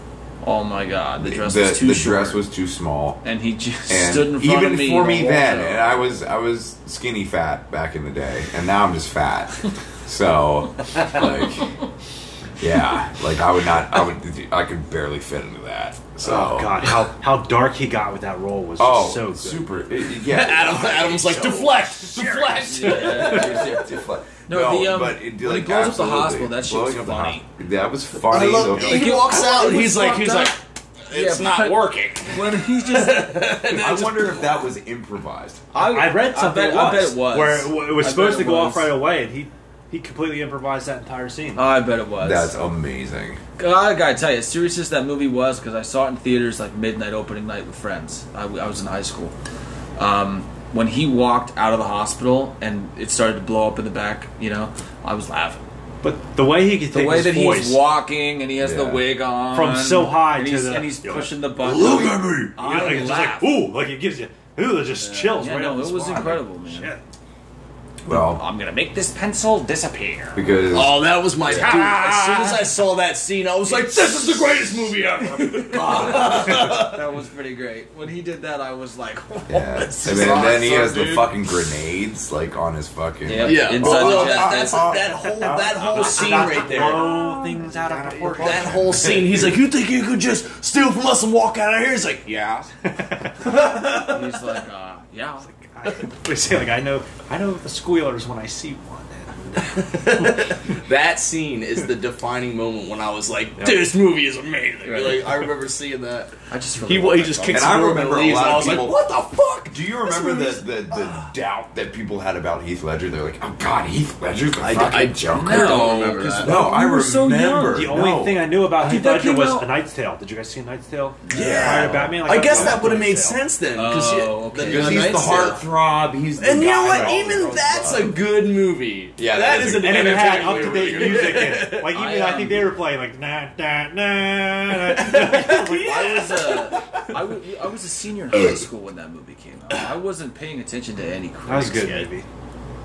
Speaker 5: Oh my god, the dress
Speaker 2: the
Speaker 5: was too
Speaker 2: the
Speaker 5: short.
Speaker 2: dress was too small.
Speaker 5: and he just
Speaker 2: And
Speaker 5: stood in front
Speaker 2: even
Speaker 5: of me.
Speaker 2: for me
Speaker 5: the whole
Speaker 2: then,
Speaker 5: show.
Speaker 2: and I was I was skinny fat back in the day, and now I'm just fat. so, like, yeah, like I would not, I would, I could barely fit into that. So,
Speaker 3: Oh god, how how dark he got with that role was just
Speaker 2: oh,
Speaker 3: so good.
Speaker 2: super, it- it- yeah.
Speaker 6: Adam, Adam's like deflect, deflect.
Speaker 5: No, the, um,
Speaker 2: but it,
Speaker 5: when
Speaker 2: like,
Speaker 5: he blows up the
Speaker 2: absolutely.
Speaker 5: hospital, that shit was
Speaker 2: Blowing up the
Speaker 5: funny.
Speaker 2: hosp- that was funny. though.
Speaker 6: Like, he walks out and he's like, he's like, it's
Speaker 5: Yeah,
Speaker 6: not
Speaker 5: but-
Speaker 6: working.
Speaker 5: when he just.
Speaker 2: I wonder if that was improvised.
Speaker 5: I,
Speaker 3: I read something.
Speaker 5: I bet, I bet it was.
Speaker 3: where it, w- it was
Speaker 5: I bet
Speaker 3: supposed
Speaker 5: it
Speaker 3: to go off
Speaker 5: was. Oh, Uh,
Speaker 3: right away, and he he completely improvised that entire scene.
Speaker 5: I bet it was.
Speaker 2: That's amazing.
Speaker 5: God, I gotta tell you, as serious as that movie was, because I saw it in theaters like midnight opening night with friends. I, I was in high school. Um, when he walked out of the hospital and it started to blow up in the back, you know, I was laughing.
Speaker 3: but the way he could
Speaker 5: The
Speaker 3: take
Speaker 5: way
Speaker 3: his
Speaker 5: that
Speaker 3: voice,
Speaker 5: he's walking and he has the
Speaker 2: Yeah.
Speaker 5: wig on
Speaker 3: From so high
Speaker 5: and
Speaker 3: to
Speaker 5: he's,
Speaker 3: the-
Speaker 5: and he's
Speaker 3: Yeah.
Speaker 5: pushing the button.
Speaker 2: Look at me.
Speaker 3: you know,
Speaker 5: I
Speaker 3: like, it's
Speaker 5: laughed.
Speaker 3: just like ooh, like it gives you ooh, it just chills.
Speaker 5: Yeah,
Speaker 3: right
Speaker 5: no,
Speaker 3: up
Speaker 5: it
Speaker 3: the
Speaker 5: was
Speaker 3: spine.
Speaker 5: incredible, man.
Speaker 3: Shit.
Speaker 2: Well,
Speaker 5: I'm gonna make this pencil disappear.
Speaker 2: because
Speaker 6: Oh, that was my dude. ah. As soon as I saw that scene, I was like, this is the greatest movie ever.
Speaker 5: That was pretty great. When he did that, I was like,
Speaker 2: Yeah. And
Speaker 5: this
Speaker 2: then,
Speaker 5: is
Speaker 2: then he
Speaker 5: awesome,
Speaker 2: has the
Speaker 5: dude.
Speaker 2: fucking grenades like on his fucking.
Speaker 5: Yep,
Speaker 6: Yeah.
Speaker 5: Inside
Speaker 6: Oh,
Speaker 5: the chest.
Speaker 6: That's that whole that whole scene right there.
Speaker 3: Blow things out of proportion.
Speaker 6: That whole scene. He's like, you think you could just steal from us and walk out of here? He's like, yeah.
Speaker 5: He's like, uh, yeah.
Speaker 3: I, they say like I know I know the squealers when I see one. and
Speaker 6: that scene is the defining moment when I was like, "This movie is amazing."
Speaker 5: Right.
Speaker 6: Like I remember seeing that.
Speaker 5: I just really
Speaker 6: He
Speaker 5: love
Speaker 6: he
Speaker 5: that
Speaker 6: just
Speaker 5: song.
Speaker 6: kicks
Speaker 2: And I
Speaker 6: the door and
Speaker 2: remember a
Speaker 6: leaves.
Speaker 2: lot
Speaker 6: And
Speaker 2: of
Speaker 6: I was like,
Speaker 2: people-
Speaker 6: "What the fuck?"
Speaker 2: Do you remember the, the,
Speaker 6: Ah.
Speaker 2: the doubt that people had about Heath Ledger? They're like, oh god, Heath Ledger's the fucking
Speaker 6: I-
Speaker 2: Joker.
Speaker 6: I
Speaker 5: No,
Speaker 6: don't remember
Speaker 5: 'cause
Speaker 6: that.
Speaker 2: No, I
Speaker 5: we were so
Speaker 2: remember.
Speaker 3: The only
Speaker 2: No.
Speaker 3: thing I knew about Heath
Speaker 5: that
Speaker 3: Ledger
Speaker 5: came
Speaker 3: was
Speaker 5: out-
Speaker 3: A Knight's Tale. Did you guys see A Knight's Tale?
Speaker 2: Yeah.
Speaker 3: Prior to Batman. Like,
Speaker 6: I guess
Speaker 3: loved
Speaker 6: that would have made
Speaker 3: Knight's Tale.
Speaker 6: sense then, because
Speaker 5: Oh, okay. Because
Speaker 2: he's the heartthrob. He's the
Speaker 6: And you know
Speaker 2: guy
Speaker 6: what?
Speaker 2: that all
Speaker 6: Even
Speaker 2: goes
Speaker 6: that's
Speaker 2: by.
Speaker 6: a good movie.
Speaker 2: Yeah,
Speaker 6: that
Speaker 2: that
Speaker 6: is,
Speaker 2: is
Speaker 6: an
Speaker 2: a-
Speaker 3: And it had
Speaker 6: entertaining
Speaker 3: up to
Speaker 6: movie.
Speaker 3: date music in it. Like even I,
Speaker 5: um,
Speaker 3: think they were playing like na na na. na.
Speaker 5: I was a, I, w- I was a senior in high school when that movie came out. I wasn't paying attention to any.
Speaker 3: That was
Speaker 5: critics
Speaker 3: a good
Speaker 5: yet.
Speaker 3: movie.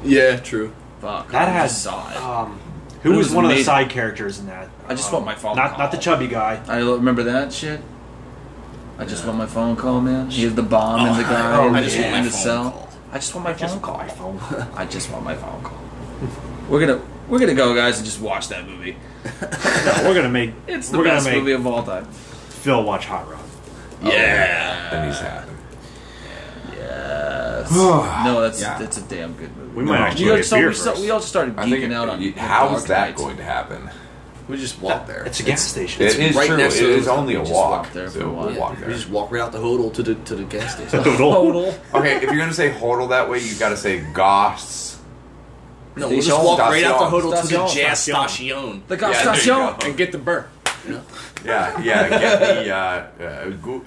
Speaker 6: Yeah, true.
Speaker 5: Fuck.
Speaker 3: That
Speaker 5: I
Speaker 3: had-
Speaker 5: just saw it.
Speaker 3: Um, who
Speaker 5: It
Speaker 3: was,
Speaker 5: was
Speaker 3: one of the
Speaker 5: amazing.
Speaker 3: side characters in that?
Speaker 5: I just
Speaker 3: Um,
Speaker 5: want my phone
Speaker 3: Not
Speaker 5: call.
Speaker 3: not the chubby guy.
Speaker 5: I lo- remember that shit. I just want my phone call, man. He had the bomb and the guy.
Speaker 6: oh,
Speaker 5: I just
Speaker 6: yeah.
Speaker 5: want
Speaker 6: My
Speaker 5: my
Speaker 6: phone
Speaker 5: cell.
Speaker 6: call.
Speaker 5: I just want my phone call.
Speaker 3: phone call.
Speaker 5: I just want my phone call. We're gonna we're gonna go, guys, and just watch that movie.
Speaker 3: No, we're gonna make
Speaker 5: It's the
Speaker 3: we're
Speaker 5: best
Speaker 3: gonna make
Speaker 5: movie of all time.
Speaker 3: Phil watch Hot Rod.
Speaker 6: Yeah.
Speaker 2: And he's happy.
Speaker 5: No, that's
Speaker 2: Yeah.
Speaker 5: that's a damn good movie.
Speaker 3: We might actually
Speaker 5: You
Speaker 3: get
Speaker 5: guys saw-
Speaker 3: beer
Speaker 5: we, saw-
Speaker 3: first.
Speaker 5: we all started
Speaker 2: I think
Speaker 5: geeking out on
Speaker 2: you-
Speaker 5: on
Speaker 2: how
Speaker 5: Dark
Speaker 2: is that
Speaker 5: Knight.
Speaker 2: going to happen?
Speaker 6: We just walked there.
Speaker 3: It's a gas station.
Speaker 2: It is
Speaker 6: right
Speaker 2: true.
Speaker 6: next
Speaker 2: It
Speaker 6: to
Speaker 2: is
Speaker 6: the-
Speaker 2: only a
Speaker 5: we just
Speaker 2: walk.
Speaker 5: walked there for
Speaker 2: so
Speaker 5: a while.
Speaker 2: we'll walk
Speaker 6: We
Speaker 2: there.
Speaker 6: just walk right out the hodl to the to the gas station.
Speaker 5: Total.
Speaker 2: Okay, if you're gonna say hodl that way, you gotta say goss.
Speaker 6: no,
Speaker 5: Station.
Speaker 6: we'll just walk right out the
Speaker 5: Station.
Speaker 6: hodl to the
Speaker 5: Station.
Speaker 6: jazz station
Speaker 5: The
Speaker 2: Yeah, there you
Speaker 5: Gastation.
Speaker 2: go.
Speaker 6: and get the burr.
Speaker 2: Yeah, yeah. Get the uh, uh, gu-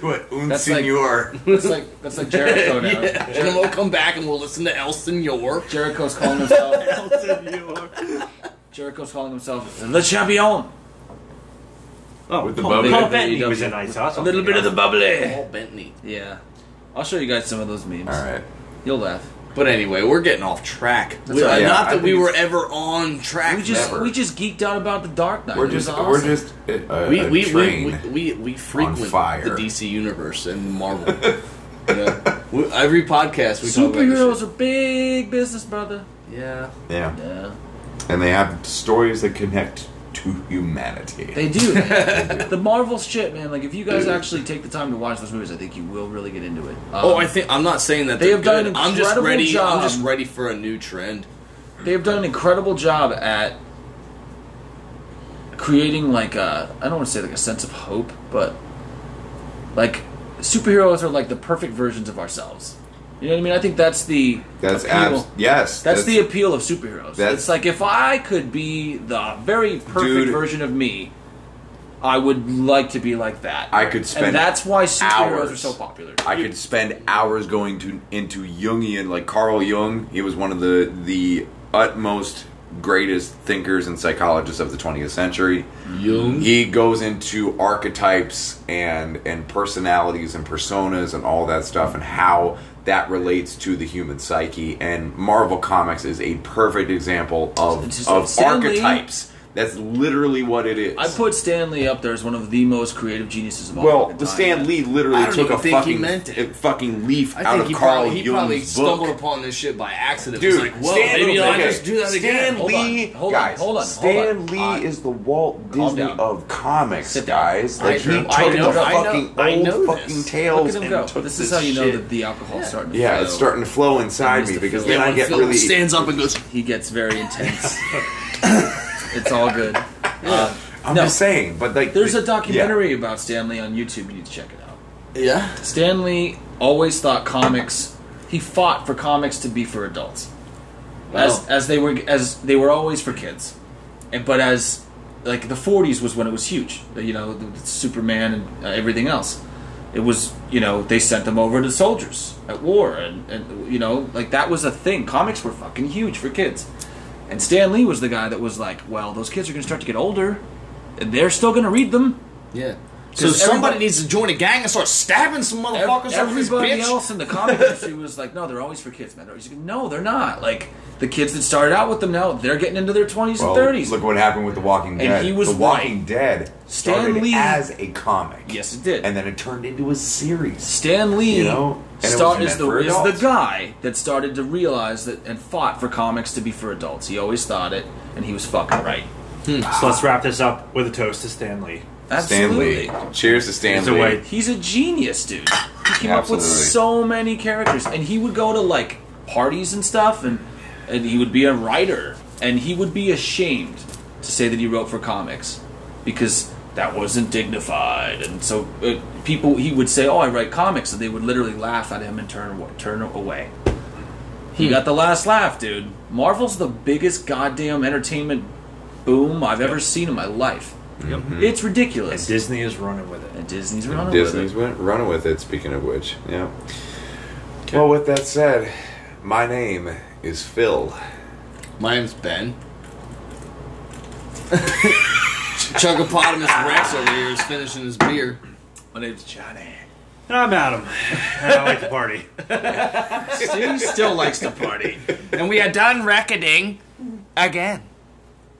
Speaker 2: what un
Speaker 5: That's like-
Speaker 2: senor.
Speaker 5: That's like that's like Jericho now.
Speaker 6: And then we'll come back and we'll listen to El Senor.
Speaker 5: Jericho's calling himself. Jericho's calling himself the champion.
Speaker 3: Oh,
Speaker 2: With the
Speaker 3: Paul,
Speaker 2: bubbly.
Speaker 3: Paul
Speaker 5: There you
Speaker 3: Bettany
Speaker 5: go.
Speaker 3: was in Nice House.
Speaker 5: A little bit of the bubbly.
Speaker 6: Paul Bentley.
Speaker 5: Yeah, I'll show you guys some of those memes.
Speaker 2: All right.
Speaker 5: You'll laugh.
Speaker 6: But anyway, we're getting off track. We-
Speaker 5: right.
Speaker 2: Yeah,
Speaker 6: not
Speaker 2: I
Speaker 6: that
Speaker 2: think
Speaker 6: we were
Speaker 2: it's-
Speaker 6: ever on track.
Speaker 5: We just
Speaker 2: Never.
Speaker 5: we just geeked out about the Dark Knight.
Speaker 2: We're
Speaker 5: It was
Speaker 2: just
Speaker 5: awesome.
Speaker 2: we're just a, a,
Speaker 6: we, we,
Speaker 2: a
Speaker 6: we,
Speaker 2: train.
Speaker 6: we, we, we frequent
Speaker 2: fire.
Speaker 6: the DC universe and Marvel. You know? We- every podcast we talk about this
Speaker 5: superheroes
Speaker 6: shit.
Speaker 5: are big business, brother.
Speaker 6: Yeah,
Speaker 2: yeah,
Speaker 5: Yeah,
Speaker 2: and they have stories that connect to humanity.
Speaker 5: they do. the Marvel shit, man. Like if you guys actually take the time to watch those movies, I think you will really get into it. Um,
Speaker 6: Oh, I think I'm not saying that
Speaker 5: They
Speaker 6: they're
Speaker 5: have done
Speaker 6: good.
Speaker 5: an
Speaker 6: I'm just
Speaker 5: incredible
Speaker 6: ready.
Speaker 5: job.
Speaker 6: I'm just ready for a new trend.
Speaker 5: they've done an incredible job at creating like a I don't want to say like a sense of hope, but like superheroes are like the perfect versions of ourselves. You know what I mean? I think that's the
Speaker 2: That's
Speaker 5: appeal.
Speaker 2: abs- yes.
Speaker 5: That's, the appeal of superheroes.
Speaker 2: that's-
Speaker 5: it's like if I could be the very perfect
Speaker 2: Dude.
Speaker 5: version of me, I would like to be like that.
Speaker 2: I could spend
Speaker 5: and that's why superheroes are
Speaker 2: hours.
Speaker 5: so popular.
Speaker 2: I could spend hours going to into Jungian, like Carl Jung. He was one of the the utmost greatest thinkers and psychologists of the 20th century.
Speaker 6: Young.
Speaker 2: He goes into archetypes and and personalities and personas and all that stuff and how that relates to the human psyche. And Marvel Comics is a perfect example of
Speaker 5: It's just-
Speaker 2: of
Speaker 5: Stanley-
Speaker 2: archetypes. That's literally what it is.
Speaker 5: I put Stan Lee up there as one of the most creative geniuses of all
Speaker 2: Well,
Speaker 5: fucking
Speaker 2: the
Speaker 5: time.
Speaker 2: Stan Lee
Speaker 6: I
Speaker 2: literally
Speaker 6: don't
Speaker 2: took
Speaker 6: even
Speaker 2: a
Speaker 6: think he
Speaker 2: fucking
Speaker 6: meant it.
Speaker 2: a fucking leaf
Speaker 6: I
Speaker 2: out
Speaker 6: think
Speaker 2: of
Speaker 6: he
Speaker 2: Carl
Speaker 6: probably, he probably
Speaker 2: Jung's
Speaker 6: stumbled
Speaker 2: book.
Speaker 6: upon this shit by accident.
Speaker 2: Dude,
Speaker 6: It was like, whoa,
Speaker 2: Stan
Speaker 6: maybe
Speaker 2: Lee,
Speaker 6: I'll
Speaker 2: okay.
Speaker 6: just do that again.
Speaker 2: Stan
Speaker 5: Hold on,
Speaker 2: Lee,
Speaker 5: hold on,
Speaker 2: guys,
Speaker 5: hold on, hold
Speaker 2: Stan
Speaker 5: on.
Speaker 2: Lee
Speaker 5: I-
Speaker 2: is the Walt
Speaker 5: Calm
Speaker 2: Disney
Speaker 5: down.
Speaker 2: of comics,
Speaker 5: Sit down.
Speaker 2: guys. Like
Speaker 6: I
Speaker 2: he
Speaker 6: know-
Speaker 2: took
Speaker 6: I know-
Speaker 2: the
Speaker 6: I know-
Speaker 2: fucking
Speaker 6: I
Speaker 2: old
Speaker 6: know
Speaker 2: fucking
Speaker 6: this. Look at
Speaker 5: Look at
Speaker 2: tales
Speaker 5: him
Speaker 2: and
Speaker 5: go.
Speaker 2: took
Speaker 5: This is how you know
Speaker 2: shit.
Speaker 5: that the alcohol is starting to
Speaker 2: yeah,
Speaker 5: flow.
Speaker 2: it's starting to flow inside
Speaker 5: Mr.
Speaker 2: me because
Speaker 5: Phil.
Speaker 2: then
Speaker 5: Yeah,
Speaker 2: I
Speaker 6: When
Speaker 2: get
Speaker 6: Phil
Speaker 2: really
Speaker 6: stands up and goes,
Speaker 5: He gets very intense. it's all good. Uh,
Speaker 2: I'm
Speaker 5: no,
Speaker 2: just saying, but like
Speaker 5: there's a
Speaker 2: yeah.
Speaker 5: documentary about Stan Lee on YouTube. You need to check it out.
Speaker 6: yeah.
Speaker 5: Stan Lee always thought comics. He fought for comics to be for adults, as as they were as they were always for kids, and but as like the '40s was when it was huge. You know, the, the Superman and uh, everything else. It was you know they sent them over to soldiers at war, and, and you know like that was a thing. Comics were fucking huge for kids, and Stan Lee was the guy that was like, well, those kids are going to start to get older, and they're still going to read them.
Speaker 6: Yeah. So somebody
Speaker 5: everybody-
Speaker 6: needs to join a gang and start stabbing some
Speaker 5: Ev-
Speaker 6: motherfuckers. over this
Speaker 5: everybody
Speaker 6: bitch.
Speaker 5: else in the comic industry was like, no, they're always for kids, man. They're always- no, they're not. Like the kids that started out with them now, they're getting into their twenties
Speaker 2: Well,
Speaker 5: and thirties.
Speaker 2: Look what happened with The Walking Dead.
Speaker 5: he was
Speaker 2: The Walking Dead
Speaker 5: Stan
Speaker 2: started
Speaker 5: Lee-
Speaker 2: as a comic.
Speaker 5: Yes, it did.
Speaker 2: and then it turned into a series.
Speaker 5: Stan Lee
Speaker 2: You know, and it was
Speaker 5: start,
Speaker 2: meant
Speaker 5: is, the,
Speaker 2: for
Speaker 5: is the
Speaker 2: adults.
Speaker 5: guy that started to realize that and fought for comics to be for adults. He always thought it, and he was fucking right.
Speaker 3: So let's wrap this up with a toast to Stan Lee.
Speaker 5: Absolutely.
Speaker 2: Stan Lee. Cheers to Stan
Speaker 3: He's a
Speaker 2: Lee.
Speaker 3: way-
Speaker 5: He's a genius, dude. He came up
Speaker 2: Absolutely.
Speaker 5: with so many characters, and he would go to like parties and stuff, and and he would be a writer and he would be ashamed to say that he wrote for comics because that wasn't dignified. And so uh, people, he would say, "Oh, I write comics," and they would literally laugh at him and turn awa- turn away. He got the last laugh, dude. Marvel's the biggest goddamn entertainment boom I've ever seen in my life. It's ridiculous.
Speaker 3: And Disney is running with it.
Speaker 5: And Disney's running with
Speaker 2: Disney's
Speaker 5: it.
Speaker 2: went running with it. Speaking of which, yeah. Well, with that said, my name is Phil.
Speaker 4: My name's Ben. Chunkopotamus Rex over here is finishing his beer.
Speaker 5: My name's Johnny.
Speaker 3: And I'm Adam. And I like to party.
Speaker 5: He still likes to party.
Speaker 6: And we are done reckoning again.